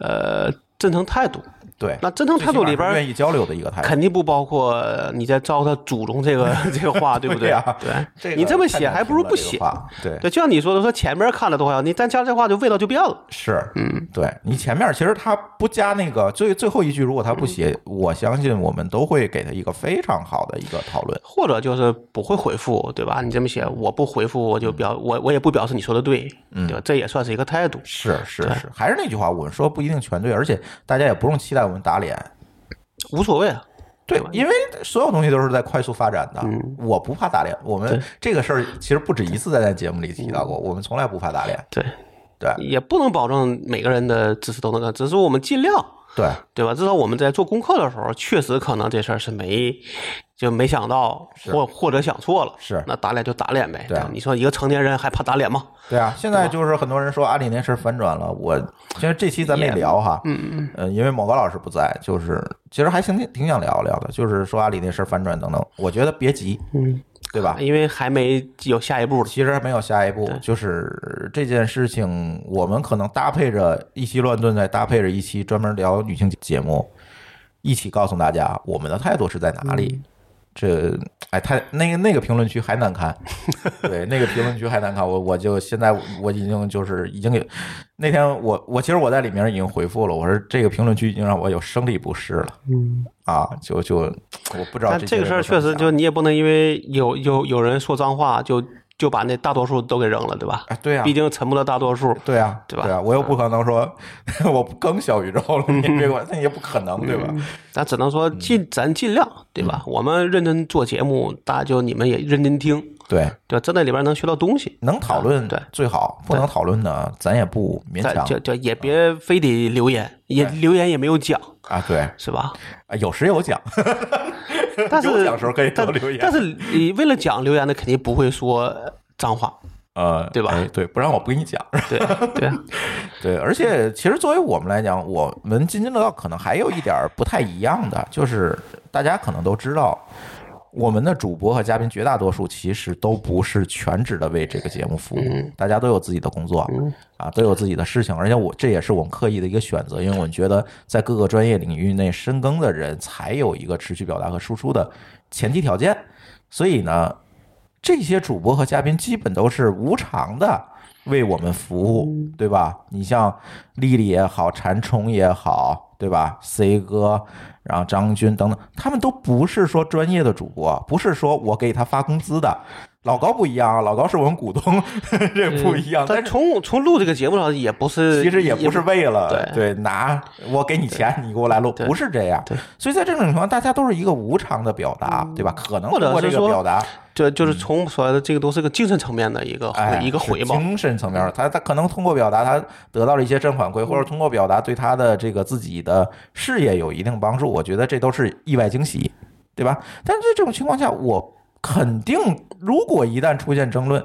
[SPEAKER 2] 呃真诚态度。
[SPEAKER 1] 对，
[SPEAKER 2] 那真诚态度
[SPEAKER 1] 最起
[SPEAKER 2] 里边
[SPEAKER 1] 码是
[SPEAKER 2] 儿
[SPEAKER 1] 愿意交流的一个态度，
[SPEAKER 2] 肯定不包括你在糟蹋祖宗 这个这个话，对不
[SPEAKER 1] 对呀
[SPEAKER 2] 对
[SPEAKER 1] 这个
[SPEAKER 2] 你这么
[SPEAKER 1] 太
[SPEAKER 2] 写
[SPEAKER 1] 难
[SPEAKER 2] 还不如
[SPEAKER 1] 听了
[SPEAKER 2] 不
[SPEAKER 1] 这个
[SPEAKER 2] 写。
[SPEAKER 1] 话对
[SPEAKER 2] 对，就像你说的，说前面看了多少，你再加这话就味道就变了。
[SPEAKER 1] 是，嗯，对你前面其实他不加那个最最后一句，如果他不写，
[SPEAKER 2] 嗯
[SPEAKER 1] 我相信我们都会给他一个非常好的一个讨论。
[SPEAKER 2] 或者就是不会回复，对吧？你这么写，我不回复，我就表
[SPEAKER 1] 嗯
[SPEAKER 2] 我我也不表示你说的对，对吧？这也算是一个态度。
[SPEAKER 1] 是是是，还是那句话，我们说不一定全对，而且大家也不用期待我们打脸。
[SPEAKER 2] 无所谓啊。
[SPEAKER 1] 对，嗯因为所有东西都是在快速发展的，我不怕打脸。我们这个事儿其实不止一次在咱节目里提到过，我们从来不怕打脸。
[SPEAKER 2] 对，
[SPEAKER 1] 对
[SPEAKER 2] 也不能保证每个人的支持都能干，只是我们尽量，
[SPEAKER 1] 对，
[SPEAKER 2] 对吧？至少我们在做功课的时候，确实可能这事儿是没就没想到，或或者想错了，
[SPEAKER 1] 是
[SPEAKER 2] 那打脸就打脸呗。
[SPEAKER 1] 对啊
[SPEAKER 2] 吧你说一个成年人还怕打脸吗？
[SPEAKER 1] 对啊，现在就是很多人说阿啊里那事儿反转了，我其实这期咱没聊哈，嗯嗯，呃，因为某高老师不在，就是其实还挺挺想聊聊的，就是说阿啊里那事儿反转等等，我觉得别急，
[SPEAKER 2] 嗯，
[SPEAKER 1] 对吧？
[SPEAKER 2] 因为还没有下一步呢。
[SPEAKER 1] 其实还没有下一步，就是这件事情，我们可能搭配着一期乱炖，再搭配着一期专门聊女性节目，一起告诉大家我们的态度是在哪里。
[SPEAKER 2] 嗯
[SPEAKER 1] 这哎，太那个那个评论区还难 看，对，那个评论区还难看。我我就现在我已经就是已经有那天我我其实我在里面已经回复了，我说这个评论区已经让我有生理不适了，嗯啊，就就我不知道
[SPEAKER 2] 但
[SPEAKER 1] 这
[SPEAKER 2] 这个事儿
[SPEAKER 1] 些人
[SPEAKER 2] 确
[SPEAKER 1] 都怎
[SPEAKER 2] 实，
[SPEAKER 1] 么想
[SPEAKER 2] 就你也不能因为有有有人说脏话，就就把那大多数都给扔了，对吧？
[SPEAKER 1] 哎，对啊，
[SPEAKER 2] 毕竟沉默的大多数。
[SPEAKER 1] 对啊，
[SPEAKER 2] 对吧嗯
[SPEAKER 1] 啊，我又不可能说 我不更小宇宙了，你别管，那也不可能，对吧？
[SPEAKER 2] 嗯咱只能说
[SPEAKER 1] 嗯
[SPEAKER 2] 尽咱尽量，对吧？我们认真做节目，大家就你们也认真听，
[SPEAKER 1] 对，
[SPEAKER 2] 对吧？在那里边能学到东西，
[SPEAKER 1] 能讨论
[SPEAKER 2] 嗯对
[SPEAKER 1] 最好，不能讨论的咱也不勉
[SPEAKER 2] 咱
[SPEAKER 1] 强嗯哎
[SPEAKER 2] 就就也别非得留言，也留言也没有讲，
[SPEAKER 1] 啊。对，啊
[SPEAKER 2] 是吧？
[SPEAKER 1] 有时有奖，
[SPEAKER 2] 但 是
[SPEAKER 1] 有奖时候可以多
[SPEAKER 2] 但
[SPEAKER 1] 留言
[SPEAKER 2] 但是你为了讲留言的，肯定不会说脏话，
[SPEAKER 1] 呃，
[SPEAKER 2] 对吧
[SPEAKER 1] 哎对，不然我不给你讲。
[SPEAKER 2] 对对啊，
[SPEAKER 1] 对，而且其实作为我们来讲，我们津津乐道可能还有一点儿不太一样的，就是大家可能都知道，我们的主播和嘉宾绝大多数其实都不是全职的为这个节目服务，大家都有自己的工作、啊，都有自己的事情，而且我这也是我们刻意的一个选择，因为我觉得在各个专业领域内深耕的人才有一个持续表达和输出的前提条件，所以呢，这些主播和嘉宾基本都是无偿的为我们服务，对吧？你像丽丽也好，馋虫也好，对吧？C 哥，然后张军等等，他们都不是说专业的主播，不是说我给他发工资的。老高不一样啊，老高是我们股东， 这不一样。啊但
[SPEAKER 2] 但
[SPEAKER 1] 是
[SPEAKER 2] 从从录这个节目上也不是，
[SPEAKER 1] 其实也不是为了
[SPEAKER 2] 对
[SPEAKER 1] 拿我给你钱，你给我来录，不是这样。所以在这种情况，大家都是一个无偿的表达，对吧？可能
[SPEAKER 2] 嗯或者
[SPEAKER 1] 通过这
[SPEAKER 2] 是
[SPEAKER 1] 个
[SPEAKER 2] 说
[SPEAKER 1] 表达，
[SPEAKER 2] 就就是从所谓的这个都是个精神层面的一个回、
[SPEAKER 1] 哎，
[SPEAKER 2] 一个回
[SPEAKER 1] 是
[SPEAKER 2] 报，
[SPEAKER 1] 精神层面儿，他他可能通过表达，他得到了一些正反馈，
[SPEAKER 2] 嗯
[SPEAKER 1] 或者通过表达对他的这个自己的事业有一定帮助，我觉得这都是意外惊喜，对吧？但是在这种情况下，我肯定如果一旦出现争论，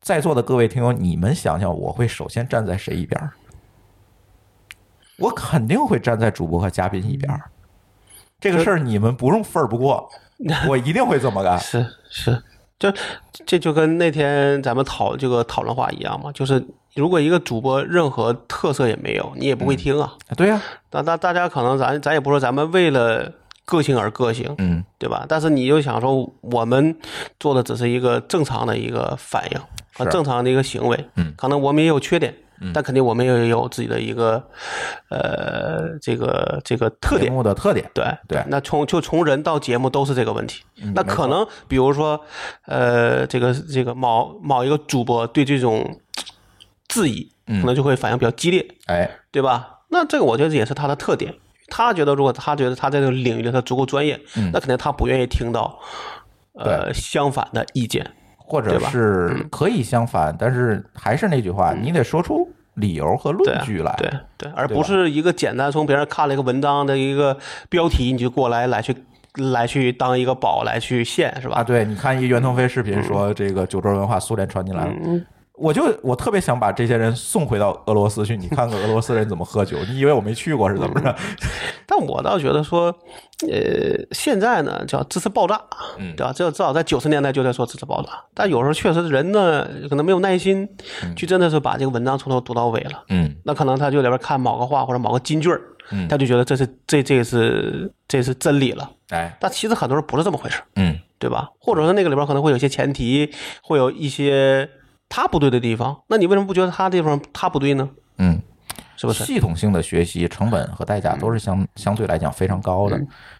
[SPEAKER 1] 在座的各位听友，你们想想，我会首先站在谁一边儿？我肯定会站在主播和嘉宾一边
[SPEAKER 2] 嗯
[SPEAKER 1] 儿。这个事儿你们不用分儿不 过，我一定会这么干。
[SPEAKER 2] 是是，就这就跟那天咱们讨这个讨论话一样嘛，就是如果一个主播任何特色也没有，你也
[SPEAKER 1] 嗯
[SPEAKER 2] 不会听啊。
[SPEAKER 1] 对呀、
[SPEAKER 2] 那大大家可能咱咱也不说咱们为了个性而个性，
[SPEAKER 1] 嗯，
[SPEAKER 2] 对吧？但是你就想说，我们做的只是一个正常的一个反应和
[SPEAKER 1] 是啊
[SPEAKER 2] 正常的一个行为，
[SPEAKER 1] 嗯，
[SPEAKER 2] 可能我们也有缺点。但肯定我们也有自己的一个，呃，这个这个特
[SPEAKER 1] 节
[SPEAKER 2] 点，
[SPEAKER 1] 目的特点。
[SPEAKER 2] 对
[SPEAKER 1] 对
[SPEAKER 2] 那从就从人到节目都是这个问题。那可能比如说，呃，这个这个某某一个主播对这种质疑，可能就会反应比较激烈，
[SPEAKER 1] 哎，
[SPEAKER 2] 对吧？那这个我觉得也是他的特点。他觉得如果他觉得他在这个领域里他足够专业，那肯定他不愿意听到呃相反的意见。
[SPEAKER 1] 或者
[SPEAKER 2] 对吧
[SPEAKER 1] 是可以相反，但是还是那句话，你得说出理由和
[SPEAKER 2] 对
[SPEAKER 1] 论
[SPEAKER 2] 啊
[SPEAKER 1] 据来。
[SPEAKER 2] 对对，而
[SPEAKER 1] 对
[SPEAKER 2] 不
[SPEAKER 1] 吧
[SPEAKER 2] 是一个简单从别人看了一个文章的一个标题你就过来来去来去当一个宝来去献是吧
[SPEAKER 1] 啊，？对，你看一袁腾飞视频说这个九州文化苏联传进来了，我就我特别想把这些人送回到俄罗斯去，你看看俄罗斯人怎么喝酒。你以为我没去过是怎么着？
[SPEAKER 2] 但我倒觉得说，呃，现在呢叫支持爆炸，
[SPEAKER 1] 嗯
[SPEAKER 2] 对吧？这至少在九十年代就在说支持爆炸，但有时候确实人呢可能没有耐心，就真的是把这个文章从头读到尾了。
[SPEAKER 1] 嗯
[SPEAKER 2] 那可能他就在那边看某个话或者某个金句儿，
[SPEAKER 1] 嗯
[SPEAKER 2] 他就觉得这是这这是这是真理了。
[SPEAKER 1] 哎
[SPEAKER 2] 但其实很多人不是这么回事，
[SPEAKER 1] 嗯
[SPEAKER 2] 对吧？或者说那个里边可能会有一些前提，会有一些他不对的地方。那你为什么不觉得他地方他不对呢？
[SPEAKER 1] 嗯，
[SPEAKER 2] 是不是？
[SPEAKER 1] 系统性的学习成本和代价都是相相对来讲非常高的，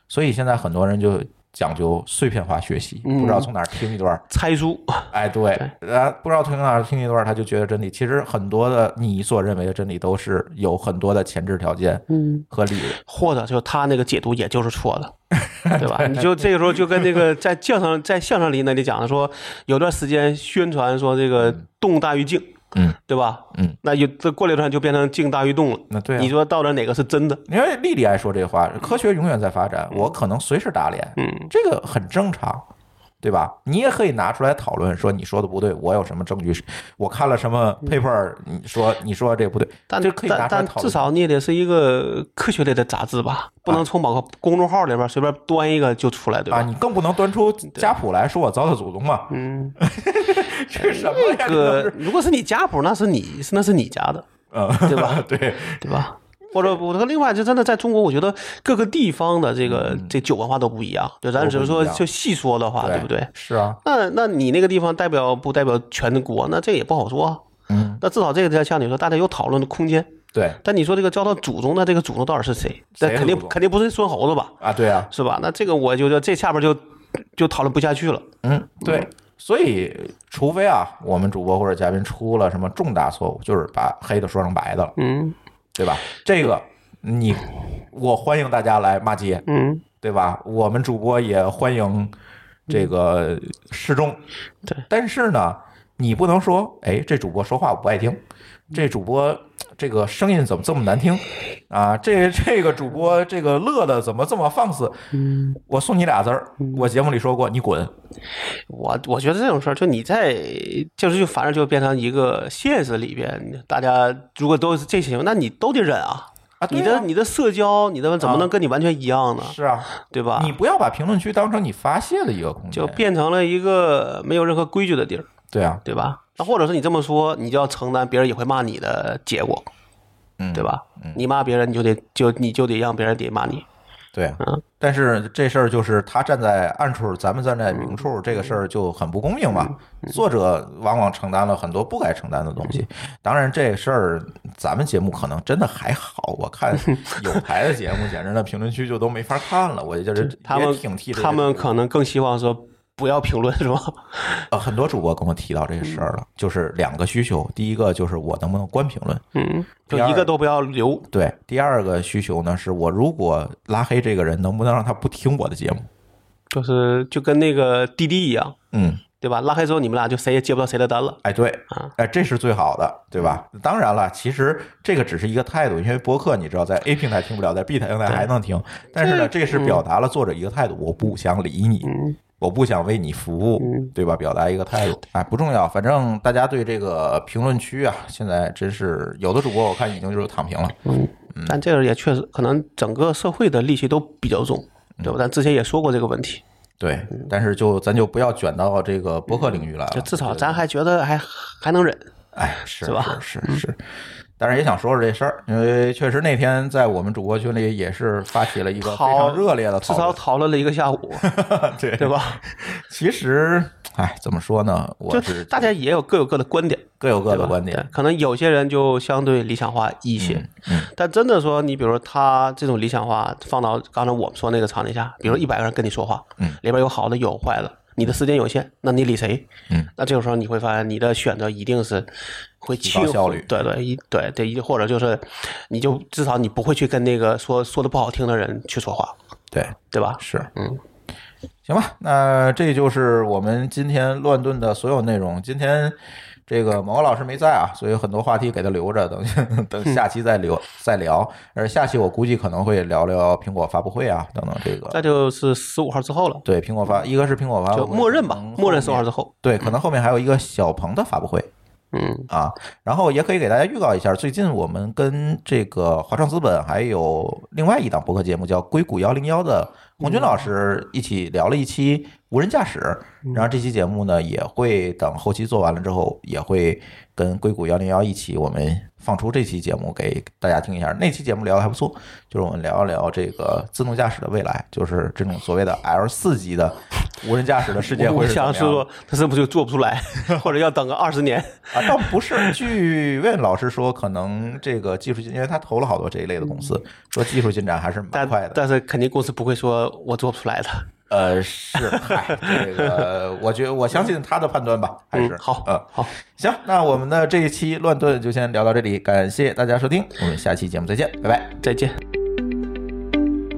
[SPEAKER 1] 所以现在很多人就讲究碎片化学习，不知道从哪儿听一段儿，
[SPEAKER 2] 猜书，
[SPEAKER 1] 哎，对，呃，不知道从哪儿听一段儿，他就觉得真理。其实很多的你所认为的真理都是有很多的前置条件
[SPEAKER 2] 嗯，
[SPEAKER 1] 和理由。
[SPEAKER 2] 或者就他那个解读也就是错的，对吧？你就这个时候就跟 那个在相声在相声里那里讲的说，有段时间宣传说这个动大于静，
[SPEAKER 1] 嗯，
[SPEAKER 2] 对吧？
[SPEAKER 1] 嗯，
[SPEAKER 2] 那有这过了一段就变成静大于动了。
[SPEAKER 1] 那对、啊，
[SPEAKER 2] 你说到底哪个是真的？
[SPEAKER 1] 因为丽丽爱说这话，科学永远在发展，我可能随时打脸，
[SPEAKER 2] 嗯，
[SPEAKER 1] 这个很正常，对吧？你也可以拿出来讨论，说你说的不对，我有什么证据？我看了什么 paper？你说你说这不对，
[SPEAKER 2] 嗯但
[SPEAKER 1] 这可以拿
[SPEAKER 2] 但
[SPEAKER 1] 出来
[SPEAKER 2] 但
[SPEAKER 1] 讨论。
[SPEAKER 2] 至少你也得是一个科学类的杂志吧，不能从某个公众号里边随便端一个就出来，对
[SPEAKER 1] 啊，
[SPEAKER 2] 吧？
[SPEAKER 1] 你更不能端出家谱来说我糟蹋祖宗嘛？
[SPEAKER 2] 嗯，
[SPEAKER 1] 这什么呀？这
[SPEAKER 2] 这个
[SPEAKER 1] 都是
[SPEAKER 2] 如果是你家谱，那是你那是你家的，
[SPEAKER 1] 嗯，
[SPEAKER 2] 对吧
[SPEAKER 1] 对，
[SPEAKER 2] 对吧？或者我说，另外就真的在中国，我觉得各个地方的这个这酒文化都不一样。就咱只是
[SPEAKER 1] 嗯都不
[SPEAKER 2] 说
[SPEAKER 1] 一样
[SPEAKER 2] 就细说的话，对不对？
[SPEAKER 1] 是啊，
[SPEAKER 2] 那那你那个地方代表不代表全国？那这也不好说啊。
[SPEAKER 1] 嗯，
[SPEAKER 2] 那至少这个像像你说，大家有讨论的空间。
[SPEAKER 1] 对
[SPEAKER 2] 但你说这个交到祖宗，那这个祖宗到底是谁？那
[SPEAKER 1] 谁是
[SPEAKER 2] 肯定
[SPEAKER 1] 祖宗
[SPEAKER 2] 肯定不是孙猴子吧？
[SPEAKER 1] 啊，对啊，
[SPEAKER 2] 是吧？那这个我就就这下边就就讨论不下去了。
[SPEAKER 1] 嗯，对，所以除非啊，我们主播或者嘉宾出了什么重大错误，就是把黑的说成白的了。
[SPEAKER 2] 嗯
[SPEAKER 1] 对吧？这个你，我欢迎大家来骂街，
[SPEAKER 2] 嗯，
[SPEAKER 1] 对吧？我们主播也欢迎这个示众，
[SPEAKER 2] 嗯对。
[SPEAKER 1] 但是呢，你不能说，哎，这主播说话我不爱听，
[SPEAKER 2] 嗯
[SPEAKER 1] 这主播这个声音怎么这么难听
[SPEAKER 2] 嗯
[SPEAKER 1] 啊？这这个主播这个乐的怎么这么放肆？
[SPEAKER 2] 嗯
[SPEAKER 1] 我送你俩字儿，我节目里说过，你滚。
[SPEAKER 2] 我我觉得这种事儿，就你在，就是就反正就变成一个现实里边，大家如果都是这些，那你都得忍啊。
[SPEAKER 1] 啊对
[SPEAKER 2] 你
[SPEAKER 1] 啊
[SPEAKER 2] 的你的社交，你的怎么能跟你完全一样呢？
[SPEAKER 1] 是啊，
[SPEAKER 2] 对吧
[SPEAKER 1] 你？不要把评论区当成你发泄的一个空间
[SPEAKER 2] 就，变成了一个没有任何规矩的地儿，
[SPEAKER 1] 对啊，
[SPEAKER 2] 对吧？那或者是你这么说，你就要承担别人也会骂你的结果，
[SPEAKER 1] 嗯，
[SPEAKER 2] 对吧？你骂别人，你就得就你就得让别人得骂你。
[SPEAKER 1] 对啊
[SPEAKER 2] 嗯，
[SPEAKER 1] 但是这事儿就是他站在暗处，咱们站在明处，
[SPEAKER 2] 嗯
[SPEAKER 1] 这个事儿就很不公平嘛。作者往往承担了很多不该承担的东西。
[SPEAKER 2] 嗯
[SPEAKER 1] 当然，这事儿咱们节目可能真的还好，我看
[SPEAKER 2] 嗯
[SPEAKER 1] 有台的节目，简直那评论区就都没法看了。我就是
[SPEAKER 2] 他
[SPEAKER 1] 也
[SPEAKER 2] 们
[SPEAKER 1] 挺替这
[SPEAKER 2] 他
[SPEAKER 1] 些
[SPEAKER 2] 们
[SPEAKER 1] 主
[SPEAKER 2] 可能更希望说不要评论，是吧？
[SPEAKER 1] 呃很多主播跟我提到这个事儿了，就是两个需求，第一个就是我能不能关评论，
[SPEAKER 2] 嗯， 就
[SPEAKER 1] 第二
[SPEAKER 2] 一个都不要留。
[SPEAKER 1] 对，第二个需求呢是我如果拉黑这个人，能不能让他不听我的节目？
[SPEAKER 2] 就是就跟那个滴滴一样，
[SPEAKER 1] 嗯，
[SPEAKER 2] 对吧？拉黑之后，你们俩就谁也接不到谁的单了。
[SPEAKER 1] 哎，对
[SPEAKER 2] 啊，
[SPEAKER 1] 哎，这是最好的，对吧？当然了，其实这个只是一个态度，因为播客你知道，在 A 平台听不了，在 B 平台还能听，但是呢，嗯这是表达了作者一个态度，我不想理你，我不想为你服务，对吧？表达一个态度，哎，不重要，反正大家对这个评论区啊，现在真是有的主播我看已经就是躺平了，
[SPEAKER 2] 但这个也确实可能整个社会的戾气都比较重，对吧？咱之前也说过这个问题，
[SPEAKER 1] 对，但是就咱就不要卷到这个播客领域来了，
[SPEAKER 2] 就至少咱还觉得还还能忍。
[SPEAKER 1] 哎，是
[SPEAKER 2] 是吧嗯
[SPEAKER 1] 是是是，当然也想说说这事儿，因为确实那天在我们主播群里也是发起了一个非
[SPEAKER 2] 讨
[SPEAKER 1] 常热烈的
[SPEAKER 2] 至
[SPEAKER 1] 啊讨
[SPEAKER 2] 少
[SPEAKER 1] 论。
[SPEAKER 2] 讨论了一个下午，
[SPEAKER 1] 对
[SPEAKER 2] 对吧？
[SPEAKER 1] 其实，哎，怎么说呢？我
[SPEAKER 2] 就是大家也有各有各的观点，
[SPEAKER 1] 各有各
[SPEAKER 2] 对
[SPEAKER 1] 的
[SPEAKER 2] 吧？
[SPEAKER 1] 观
[SPEAKER 2] 对
[SPEAKER 1] 点。嗯
[SPEAKER 2] 可能有些人就相对理想化一些，但真的说，你比如说他这种理想化放到刚才我们说那个场景下，比如一百个人跟你说话，
[SPEAKER 1] 嗯，
[SPEAKER 2] 里边有好的有坏的，你的时间有限，那你理谁？
[SPEAKER 1] 嗯，
[SPEAKER 2] 那这个时候你会发现你的选择一定是会
[SPEAKER 1] 提高
[SPEAKER 2] 轻
[SPEAKER 1] 效率
[SPEAKER 2] 对对一对对，一或者就是你就至少你不会去跟那个说说的不好听的人去说话，
[SPEAKER 1] 对，
[SPEAKER 2] 对吧？
[SPEAKER 1] 是，
[SPEAKER 2] 嗯，
[SPEAKER 1] 行吧。那这就是我们今天乱炖的所有内容。今天这个毛老师没在啊，所以很多话题给他留着，等等下 期再聊再聊。而下期我估计可能会聊聊苹果发布会啊，等等这个。
[SPEAKER 2] 再就是十五号之后了，
[SPEAKER 1] 对，苹果发，一个是苹果发布
[SPEAKER 2] 嗯就
[SPEAKER 1] 会，
[SPEAKER 2] 默认吧
[SPEAKER 1] 嗯可能，后
[SPEAKER 2] 默认十五
[SPEAKER 1] 面
[SPEAKER 2] 号之后，
[SPEAKER 1] 对，可能后面还有一个小鹏的发布会，
[SPEAKER 2] 嗯
[SPEAKER 1] 啊，然后也可以给大家预告一下，最近我们跟这个华创资本还有另外一档博客节目叫《硅谷幺零幺》的红军老师一起聊了一期无人驾驶，然后这期节目呢也会等后期做完了之后，也会跟硅谷幺零幺一起我们放出这期节目给大家听一下。那期节目聊的还不错，就是我们聊一聊这个自动驾驶的未来，就是这种所谓的 L 四级的无人驾驶的世界
[SPEAKER 2] 我
[SPEAKER 1] 会是怎么
[SPEAKER 2] 想
[SPEAKER 1] 样
[SPEAKER 2] 是说，他是不是就做不出 来，或者要等个二十年？
[SPEAKER 1] 啊，倒不是。据魏老师说，可能这个技术进，因为他投了好多这一类的公司，说技术进展还是蛮
[SPEAKER 2] 嗯但
[SPEAKER 1] 快的。
[SPEAKER 2] 但是肯定公司不会说我做不出来的。
[SPEAKER 1] 呃，是，嗨，这个我觉我相信他的判断吧，还是
[SPEAKER 2] 嗯好
[SPEAKER 1] 嗯，
[SPEAKER 2] 好，
[SPEAKER 1] 行，那我们的这一期乱炖就先聊到这里，感谢大家收听，我们下期节目再见，拜拜。
[SPEAKER 2] 再见。